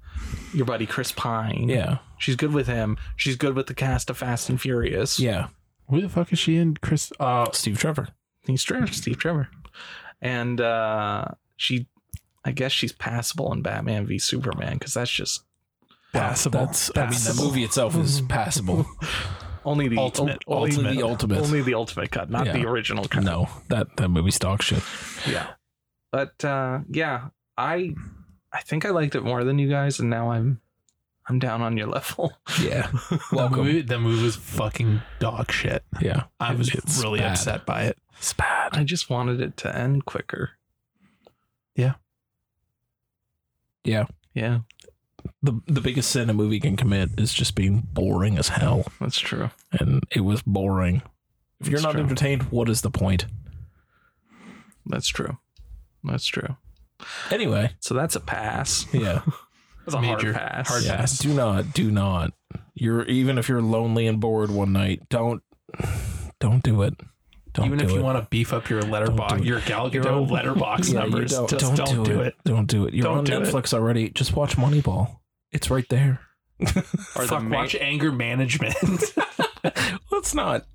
Speaker 3: your buddy Chris Pine.
Speaker 1: yeah.
Speaker 3: she's good with him. She's good with the cast of Fast and Furious.
Speaker 1: Yeah.
Speaker 2: Who the fuck is she in? Chris? Uh,
Speaker 1: Steve Trevor.
Speaker 3: he's Trevor, Steve Trevor, and uh she, I guess she's passable in Batman v Superman because that's just
Speaker 2: passable.
Speaker 1: That's, I mean, the
Speaker 2: Passable.
Speaker 1: movie itself is passable.
Speaker 3: only the
Speaker 2: Ultimate,
Speaker 3: only
Speaker 1: ultimate. The ultimate.
Speaker 3: only the ultimate cut, not
Speaker 1: Yeah.
Speaker 3: the original cut.
Speaker 1: no, that, that movie's dog shit.
Speaker 3: yeah but uh yeah i i think i liked it more than you guys and now i'm i'm down on your level
Speaker 1: Yeah.
Speaker 2: That
Speaker 1: Welcome.
Speaker 2: movie, that movie was fucking dog shit.
Speaker 1: Yeah.
Speaker 2: I was
Speaker 1: It's
Speaker 2: really
Speaker 1: bad.
Speaker 2: upset by it.
Speaker 1: It's bad.
Speaker 3: i just wanted it to end quicker
Speaker 2: Yeah.
Speaker 1: Yeah.
Speaker 3: yeah
Speaker 1: The, the biggest sin a movie can commit is just being boring as hell.
Speaker 3: that's true
Speaker 1: And it was boring. If you're
Speaker 3: That's
Speaker 1: not
Speaker 3: true.
Speaker 1: entertained, what is the point?
Speaker 3: that's true that's true
Speaker 1: Anyway,
Speaker 3: so that's a pass
Speaker 1: yeah.
Speaker 3: that's a
Speaker 2: Major-
Speaker 3: hard pass
Speaker 2: hard
Speaker 1: Yeah,
Speaker 2: pass.
Speaker 1: Do not, do not. You're even if you're lonely and bored one night, don't, don't do it. Don't
Speaker 2: Even
Speaker 1: do
Speaker 2: if you
Speaker 1: it.
Speaker 2: want to beef up your letterbox,
Speaker 1: it.
Speaker 2: your Gal
Speaker 1: Your
Speaker 2: Gadot
Speaker 1: own-
Speaker 2: letterbox
Speaker 1: Yeah, you
Speaker 2: numbers,
Speaker 1: don't,
Speaker 2: just don't, do, it.
Speaker 1: Don't do it. You're
Speaker 2: Don't
Speaker 1: on
Speaker 2: do it.
Speaker 1: Netflix already. Just watch Moneyball. It's right there.
Speaker 3: Or the
Speaker 2: Fuck,
Speaker 3: ma-
Speaker 2: watch anger management.
Speaker 1: Let's not.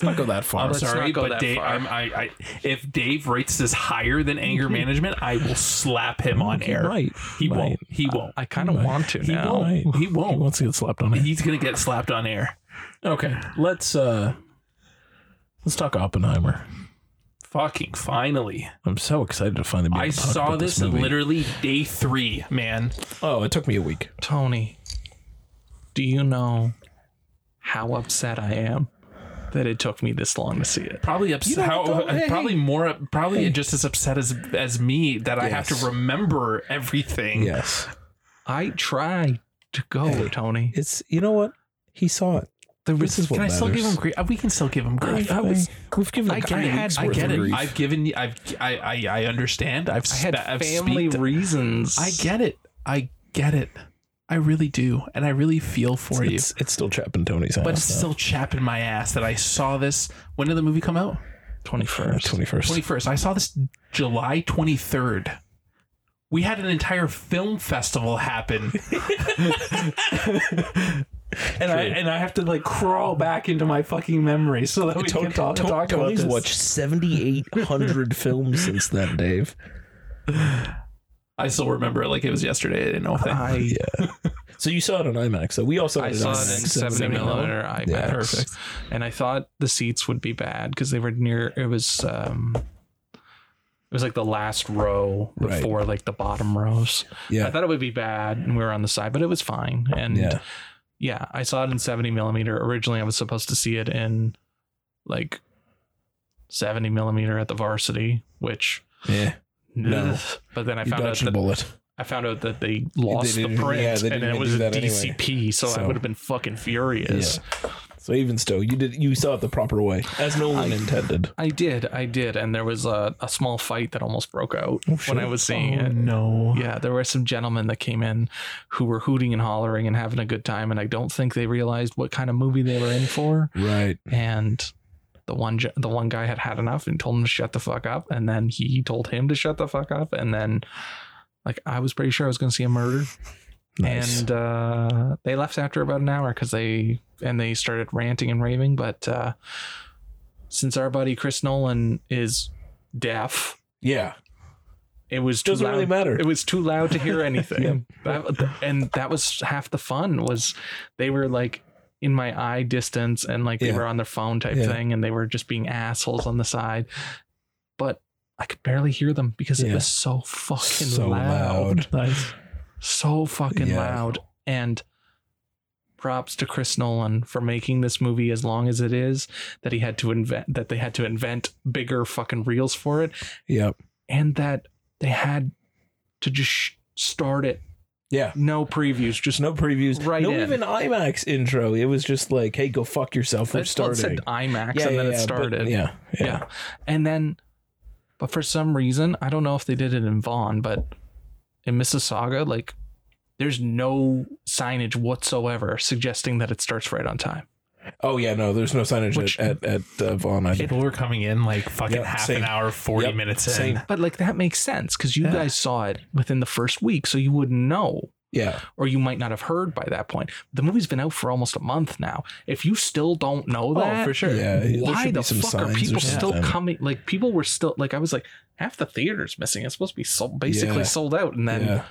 Speaker 1: Let's not go that far.
Speaker 2: I'm
Speaker 3: Let's not
Speaker 2: sorry,
Speaker 3: go
Speaker 2: but
Speaker 3: that
Speaker 2: Dave,
Speaker 3: far.
Speaker 2: I'm, I, I, if Dave rates this higher than anger management, I will slap him on
Speaker 1: You're
Speaker 2: air.
Speaker 1: Right.
Speaker 2: He
Speaker 1: Right.
Speaker 2: won't. He won't.
Speaker 3: i kind of want to
Speaker 1: He
Speaker 3: now
Speaker 1: won't.
Speaker 2: He won't.
Speaker 1: He wants to get slapped on it.
Speaker 2: He's gonna get slapped on air.
Speaker 1: Okay. Let's uh. Let's talk Oppenheimer.
Speaker 2: Fucking finally,
Speaker 1: I'm so excited to finally be. Able
Speaker 2: I
Speaker 1: to talk
Speaker 2: saw
Speaker 1: about
Speaker 2: this,
Speaker 1: this, movie.
Speaker 2: literally day three, man.
Speaker 1: Oh, it took me a week.
Speaker 3: tony do you know how upset i am that it took me this long to see it
Speaker 2: Probably upset. How, uh,
Speaker 1: don't- hey,
Speaker 2: probably more. Probably just as upset as as me that I have
Speaker 1: Yes.
Speaker 2: to remember everything.
Speaker 1: Yes.
Speaker 3: i tried to go tony
Speaker 1: It's you know what he saw it.
Speaker 3: There
Speaker 1: This is what
Speaker 2: Can I still
Speaker 1: matters.
Speaker 2: give him grief? We can still give him grief.
Speaker 1: I was, we've given
Speaker 2: I
Speaker 1: him
Speaker 2: get,
Speaker 1: three
Speaker 2: it.
Speaker 1: weeks
Speaker 2: I
Speaker 1: worth
Speaker 2: get
Speaker 1: of
Speaker 2: it.
Speaker 1: grief.
Speaker 2: I've given you. I've. I. I. I understand. I've.
Speaker 3: I had
Speaker 2: spe- I've
Speaker 3: family
Speaker 2: speaked-
Speaker 3: reasons.
Speaker 2: I get it. I get it. I really do, and I really feel for you.
Speaker 1: it's, it's still Chapman Tony's house.
Speaker 2: But it's still chapping my ass that I saw this. When did the movie come out?
Speaker 3: twenty first.
Speaker 1: twenty first.
Speaker 2: Twenty first. I saw this July twenty third. We had an entire film festival happen, and I and I have to like crawl back into my fucking memory so that we can talk, talk about
Speaker 1: Tony's
Speaker 2: this.
Speaker 1: watched seventy eight hundred films since then, Dave.
Speaker 2: I still remember it like it was yesterday. I didn't know a thing.
Speaker 1: Uh-huh.
Speaker 3: I
Speaker 1: So you saw it on IMAX. So we also
Speaker 3: I saw it in seventy millimeter IMAX,
Speaker 1: Yeah.
Speaker 2: Perfect.
Speaker 3: and I thought the seats would be bad because they were near. It was um, It was like the last row before like the bottom rows.
Speaker 1: Yeah.
Speaker 3: I thought it would be bad, and we were on the side, but it was fine. And
Speaker 1: Yeah.
Speaker 3: yeah, I saw it in 70 millimeter. Originally, I was supposed to see it in like 70 millimeter at the varsity, which
Speaker 1: Yeah. No.
Speaker 3: Ugh. But then I
Speaker 1: You
Speaker 3: found out
Speaker 1: dodged a
Speaker 3: that
Speaker 1: bullet.
Speaker 3: I found out that they lost
Speaker 1: They
Speaker 3: the
Speaker 1: didn't-
Speaker 3: print,
Speaker 1: yeah, they
Speaker 3: and
Speaker 1: didn't
Speaker 3: it
Speaker 1: do
Speaker 3: was a
Speaker 1: that anyway.
Speaker 3: DCP. So,
Speaker 1: So-
Speaker 3: I would have been fucking furious.
Speaker 1: So even still, you did you saw it the proper way, as no one intended.
Speaker 3: I did, I did, and there was a, a small fight that almost broke out
Speaker 1: Oh, shit.
Speaker 3: when I was seeing it.
Speaker 2: No.
Speaker 3: Yeah, there were some gentlemen that came in who were hooting and hollering and having a good time, and I don't think they realized what kind of movie they were in for.
Speaker 1: Right.
Speaker 3: And the one ge- the one guy had had enough and told him to shut the fuck up, and then he told him to shut the fuck up, and then like I was pretty sure I was going to see a murder,
Speaker 1: Nice.
Speaker 3: and uh, they left after about an hour because they and they started ranting and raving. But uh, since our buddy Chris Nolan is deaf,
Speaker 1: yeah.
Speaker 3: it was
Speaker 1: Doesn't
Speaker 3: too loud.
Speaker 1: really matter.
Speaker 3: It was too loud to hear anything. That- and that was half the fun was they were like in my eye distance and like they
Speaker 1: Yeah.
Speaker 3: were on their phone type
Speaker 1: Yeah.
Speaker 3: thing and they were just being assholes on the side. But I could barely hear them because it
Speaker 1: Yeah.
Speaker 3: was so fucking
Speaker 1: So
Speaker 3: loud.
Speaker 1: loud.
Speaker 2: Nice.
Speaker 3: So fucking
Speaker 1: Yeah.
Speaker 3: loud. And props to Chris Nolan for making this movie as long as it is that he had to invent that they had to invent bigger fucking reels for it
Speaker 1: Yep.
Speaker 3: and that they had to just sh- start it.
Speaker 1: Yeah.
Speaker 3: No previews, just
Speaker 1: Just no previews.
Speaker 3: Right
Speaker 1: No
Speaker 3: in.
Speaker 1: even IMAX intro. It was just like, hey, go fuck yourself. We're
Speaker 3: It still
Speaker 1: starting.
Speaker 3: said IMAX,
Speaker 1: yeah,
Speaker 3: and then
Speaker 1: yeah,
Speaker 3: it
Speaker 1: yeah, but-
Speaker 3: started.
Speaker 1: yeah,
Speaker 3: yeah,
Speaker 1: yeah.
Speaker 3: and then, but for some reason, I don't know if they did it in Vaughn, but in Mississauga, like there's no signage whatsoever suggesting that it starts right on time.
Speaker 1: Oh yeah, no, there's no signage
Speaker 3: Which-
Speaker 1: at at, at uh, Vaughn. I
Speaker 2: People were coming in like fucking
Speaker 1: Yep,
Speaker 2: half
Speaker 1: same.
Speaker 2: an hour, 40
Speaker 1: Yep,
Speaker 2: minutes
Speaker 1: same.
Speaker 2: in.
Speaker 3: But like that makes sense because you guys saw it within the first week, so you wouldn't know.
Speaker 1: yeah,
Speaker 3: Or you might not have heard by that point. The movie's been out for almost a month now. If you still don't know that,
Speaker 1: sure. Yeah, Uh, there
Speaker 3: why
Speaker 1: should be
Speaker 3: the
Speaker 1: some
Speaker 3: fuck are
Speaker 1: signs or
Speaker 3: people still
Speaker 1: something.
Speaker 3: coming? Like people were still like I was like half the theaters missing. It's supposed to be sold, basically
Speaker 1: Yeah.
Speaker 3: sold out, and then
Speaker 1: Yeah.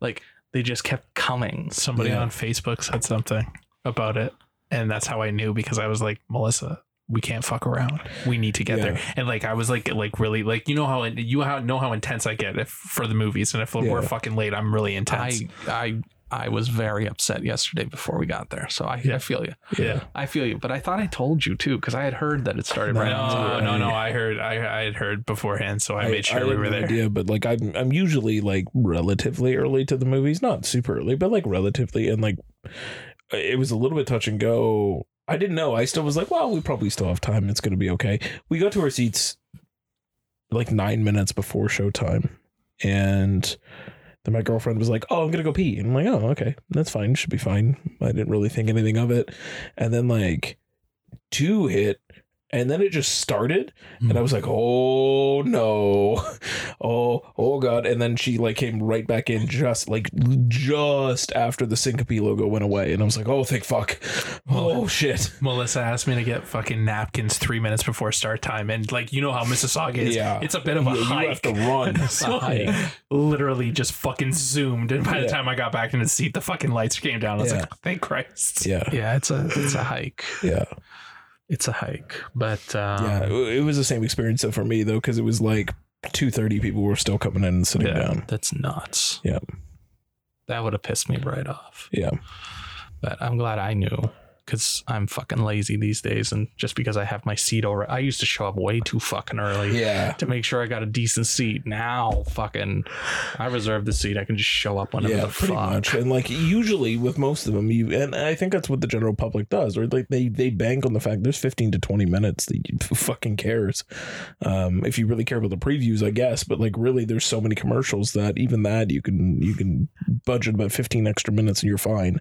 Speaker 3: like they just kept coming.
Speaker 2: Somebody
Speaker 1: Yeah.
Speaker 2: on Facebook said something about it. And that's how I knew because I was like, Melissa, we can't fuck around. We need to get
Speaker 1: Yeah.
Speaker 2: there. And like, I was like, like really, like, you know how, you how, know how intense I get if, for the movies. And if
Speaker 1: Yeah.
Speaker 2: we're fucking late, I'm really intense.
Speaker 3: I I I was very upset yesterday before we got there. So I, I feel you.
Speaker 2: yeah.
Speaker 3: I feel you. But I thought I told you too because I had heard that it started right
Speaker 2: No,
Speaker 3: on.
Speaker 2: no, no. I heard, I, I had heard beforehand, so I, made sure
Speaker 1: I
Speaker 2: we
Speaker 1: had
Speaker 2: were
Speaker 1: no
Speaker 2: there.
Speaker 1: Idea, but like I'm, I'm usually like relatively early to the movies, not super early, but like relatively, and like it was a little bit touch and go. I didn't know. I still was like, well, we probably still have time. It's gonna be okay. We got to our seats like nine minutes before showtime, and then my girlfriend was like, "Oh, I'm gonna go pee," and I'm like, "Oh, okay, that's fine. Should be fine." I didn't really think anything of it, and then like two hit. And then it just started, and I was like, "Oh no, oh oh god!" And then she like came right back in, just like just after the syncope logo went away, and I was like, "Oh, thank fuck! Oh shit!"
Speaker 2: Melissa asked me to get fucking napkins three minutes before start time, and like you know how Mississauga is,
Speaker 1: Yeah.
Speaker 2: it's a bit of a
Speaker 1: You- you
Speaker 2: hike.
Speaker 1: have to run.
Speaker 2: So I literally just fucking zoomed, and by the
Speaker 1: Yeah.
Speaker 2: time I got back in the seat, the fucking lights came down. I was
Speaker 1: Yeah.
Speaker 2: like, "Oh, thank Christ.
Speaker 1: yeah,
Speaker 3: Yeah, it's a it's a hike.
Speaker 1: yeah.
Speaker 3: It's a hike. But um,
Speaker 1: yeah it it was the same experience for me though because it was like 2.30 people were still coming in and sitting
Speaker 2: Yeah.
Speaker 1: down
Speaker 3: That's nuts.
Speaker 1: Yeah.
Speaker 3: That would have pissed me right off.
Speaker 1: Yeah.
Speaker 3: But I'm glad I knew because I'm fucking lazy these days. And just because I have my seat over, I used to show up way too fucking early
Speaker 1: yeah
Speaker 3: to make sure I got a decent seat. Now, fucking, I reserved the seat. I can just show up whenever
Speaker 1: yeah
Speaker 3: the
Speaker 1: pretty
Speaker 3: fuck.
Speaker 1: much and like usually with most of them you and i think that's what the general public does right like they they bank on the fact there's 15 to 20 minutes that you who fucking cares um if you really care about the previews i guess but like really there's so many commercials that even that you can you can budget about 15 extra minutes and you're fine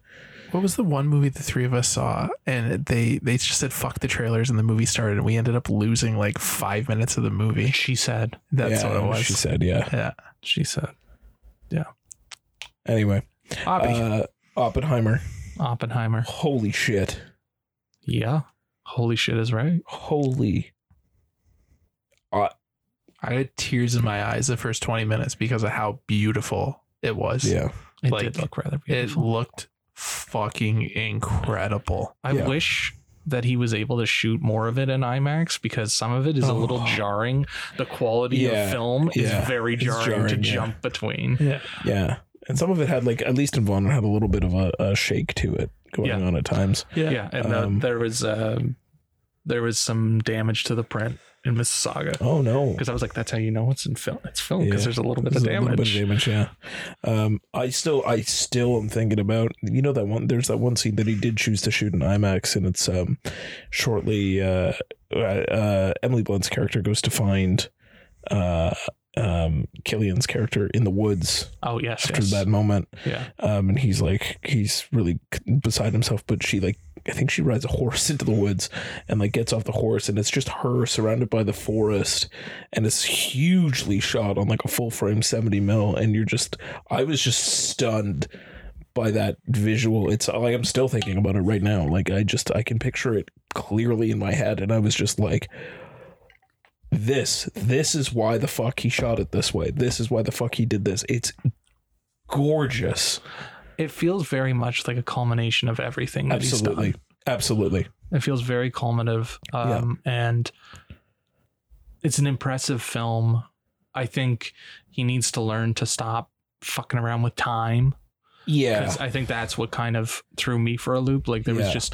Speaker 2: What was the one movie the three of us saw, and they they just said fuck the trailers, and the movie started, and we ended up losing like five minutes of the movie.
Speaker 3: She said,
Speaker 2: That's
Speaker 1: Yeah,
Speaker 2: what it was.
Speaker 1: she said yeah
Speaker 2: yeah.
Speaker 3: she said,
Speaker 1: anyway
Speaker 2: Oppie.
Speaker 1: uh oppenheimer
Speaker 3: Oppenheimer.
Speaker 1: holy shit
Speaker 3: Yeah. Holy shit is right.
Speaker 1: holy
Speaker 2: I had tears in my eyes the first 20 minutes because of how beautiful it was.
Speaker 1: yeah
Speaker 3: It
Speaker 2: Like,
Speaker 3: did look rather
Speaker 2: It
Speaker 3: beautiful.
Speaker 2: looked fucking incredible.
Speaker 3: I
Speaker 1: yeah.
Speaker 3: wish that he was able to shoot more of it in IMAX because some of it is a little jarring. The quality
Speaker 1: Oh. Yeah,
Speaker 3: of film
Speaker 1: yeah.
Speaker 3: is very jarring, to
Speaker 1: jarring, yeah.
Speaker 3: jump between.
Speaker 1: Yeah. And some of it had like at least in Vaughn it had a little bit of a, a shake to it going
Speaker 3: Yeah.
Speaker 1: on at times.
Speaker 3: Yeah, and the-
Speaker 1: Um,
Speaker 3: there was um, there was some damage to the print in Mississauga
Speaker 1: Oh no.
Speaker 3: because I was like, that's how you know it's in film. It's film because
Speaker 1: Yeah.
Speaker 3: there's a little bit
Speaker 1: There's
Speaker 3: of
Speaker 1: a little
Speaker 3: damage.
Speaker 1: bit of damage, yeah. Um, I still, I still am thinking about you know that one. There's that one scene that he did choose to shoot in IMAX, and it's um, shortly uh, uh, uh, Emily Blunt's character goes to find uh, um, Killian's character in the woods
Speaker 3: Oh yes,
Speaker 1: after
Speaker 3: yes.
Speaker 1: that moment,
Speaker 3: yeah,
Speaker 1: um, and he's like he's really beside himself, but she like. I think she rides a horse into the woods and like gets off the horse and it's just her surrounded by the forest and it's hugely shot on like a full frame 70 mil and you're just I was just stunned by that visual. It's like I'm still thinking about it right now. Like I just I can picture it clearly in my head and I was just like this this is why the fuck he shot it this way. This is why the fuck he did this. It's gorgeous.
Speaker 3: it feels very much like a culmination of everything that he's done.
Speaker 1: Absolutely. Absolutely.
Speaker 3: It feels very culminative. Um, And it's an impressive film. I think he needs to learn to stop fucking around with time.
Speaker 1: Yeah.
Speaker 3: Because I think that's what kind of threw me for a loop. Like there was
Speaker 1: Yeah.
Speaker 3: just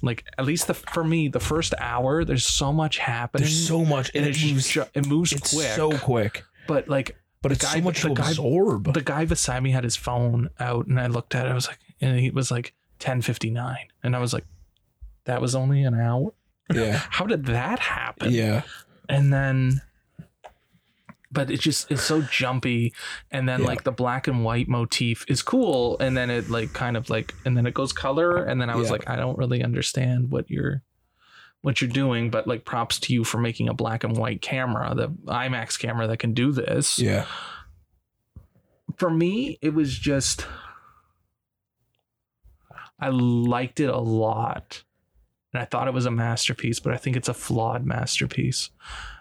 Speaker 3: like at least the for me the first hour there's so much happening.
Speaker 1: There's so much
Speaker 3: and it moves. ju- It moves
Speaker 1: It's
Speaker 3: quick.
Speaker 1: so quick.
Speaker 3: but like
Speaker 1: But
Speaker 3: The
Speaker 1: it's
Speaker 3: guy-
Speaker 1: so much
Speaker 3: the
Speaker 1: to
Speaker 3: guy-
Speaker 1: absorb.
Speaker 3: the guy beside me had his phone out and I looked at it. I was like, and he was like 10:59, and I was like, that was only an hour.
Speaker 1: yeah.
Speaker 3: How did that happen?
Speaker 1: Yeah.
Speaker 3: And then, but it just it's so jumpy, and then
Speaker 1: Yeah.
Speaker 3: like the black and white motif is cool, and then it like kind of like and then it goes color, and then I was
Speaker 1: Yeah.
Speaker 3: like, I don't really understand what you're. What you're doing, but like props to you for making a black and white camera, the IMAX camera that can do this
Speaker 1: Yeah.
Speaker 3: for me, it was just I liked it a lot. And I thought it was a masterpiece, but I think it's a flawed masterpiece.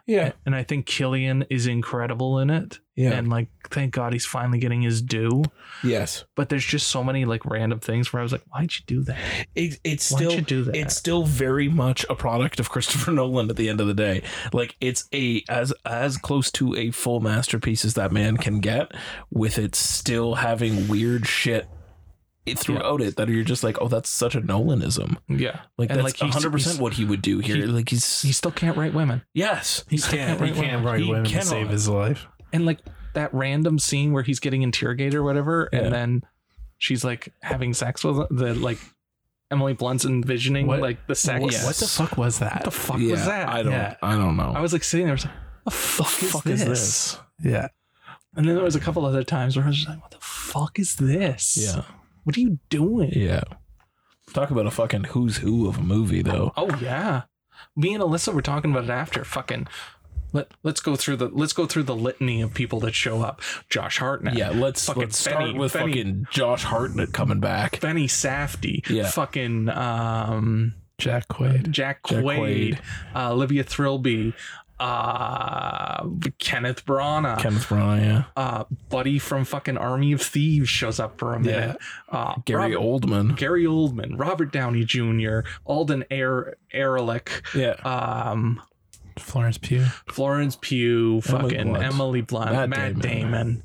Speaker 1: Yeah.
Speaker 3: And I think Killian is incredible in it.
Speaker 1: Yeah.
Speaker 3: And like thank God he's finally getting his due.
Speaker 1: yes.
Speaker 3: But there's just so many like random things where I was like, why'd you do that?
Speaker 1: It, it's
Speaker 3: Why'd
Speaker 1: still
Speaker 3: you do that?
Speaker 1: it's still very much a product of Christopher Nolan at the end of the day. Like it's a as as close to a full masterpiece as that man can get, with it still having weird shit it- throughout it that you're just like, oh, that's such a Nolanism.
Speaker 3: yeah.
Speaker 1: Like
Speaker 3: And, like,
Speaker 1: that's
Speaker 3: he's-
Speaker 1: 100 percent
Speaker 3: he's-
Speaker 1: what he would do here.
Speaker 3: he-
Speaker 1: like he's,
Speaker 3: He still can't write women.
Speaker 1: yes,
Speaker 2: He can't. He can't write
Speaker 1: He
Speaker 2: women
Speaker 1: cannot.
Speaker 2: to save his life.
Speaker 3: And like that random scene where he's getting interrogated or whatever,
Speaker 1: Yeah.
Speaker 3: and then she's like having sex with the like Emily Blunt's envisioning
Speaker 2: What-
Speaker 3: like the sex.
Speaker 2: What,
Speaker 1: Yes.
Speaker 2: what the fuck was that?
Speaker 3: What the fuck
Speaker 1: yeah,
Speaker 3: was that?
Speaker 1: I don't
Speaker 2: Yeah.
Speaker 1: I don't know.
Speaker 3: I was like sitting there, I was like, the fuck,
Speaker 2: fuck
Speaker 3: is, this?
Speaker 2: Yeah.
Speaker 3: And then there was a couple other times where I was just like, what the fuck is this?
Speaker 1: yeah.
Speaker 3: What are you doing?
Speaker 1: Yeah. Talk about a fucking who's who of a movie though.
Speaker 3: Oh yeah. Me and Alyssa were talking about it after. Fucking let let's go through the let's go through the litany of people that show up. Josh Hartnett.
Speaker 1: Yeah, let's
Speaker 3: Fucking
Speaker 1: let's start
Speaker 3: Benny-
Speaker 1: with
Speaker 3: Benny-
Speaker 1: fucking Josh Hartnett coming back.
Speaker 3: Benny Safdie.
Speaker 1: Yeah.
Speaker 3: Fucking um
Speaker 2: Jack Quaid.
Speaker 3: Jack
Speaker 1: Jack
Speaker 3: Quaid, Uh, Olivia Thrillby, uh, Kenneth Branagh,
Speaker 1: Kenneth Branagh, yeah.
Speaker 3: uh, Buddy from fucking Army of Thieves shows up for a minute. Uh,
Speaker 1: Gary
Speaker 3: Rob-
Speaker 1: Oldman.
Speaker 3: Gary Oldman, Robert Downey Jr., Alden Air Ehrlich,
Speaker 1: Yeah.
Speaker 3: um,
Speaker 2: Florence Pugh.
Speaker 3: Florence Pugh, fucking
Speaker 1: Blunt.
Speaker 3: Emily Blunt,
Speaker 1: Matt
Speaker 3: Matt, Damon.
Speaker 1: Damon.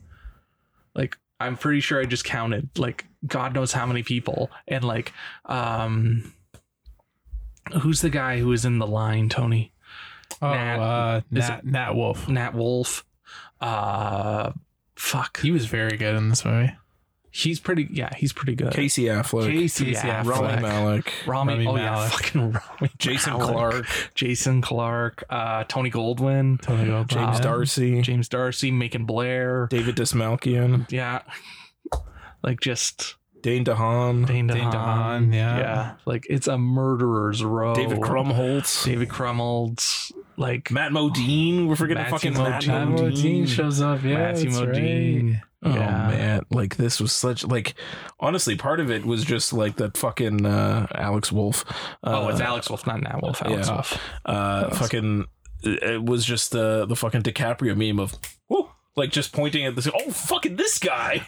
Speaker 3: Like, I'm pretty sure I just counted like God knows how many people. And like, um, who's the guy who is in the line, Tony?
Speaker 2: Oh,
Speaker 3: Nat-
Speaker 2: uh,
Speaker 3: is
Speaker 2: Nat, Nat Wolf.
Speaker 3: Nat Wolf. Uh, fuck.
Speaker 2: He was very good in this movie.
Speaker 3: he's pretty. Yeah, he's pretty good.
Speaker 1: Casey Affleck.
Speaker 3: Casey
Speaker 2: Casey
Speaker 3: Affleck.
Speaker 1: Rami Malek.
Speaker 3: Rami,
Speaker 2: Rami
Speaker 3: oh yeah,
Speaker 2: Malek.
Speaker 3: fucking Rami.
Speaker 1: Jason
Speaker 3: Malek.
Speaker 1: Clark.
Speaker 3: Jason Clark. Uh, Tony Goldwyn.
Speaker 2: Totally well
Speaker 1: James
Speaker 2: done.
Speaker 1: Darcy.
Speaker 3: James Darcy. Macon Blair.
Speaker 1: David Dismalkian.
Speaker 3: Yeah, like just
Speaker 1: Dane DeHaan.
Speaker 3: Dane
Speaker 2: Dane
Speaker 3: DeHaan.
Speaker 2: DeHaan, yeah.
Speaker 3: yeah, like it's a murderer's row.
Speaker 1: David Krumholtz.
Speaker 3: David Crumholtz. Like
Speaker 1: Matt Modine. We're forgetting
Speaker 3: Matthew
Speaker 1: fucking Matt
Speaker 3: Modine.
Speaker 2: Matthew Modine
Speaker 1: Modine.
Speaker 2: shows up. Yeah,
Speaker 3: Matthew
Speaker 2: that's right.
Speaker 3: Modine.
Speaker 1: Oh
Speaker 3: Yeah. Uh,
Speaker 1: man, like this was such like honestly part of it was just like that fucking uh Alex Wolf. Uh,
Speaker 3: oh, it's Alex Wolf, not Nat Wolf. Alex
Speaker 1: yeah.
Speaker 3: Wolf.
Speaker 1: Uh, fucking it was just the the fucking DiCaprio meme of whoa
Speaker 6: like just pointing at this. Oh, fucking this guy!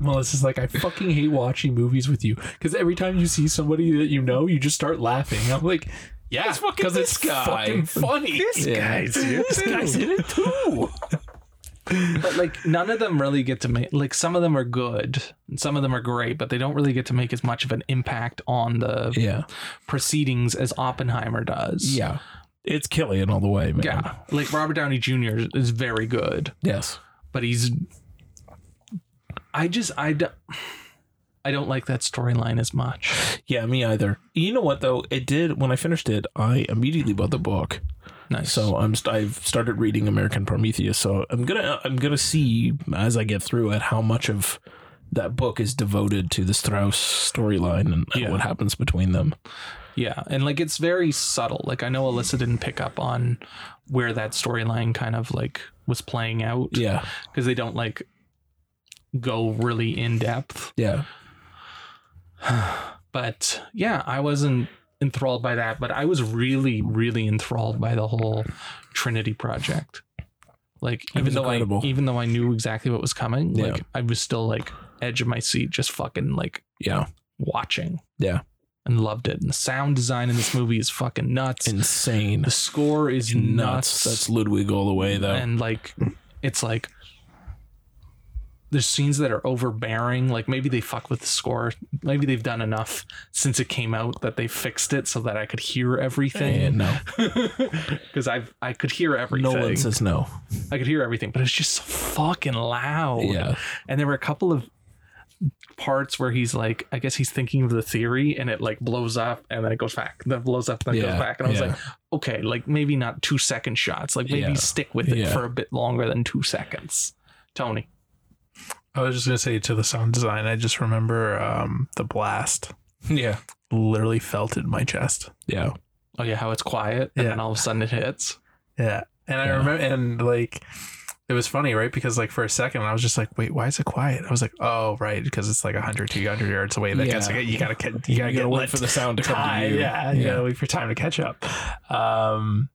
Speaker 2: Melissa's like, I fucking hate watching movies with you because every time you see somebody that you know, you just start laughing. I'm like, yeah, because it's fucking funny. This guy's here. This guy's in it too.
Speaker 3: But like none of them really get to make like some of them are good and some of them are great, but they don't really get to make as much of an impact on the
Speaker 1: Yeah.
Speaker 3: proceedings as Oppenheimer does.
Speaker 1: Yeah. It's Killian all the way, man.
Speaker 3: Yeah. Like Robert Downey Jr. is very good,
Speaker 1: Yes.
Speaker 3: but he's I just I don't I don't like that storyline as much.
Speaker 1: Yeah, me either. You know what though? It did when I finished it, I immediately bought the book.
Speaker 3: Nice.
Speaker 1: So I'm st- I've started reading American Prometheus. So I'm gonna I'm gonna see as I get through it how much of that book is devoted to the Strauss storyline and and
Speaker 3: Yeah.
Speaker 1: what happens between them.
Speaker 3: Yeah, and like it's very subtle. Like I know Alyssa didn't pick up on where that storyline kind of like was playing out
Speaker 1: Yeah,
Speaker 3: because they don't like go really in depth.
Speaker 1: yeah,
Speaker 3: But yeah, I wasn't enthralled by that, but I was really really enthralled by the whole Trinity project. Like even
Speaker 1: was
Speaker 3: though
Speaker 1: incredible.
Speaker 3: I even though I knew exactly what was coming,
Speaker 1: Yeah.
Speaker 3: like I was still like edge of my seat just fucking like
Speaker 1: yeah.
Speaker 3: watching.
Speaker 1: Yeah.
Speaker 3: And loved it. And the sound design in this movie is fucking nuts.
Speaker 1: Insane,
Speaker 3: The score is
Speaker 1: nuts.
Speaker 3: nuts.
Speaker 1: That's Ludwig all the way though.
Speaker 3: and like, it's like there's scenes that are overbearing. Like maybe they fuck with the score. Maybe they've done enough since it came out that they fixed it so that I could hear
Speaker 1: and
Speaker 3: everything.
Speaker 1: no,
Speaker 3: Because I've I could hear everything.
Speaker 1: Nolan says no.
Speaker 3: I could hear everything, but it's just so fucking loud.
Speaker 1: Yeah.
Speaker 3: And there were a couple of parts where he's like, I guess he's thinking of the theory and it like blows up and then it goes back. Then it blows up, then it
Speaker 1: Yeah,
Speaker 3: goes back. And I was
Speaker 1: yeah.
Speaker 3: like, okay, like maybe not two second shots. Like maybe
Speaker 1: Yeah.
Speaker 3: stick with it
Speaker 1: Yeah.
Speaker 3: for a bit longer than two seconds. Tony.
Speaker 2: I was just gonna say to the sound design, I just remember um, the blast
Speaker 1: Yeah,
Speaker 2: literally felt in my chest.
Speaker 1: yeah,
Speaker 3: Oh yeah, how it's quiet and
Speaker 2: Yeah.
Speaker 3: then all of a sudden it hits.
Speaker 2: Yeah, and I
Speaker 1: Yeah.
Speaker 2: remember, and like it was funny, right? Because like for a second, I was just like, wait, why is it quiet? I was like, oh, right, because it's like 100, 200 yards away. That gets,
Speaker 1: Yeah.
Speaker 2: you gotta get, you gotta,
Speaker 1: You
Speaker 2: get
Speaker 1: gotta wait
Speaker 2: let
Speaker 1: for the sound to come
Speaker 2: time.
Speaker 1: to you.
Speaker 2: Yeah, you
Speaker 1: Yeah.
Speaker 2: gotta wait for time to catch up. Um,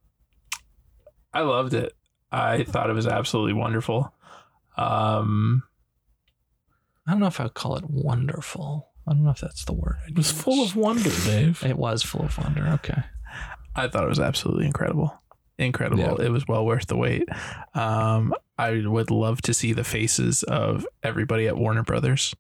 Speaker 2: I loved it. I thought it was absolutely wonderful. Um,
Speaker 3: I don't know if I would call it wonderful. I don't know if that's the word. I'd
Speaker 1: It was full
Speaker 3: use.
Speaker 1: of wonder, Dave.
Speaker 3: It was full of wonder. Okay.
Speaker 2: I thought it was absolutely incredible. Incredible. It was well worth the wait. Um, I would love to see the faces of everybody at Warner Brothers.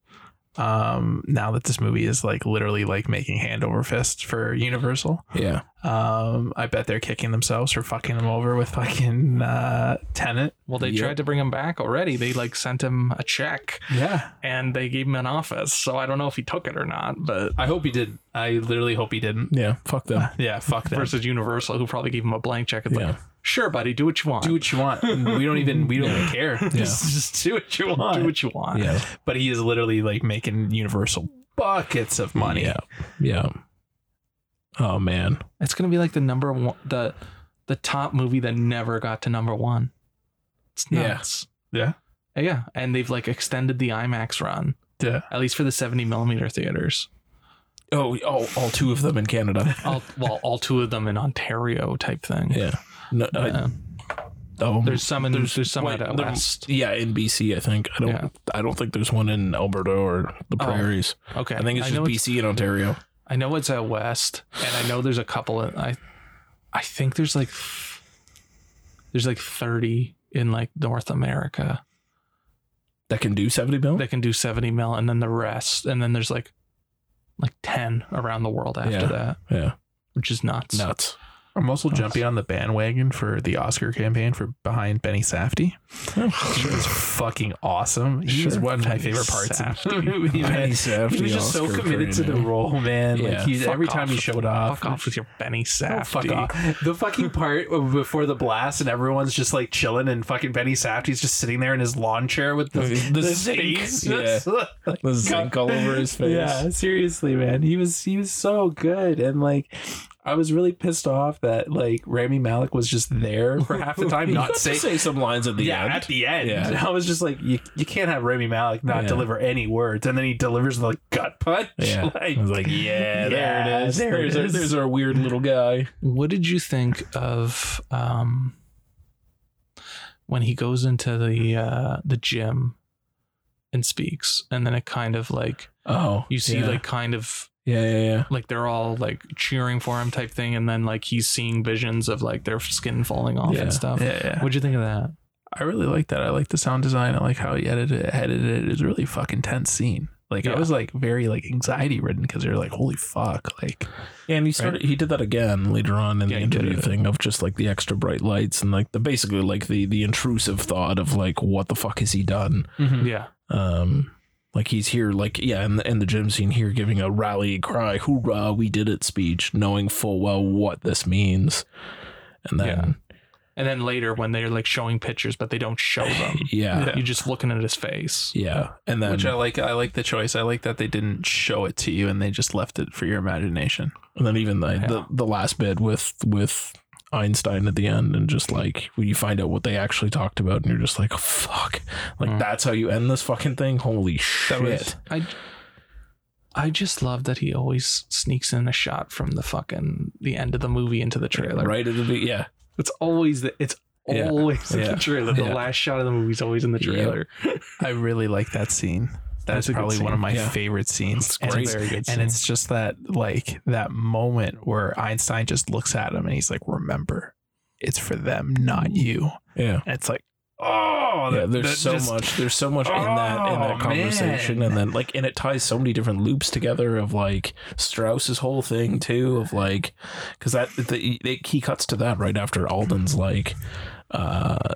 Speaker 2: Um, now that this movie is like literally like making hand over fist for Universal.
Speaker 1: Yeah,
Speaker 2: Um, I bet they're kicking themselves for fucking them over with fucking uh Tenant.
Speaker 3: Well, they
Speaker 1: Yep.
Speaker 3: tried to bring him back already. They like sent him a check.
Speaker 2: Yeah.
Speaker 3: and they gave him an office. So I don't know if he took it or not, but
Speaker 2: I hope he did. I literally hope he didn't.
Speaker 1: yeah. Fuck them.
Speaker 2: Yeah, fuck them.
Speaker 3: versus Universal, who probably gave him a blank check, it's like,
Speaker 1: Yeah.
Speaker 3: sure, buddy, do what you want.
Speaker 2: do what you want. We don't even we don't even care. Just, just do what you want.
Speaker 3: Do what you want.
Speaker 1: Yeah,
Speaker 2: but he is literally like making universal buckets of money.
Speaker 1: Yeah, yeah. Oh man,
Speaker 3: It's gonna be like the number one, the the top movie that never got to number one. It's
Speaker 1: Yeah.
Speaker 3: nuts.
Speaker 2: Yeah.
Speaker 3: yeah, and they've like extended the IMAX run,
Speaker 2: Yeah.
Speaker 3: at least for the seventy millimeter theaters.
Speaker 1: Oh, oh, all two of them in Canada.
Speaker 3: All, well, all two of them in Ontario type thing.
Speaker 1: Yeah. No, I-
Speaker 3: Yeah.
Speaker 1: oh,
Speaker 3: there's some in there's, some
Speaker 1: wait,
Speaker 3: out out
Speaker 1: there-
Speaker 3: west.
Speaker 1: Yeah, in BC, I think. I don't.
Speaker 3: Yeah.
Speaker 1: I don't think there's one in Alberta or the
Speaker 3: Oh,
Speaker 1: prairies.
Speaker 3: Okay,
Speaker 1: I think it's just
Speaker 3: know
Speaker 1: BC and Ontario.
Speaker 3: I know it's out west, and I know there's a couple. In, I, I think there's like, th- there's like thirty in like North America
Speaker 1: That can do seventy mil.
Speaker 3: that can do seventy mil, and then the rest, and then there's like, like ten around the world after
Speaker 1: Yeah.
Speaker 3: that,
Speaker 1: yeah,
Speaker 3: which is nuts.
Speaker 1: nuts.
Speaker 2: I'm also jumping on the bandwagon for the Oscar campaign for behind Benny Safdie.
Speaker 3: Oh,
Speaker 2: He was fucking awesome. He was
Speaker 1: Sure.
Speaker 2: one of my favorite parts of the movie. man. He was just so committed to the role, man. Like
Speaker 1: Yeah.
Speaker 2: he,
Speaker 3: Fuck
Speaker 2: every
Speaker 3: off.
Speaker 2: time he showed up,
Speaker 3: Fuck off with your Benny
Speaker 2: Oh,
Speaker 3: Safdie.
Speaker 2: fuck off. The fucking part of- before the blast and everyone's just like chilling and fucking Benny Safdie's just sitting there in his lawn chair with the,
Speaker 1: The
Speaker 2: the,
Speaker 1: zinc.
Speaker 2: face.
Speaker 1: Yeah.
Speaker 2: Like,
Speaker 1: The zinc all over his face.
Speaker 2: Yeah, seriously, man. He was he was so good and like I was really pissed off that like Rami Malik was just there for half the time not
Speaker 1: say,
Speaker 2: saying
Speaker 1: say some lines at the
Speaker 2: yeah,
Speaker 1: end.
Speaker 2: at the end.
Speaker 1: Yeah.
Speaker 2: I was just like, you, you can't have Rami Malik not
Speaker 1: Yeah.
Speaker 2: deliver any words. And then he delivers the gut punch.
Speaker 1: yeah,
Speaker 2: Like,
Speaker 1: I was like, yeah, there it is.
Speaker 2: there it
Speaker 1: there's, our-
Speaker 2: is.
Speaker 1: there's our weird little guy.
Speaker 3: What did you think of um when he goes into the uh, the gym and speaks, and then it kind of like
Speaker 1: Oh,
Speaker 3: you see
Speaker 1: yeah.
Speaker 3: like kind of
Speaker 1: yeah, yeah, yeah.
Speaker 3: like they're all like cheering for him type thing, and then like he's seeing visions of like their skin falling off
Speaker 1: Yeah.
Speaker 3: and stuff.
Speaker 2: Yeah, yeah.
Speaker 3: What'd you think of that?
Speaker 2: I really like that. I like the sound design. I like how he edited it. Edited it. It was a really fucking tense scene. Like I
Speaker 3: Yeah.
Speaker 2: was like very like anxiety ridden because you're like holy fuck like
Speaker 1: Yeah, and he started. He did that again later on in
Speaker 2: Yeah,
Speaker 1: the
Speaker 2: he did
Speaker 1: interview
Speaker 2: it.
Speaker 1: thing of just like the extra bright lights and like the basically like the the intrusive thought of like what the fuck has he done?
Speaker 3: Yeah,
Speaker 1: Um, like he's here, like yeah, in the in the gym scene here, giving a rally cry, "Hoorah, we did it!" speech, knowing full well what this means, and then
Speaker 3: and then later when they're like showing pictures, but they don't show them.
Speaker 1: yeah, yeah,
Speaker 3: You're just looking at his face.
Speaker 1: and then
Speaker 2: which I like. I like the choice. I like that they didn't show it to you and they just left it for your imagination.
Speaker 1: And then even the,
Speaker 3: Yeah.
Speaker 1: the the last bit with with Einstein at the end, and just like when you find out what they actually talked about, and you're just like, fuck, like
Speaker 3: Mm.
Speaker 1: that's how you end this fucking thing. Holy shit!
Speaker 2: was-
Speaker 3: I I just love that he always sneaks in a shot from the fucking the end of the movie into the trailer.
Speaker 1: Right at the be- yeah,
Speaker 3: It's always the it's
Speaker 1: Yeah.
Speaker 3: always in
Speaker 1: Yeah.
Speaker 3: the trailer. The
Speaker 1: Yeah.
Speaker 3: last shot of the movie is always in the trailer.
Speaker 2: I really like that scene. That's
Speaker 3: That's a good
Speaker 2: probably
Speaker 3: scene.
Speaker 2: one of my
Speaker 1: Yeah.
Speaker 2: favorite scenes.
Speaker 1: It's
Speaker 2: And
Speaker 1: great.
Speaker 2: it's,
Speaker 3: Very good.
Speaker 2: and it's just that like that moment where Einstein just looks at him and he's like, "Remember, it's for them, not you."
Speaker 1: yeah,
Speaker 2: And it's like, oh,
Speaker 1: yeah.
Speaker 2: that-
Speaker 1: There's
Speaker 2: that
Speaker 1: so
Speaker 2: just-
Speaker 1: much. There's so much in that in
Speaker 2: Oh,
Speaker 1: that conversation,
Speaker 2: man.
Speaker 1: and then like, and it ties so many different loops together of like Strauss's whole thing too, of like, because that the, they, he cuts to that right after Alden's like. uh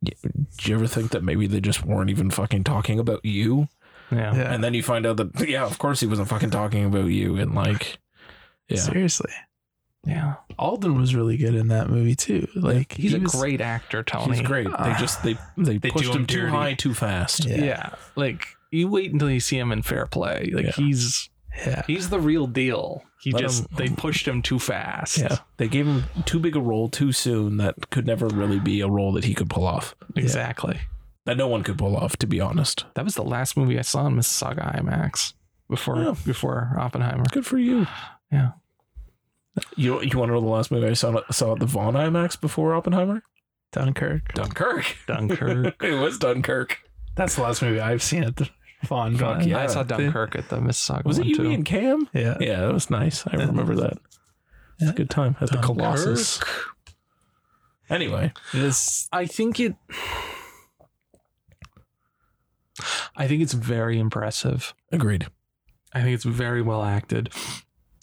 Speaker 1: y- do you ever think that maybe they just weren't even fucking talking about you?
Speaker 3: yeah.
Speaker 2: Yeah.
Speaker 1: And then you find out that yeah, of course he wasn't fucking talking about you and like yeah.
Speaker 2: Seriously,
Speaker 3: Yeah.
Speaker 2: Alden was really good in that movie too. Like
Speaker 3: He's
Speaker 2: he
Speaker 3: a
Speaker 2: was-
Speaker 3: great actor, Tony.
Speaker 1: He's great. They just they they,
Speaker 2: Ah. They
Speaker 1: pushed
Speaker 2: do him
Speaker 1: him too
Speaker 2: dirty.
Speaker 1: high too fast.
Speaker 2: Yeah.
Speaker 3: Yeah. Like you wait until you see him in Fair Play. Like
Speaker 1: Yeah.
Speaker 3: he's
Speaker 2: Yeah,
Speaker 3: he's the real deal. He
Speaker 1: Let
Speaker 3: just
Speaker 1: him-
Speaker 3: they pushed him too fast.
Speaker 1: Yeah. They gave him too big a role too soon that could never really be a role that he could pull off.
Speaker 3: Exactly.
Speaker 1: That no one could pull off, to be honest.
Speaker 3: That was the last movie I saw in Mississauga IMAX before
Speaker 1: Oh.
Speaker 3: before Oppenheimer.
Speaker 1: Good for you.
Speaker 3: Yeah.
Speaker 1: You you wanna know the last movie I saw saw at the Vaughn IMAX before Oppenheimer?
Speaker 2: Dunkirk.
Speaker 1: Dunkirk.
Speaker 3: Dunkirk.
Speaker 1: it was Dunkirk.
Speaker 2: That's the last movie I've seen at the Fawn. Fuck
Speaker 3: I saw Dunkirk at the Mississauga
Speaker 1: Was it
Speaker 3: one
Speaker 1: you
Speaker 3: too. Uh,
Speaker 1: and Cam?
Speaker 2: Yeah.
Speaker 1: Yeah, that was nice. I remember that. It's a good time at the Colossus. Anyway,
Speaker 2: This
Speaker 3: I think it. I think it's very impressive.
Speaker 1: agreed.
Speaker 3: I think it's very well acted.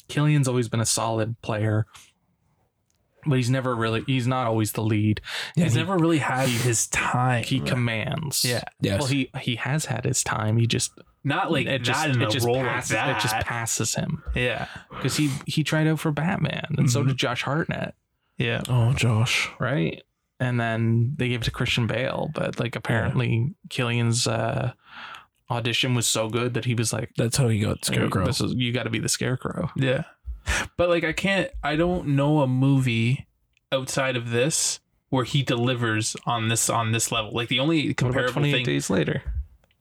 Speaker 3: Killian's always been a solid player, but he's never really. He's not always the lead.
Speaker 2: he's never really had his time.
Speaker 3: He commands.
Speaker 2: yeah,
Speaker 1: Yes.
Speaker 3: Well, he he has had his time. He just
Speaker 2: not like
Speaker 3: it just
Speaker 2: not in
Speaker 3: it
Speaker 2: a
Speaker 3: just
Speaker 2: role
Speaker 3: passes,
Speaker 2: like that.
Speaker 3: it just passes him
Speaker 2: yeah,
Speaker 3: because he he tried out for Batman and so did Josh Hartnett.
Speaker 2: yeah.
Speaker 1: oh, Josh.
Speaker 3: right? And then they gave it to Christian Bale, but like apparently Killian's uh, audition was so good that he was like,
Speaker 1: That's how he got Scarecrow.
Speaker 3: This is, you got to be the Scarecrow."
Speaker 2: Yeah. But like I can't I don't know a movie outside of this where he delivers on this on this level. Like the only
Speaker 3: What about
Speaker 2: comparable
Speaker 3: Twenty Eight
Speaker 2: thing
Speaker 3: Days Later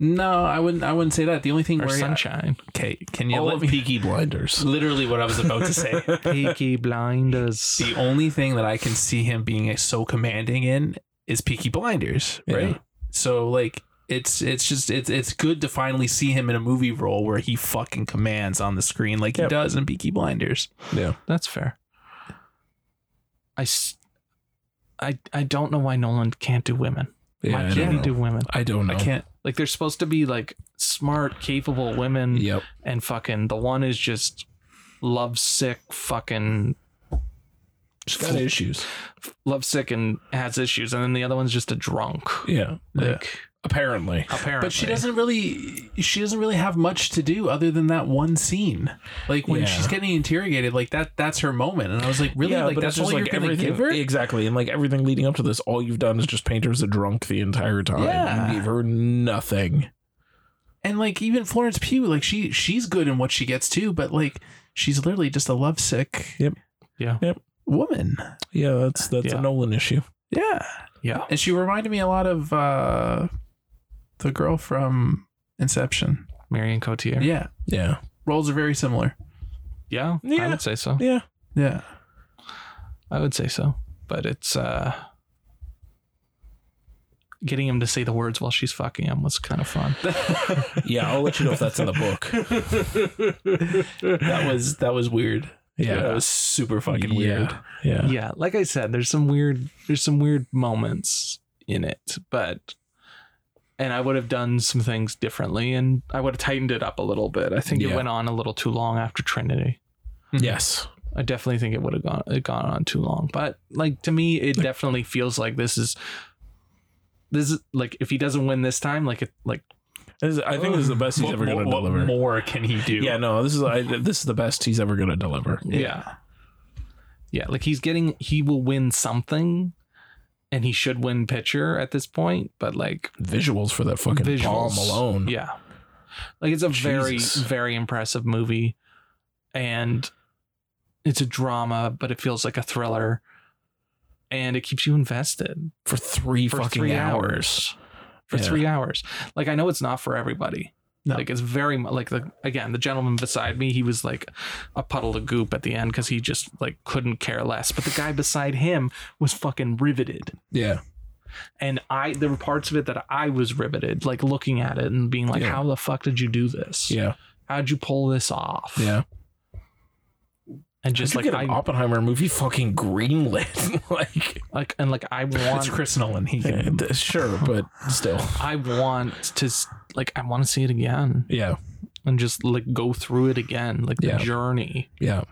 Speaker 2: No, I wouldn't I wouldn't say that. The only thing
Speaker 3: or
Speaker 2: where uh,
Speaker 3: Sunshine?
Speaker 2: Okay, can you
Speaker 1: All
Speaker 2: let
Speaker 1: of
Speaker 2: me
Speaker 1: Peaky Blinders.
Speaker 2: literally what I was about to say.
Speaker 3: Peaky Blinders.
Speaker 2: the only thing that I can see him being so commanding in is Peaky Blinders, right?
Speaker 1: Yeah.
Speaker 2: So like it's it's just it's it's good to finally see him in a movie role where he fucking commands on the screen like he
Speaker 1: Yep.
Speaker 2: does in Peaky Blinders.
Speaker 3: That's fair. I, s- I, I don't know why Nolan can't do women.
Speaker 1: Yeah,
Speaker 3: why
Speaker 1: I
Speaker 3: can't
Speaker 1: don't
Speaker 3: he
Speaker 1: know.
Speaker 3: do women?
Speaker 1: I don't know.
Speaker 2: I can't
Speaker 3: Like they're supposed to be like smart, capable women.
Speaker 1: Yep.
Speaker 3: and fucking the one is just lovesick fucking
Speaker 1: She's got issues.
Speaker 3: lovesick and has issues and then the other one's just a drunk
Speaker 1: Yeah.
Speaker 3: like
Speaker 1: Apparently.
Speaker 3: apparently
Speaker 2: But she doesn't really she doesn't really have much to do other than that one scene. Like when
Speaker 1: Yeah.
Speaker 2: she's getting interrogated, like that that's her moment. And I was like, really?
Speaker 1: yeah,
Speaker 2: like
Speaker 1: but
Speaker 2: that's
Speaker 1: it's just
Speaker 2: all
Speaker 1: like
Speaker 2: you're gonna
Speaker 1: everything.
Speaker 2: give her?
Speaker 1: Exactly. And like everything leading up to this, all you've done is just paint her as a drunk the entire time.
Speaker 2: Yeah.
Speaker 1: You gave her nothing.
Speaker 2: And like even Florence Pugh, like she she's good in what she gets to, but like she's literally just a lovesick
Speaker 1: Yep.
Speaker 3: Yeah.
Speaker 1: Yep.
Speaker 2: woman.
Speaker 1: Yeah, that's that's
Speaker 3: Yeah.
Speaker 1: a Nolan issue.
Speaker 2: Yeah.
Speaker 3: yeah
Speaker 2: And she reminded me a lot of uh the girl from Inception.
Speaker 3: marion cotillard yeah.
Speaker 2: Yeah.
Speaker 1: Yeah.
Speaker 2: Roles are very similar.
Speaker 3: Yeah, i
Speaker 1: Yeah.
Speaker 3: would say so
Speaker 1: Yeah.
Speaker 2: Yeah.
Speaker 3: i would say so but it's uh getting him to say the words while she's fucking him was kind of fun.
Speaker 7: Yeah, I'll let you know if that's in the book.
Speaker 2: that was that was weird.
Speaker 7: Yeah.
Speaker 2: that was super fucking
Speaker 7: Yeah.
Speaker 2: weird.
Speaker 7: Yeah.
Speaker 3: yeah, like I said, there's some weird there's some weird moments in it, but and I would have done some things differently and I would have tightened it up a little bit. I think
Speaker 7: Yeah.
Speaker 3: it went on a little too long after Trinity.
Speaker 7: Yes.
Speaker 3: I definitely think it would have gone it gone on too long. But like to me, it definitely feels like this is this is like if he doesn't win this time, like it like
Speaker 7: This is- I think this is the best he's
Speaker 2: What-
Speaker 7: ever going to
Speaker 2: what- what
Speaker 7: deliver.
Speaker 2: more can he do?
Speaker 7: Yeah, no, this is I, this is the best he's ever going to deliver.
Speaker 3: yeah. Yeah, like he's getting he will win something and he should win pitcher at this point, but like
Speaker 7: Visuals for that fucking palm
Speaker 3: Visuals.
Speaker 1: Mm-hmm.
Speaker 7: alone.
Speaker 3: Yeah. Like it's a
Speaker 7: Jesus.
Speaker 3: very, very impressive movie. And it's a drama, but it feels like a thriller. And it keeps you invested
Speaker 7: for three
Speaker 3: for
Speaker 7: fucking
Speaker 3: three
Speaker 7: hours.
Speaker 3: hours. For
Speaker 7: Yeah.
Speaker 3: three hours. Like I know it's not for everybody.
Speaker 2: No.
Speaker 3: Like it's very mu- like the again, the gentleman beside me, he was like a puddle of goop at the end because he just like couldn't care less. But the guy beside him was fucking riveted
Speaker 7: Yeah,
Speaker 3: and I there were parts of it that I was riveted, like looking at it and being like,
Speaker 7: Yeah.
Speaker 3: "How the fuck did you do this?
Speaker 7: yeah,
Speaker 3: How'd you pull this off?"
Speaker 7: yeah.
Speaker 3: and
Speaker 7: Just
Speaker 3: just
Speaker 7: you
Speaker 3: like
Speaker 7: get an
Speaker 3: I
Speaker 7: Oppenheimer movie fucking greenlit, like
Speaker 3: like and like I
Speaker 2: it's
Speaker 3: want
Speaker 2: Chris Nolan. He
Speaker 7: yeah,
Speaker 2: can,
Speaker 7: th- sure, but still,
Speaker 3: I want to s- like I want to see it again
Speaker 7: yeah,
Speaker 3: and just like go through it again, like the
Speaker 7: Yeah.
Speaker 3: journey
Speaker 7: yeah.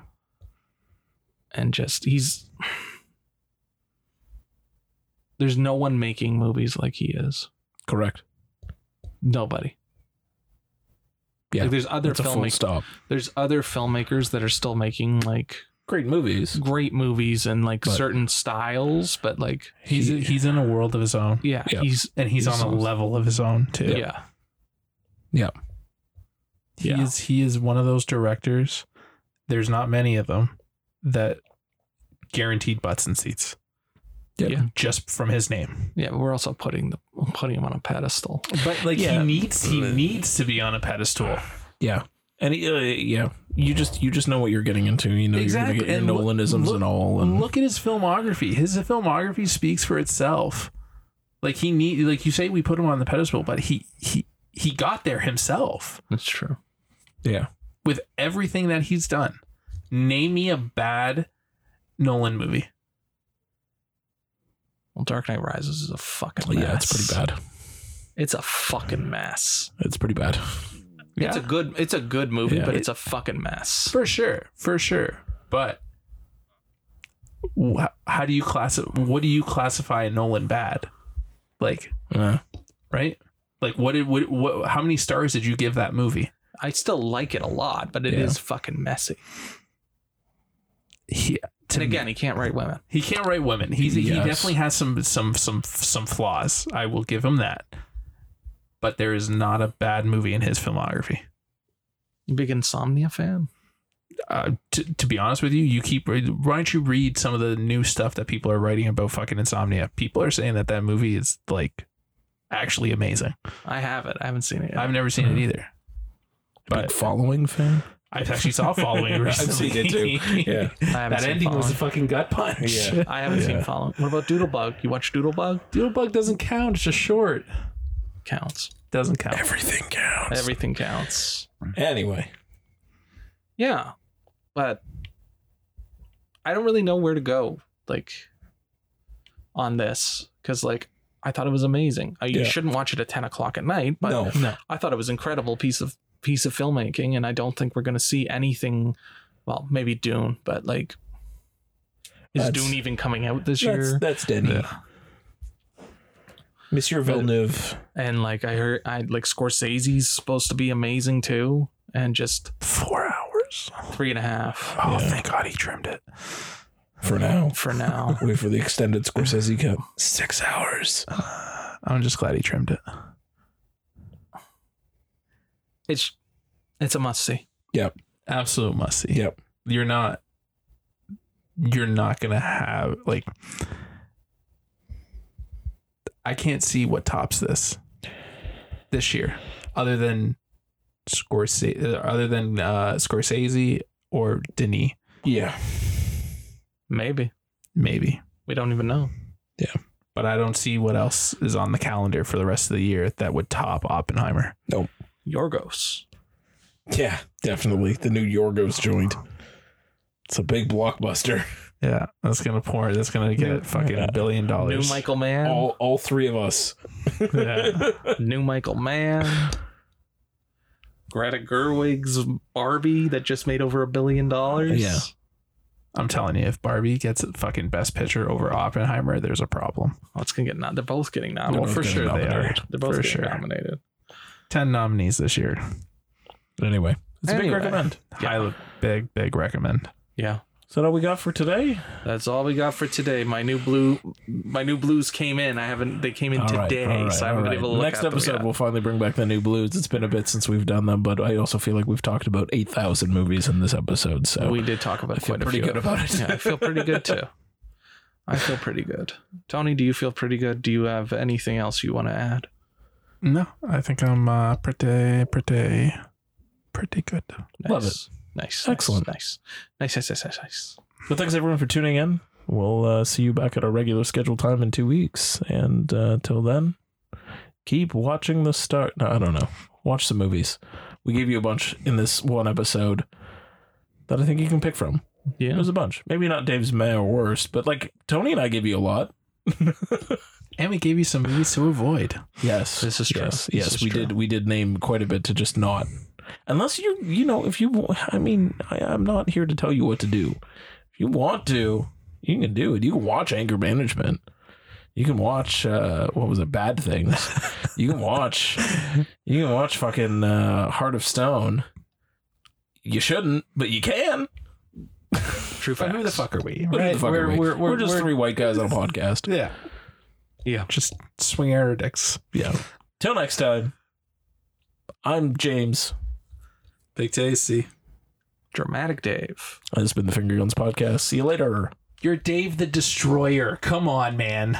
Speaker 3: and just he's. There's no one making movies like he is.
Speaker 7: Correct.
Speaker 3: Nobody.
Speaker 7: Yeah.
Speaker 3: Like there's other
Speaker 7: That's a full
Speaker 3: filmmakers.
Speaker 7: stop.
Speaker 3: There's other filmmakers that are still making like
Speaker 7: Great movies.
Speaker 3: great movies and like
Speaker 7: But-
Speaker 3: certain styles, but like
Speaker 2: he's he's in a world of his own,
Speaker 3: yeah,
Speaker 7: Yeah.
Speaker 3: he's
Speaker 2: and he's,
Speaker 3: He's
Speaker 2: on a
Speaker 3: awesome.
Speaker 2: level of his own too.
Speaker 3: yeah.
Speaker 2: He
Speaker 7: Yeah.
Speaker 2: is he is one of those directors. There's not many of them that guaranteed butts and seats.
Speaker 7: Yeah.
Speaker 3: Yeah.
Speaker 2: Just from his name.
Speaker 3: Yeah, but we're also putting the putting him on a pedestal.
Speaker 2: But like
Speaker 7: Yeah.
Speaker 2: he needs he needs to be on a pedestal.
Speaker 7: Yeah, and he, uh, yeah, you just you just know what you're getting into. You know
Speaker 2: Exactly,
Speaker 7: you're going
Speaker 2: and
Speaker 7: to get
Speaker 2: look-
Speaker 7: your Nolanisms
Speaker 2: look-
Speaker 7: and all, and
Speaker 2: Look at his filmography. His filmography speaks for itself. Like he need like you say we put him on the pedestal, but he he he got there himself
Speaker 3: That's true.
Speaker 7: yeah,
Speaker 2: with everything that he's done. Name me a bad Nolan movie.
Speaker 3: Well, Dark Knight Rises is a fucking mess.
Speaker 7: yeah, it's pretty bad.
Speaker 3: It's a fucking mess.
Speaker 7: It's pretty bad.
Speaker 3: It's a good it's a good movie,
Speaker 7: Yeah.
Speaker 3: but it's a fucking mess.
Speaker 2: For sure, for sure. But wh- how do you classify? What do you classify a Nolan bad? Like,
Speaker 7: Yeah.
Speaker 2: right? Like, what did what, what? How many stars did you give that movie?
Speaker 3: I still like it a lot, but it is
Speaker 7: Yeah.
Speaker 3: fucking messy.
Speaker 2: He, to
Speaker 3: And
Speaker 2: me-
Speaker 3: again, he can't write women.
Speaker 2: he can't write women. He's he
Speaker 7: Yes.
Speaker 2: definitely has some some some some flaws. I will give him that. But there is not a bad movie in his filmography.
Speaker 3: You big insomnia fan?
Speaker 2: Uh, to, to be honest with you, you keep why don't you read some of the new stuff that people are writing about fucking insomnia? People are saying that that movie is like actually amazing.
Speaker 3: I have it. I haven't seen it yet.
Speaker 2: I've never seen it either.
Speaker 7: Big
Speaker 2: But
Speaker 7: following thing.
Speaker 2: I actually saw Following recently.
Speaker 1: seen it too. Yeah.
Speaker 3: I haven't
Speaker 2: that
Speaker 3: seen
Speaker 2: ending was
Speaker 3: Following.
Speaker 2: a fucking gut punch.
Speaker 1: Yeah.
Speaker 3: I haven't seen following. What about Doodlebug? You watch Doodlebug?
Speaker 2: Doodlebug doesn't count. It's just short.
Speaker 3: Counts.
Speaker 2: Doesn't count.
Speaker 7: Everything counts.
Speaker 3: Everything counts.
Speaker 1: Anyway,
Speaker 3: Yeah. But I don't really know where to go like on this because like I thought it was amazing. I, You
Speaker 1: Yeah.
Speaker 3: shouldn't watch it at 10 o'clock at night, but
Speaker 1: no.
Speaker 3: I thought it was incredible piece of piece of filmmaking and I don't think we're going to see anything well, maybe Dune, but like is
Speaker 1: That's-
Speaker 3: Dune even coming out this
Speaker 1: That's
Speaker 3: year?
Speaker 1: that's Denny. Monsieur Villeneuve.
Speaker 3: And like I heard I like Scorsese's supposed to be amazing too and just
Speaker 2: Four hours.
Speaker 3: three and a half
Speaker 2: Oh, thank God he trimmed it.
Speaker 1: For now.
Speaker 3: for now.
Speaker 1: Wait for the extended Scorsese cut.
Speaker 2: Six hours. I'm just glad he trimmed it.
Speaker 3: it's it's a must see.
Speaker 2: Absolute must see.
Speaker 1: Yep.
Speaker 2: You're not. You're not gonna have like. I can't see what tops this. This year, other than Scorsese, other than uh, Scorsese or Denis,
Speaker 1: Yeah.
Speaker 3: Maybe.
Speaker 2: maybe.
Speaker 3: We don't even know.
Speaker 2: but I don't see what else is on the calendar for the rest of the year that would top Oppenheimer.
Speaker 3: Yorgos.
Speaker 1: Yeah, definitely. The new Yorgos joint. It's a big blockbuster.
Speaker 2: Yeah, that's gonna pour. That's gonna get fucking a billion
Speaker 3: New
Speaker 2: dollars.
Speaker 3: Michael Mann.
Speaker 1: All all three of us.
Speaker 2: Yeah.
Speaker 3: New Michael Mann. Greta Gerwig's Barbie that just made over a billion dollars.
Speaker 1: Yeah.
Speaker 2: I'm telling you, if Barbie gets a fucking best picture over Oppenheimer, there's a problem.
Speaker 3: Oh, it's gonna get nom- They're both getting nominated.
Speaker 2: Well, for sure they are.
Speaker 3: They're both
Speaker 2: For
Speaker 3: getting
Speaker 2: sure.
Speaker 3: nominated.
Speaker 2: Ten nominees this year.
Speaker 1: But anyway.
Speaker 2: It's a
Speaker 3: Anyway.
Speaker 2: big recommend.
Speaker 3: Yeah.
Speaker 2: Highly- big, big recommend.
Speaker 3: Yeah.
Speaker 1: Is that all we got for today?
Speaker 3: That's all we got for today. My new blue, my new blues came in. I haven't. They came in
Speaker 1: All right,
Speaker 3: today,
Speaker 1: all right,
Speaker 3: so I haven't
Speaker 1: all
Speaker 3: been
Speaker 1: right.
Speaker 3: able to look
Speaker 1: Next
Speaker 3: at them
Speaker 1: episode,
Speaker 3: yet.
Speaker 1: we'll finally bring back the new blues. It's been a bit since we've done them, but I also feel like we've talked about 8,000 movies in this episode. So
Speaker 3: We did talk about
Speaker 1: I feel
Speaker 3: quite a
Speaker 1: pretty
Speaker 3: few.
Speaker 1: good about it.
Speaker 3: yeah, I feel pretty good too. I feel pretty good. Tony, do you feel pretty good? Do you have anything else you want to add?
Speaker 2: No, I think I'm uh, pretty, pretty, pretty good.
Speaker 3: Nice.
Speaker 1: Love it.
Speaker 3: Nice.
Speaker 1: Excellent.
Speaker 3: Nice. Nice. Nice. Nice. Nice. nice.
Speaker 1: But thanks everyone for tuning in. We'll uh, see you back at our regular scheduled time in two weeks. And uh, till then, keep watching the star. No, I don't know. Watch some movies. We gave you a bunch in this one episode that I think you can pick from.
Speaker 3: Yeah.
Speaker 1: There's a bunch. Maybe not Dave's May or worst, but like Tony and I give you a lot.
Speaker 2: And we gave you some movies to avoid.
Speaker 1: Yes,
Speaker 3: This is true.
Speaker 1: Yes,
Speaker 3: This
Speaker 1: yes,
Speaker 3: is
Speaker 1: we
Speaker 3: true.
Speaker 1: did. We did name quite a bit to just not. Unless you, you know, if you, I mean, I, I'm not here to tell you what to do. If you want to, you can do it. You can watch anger management. You can watch uh, what was it? Bad things. you can watch. You can watch fucking uh, Heart of Stone. You shouldn't, but you can.
Speaker 3: True facts.
Speaker 2: But who the fuck are we?
Speaker 1: But who the fuck
Speaker 2: we're,
Speaker 1: are we?
Speaker 2: We're, we're,
Speaker 1: We're just
Speaker 2: we're-
Speaker 1: three white guys on a podcast.
Speaker 2: Yeah.
Speaker 3: Yeah.
Speaker 2: Just swing our dicks.
Speaker 1: Yeah. Till next time. I'm James.
Speaker 2: Big tasty.
Speaker 3: Dramatic Dave.
Speaker 1: This has been the Finger Guns Podcast. See you later.
Speaker 2: You're Dave the Destroyer. Come on, man.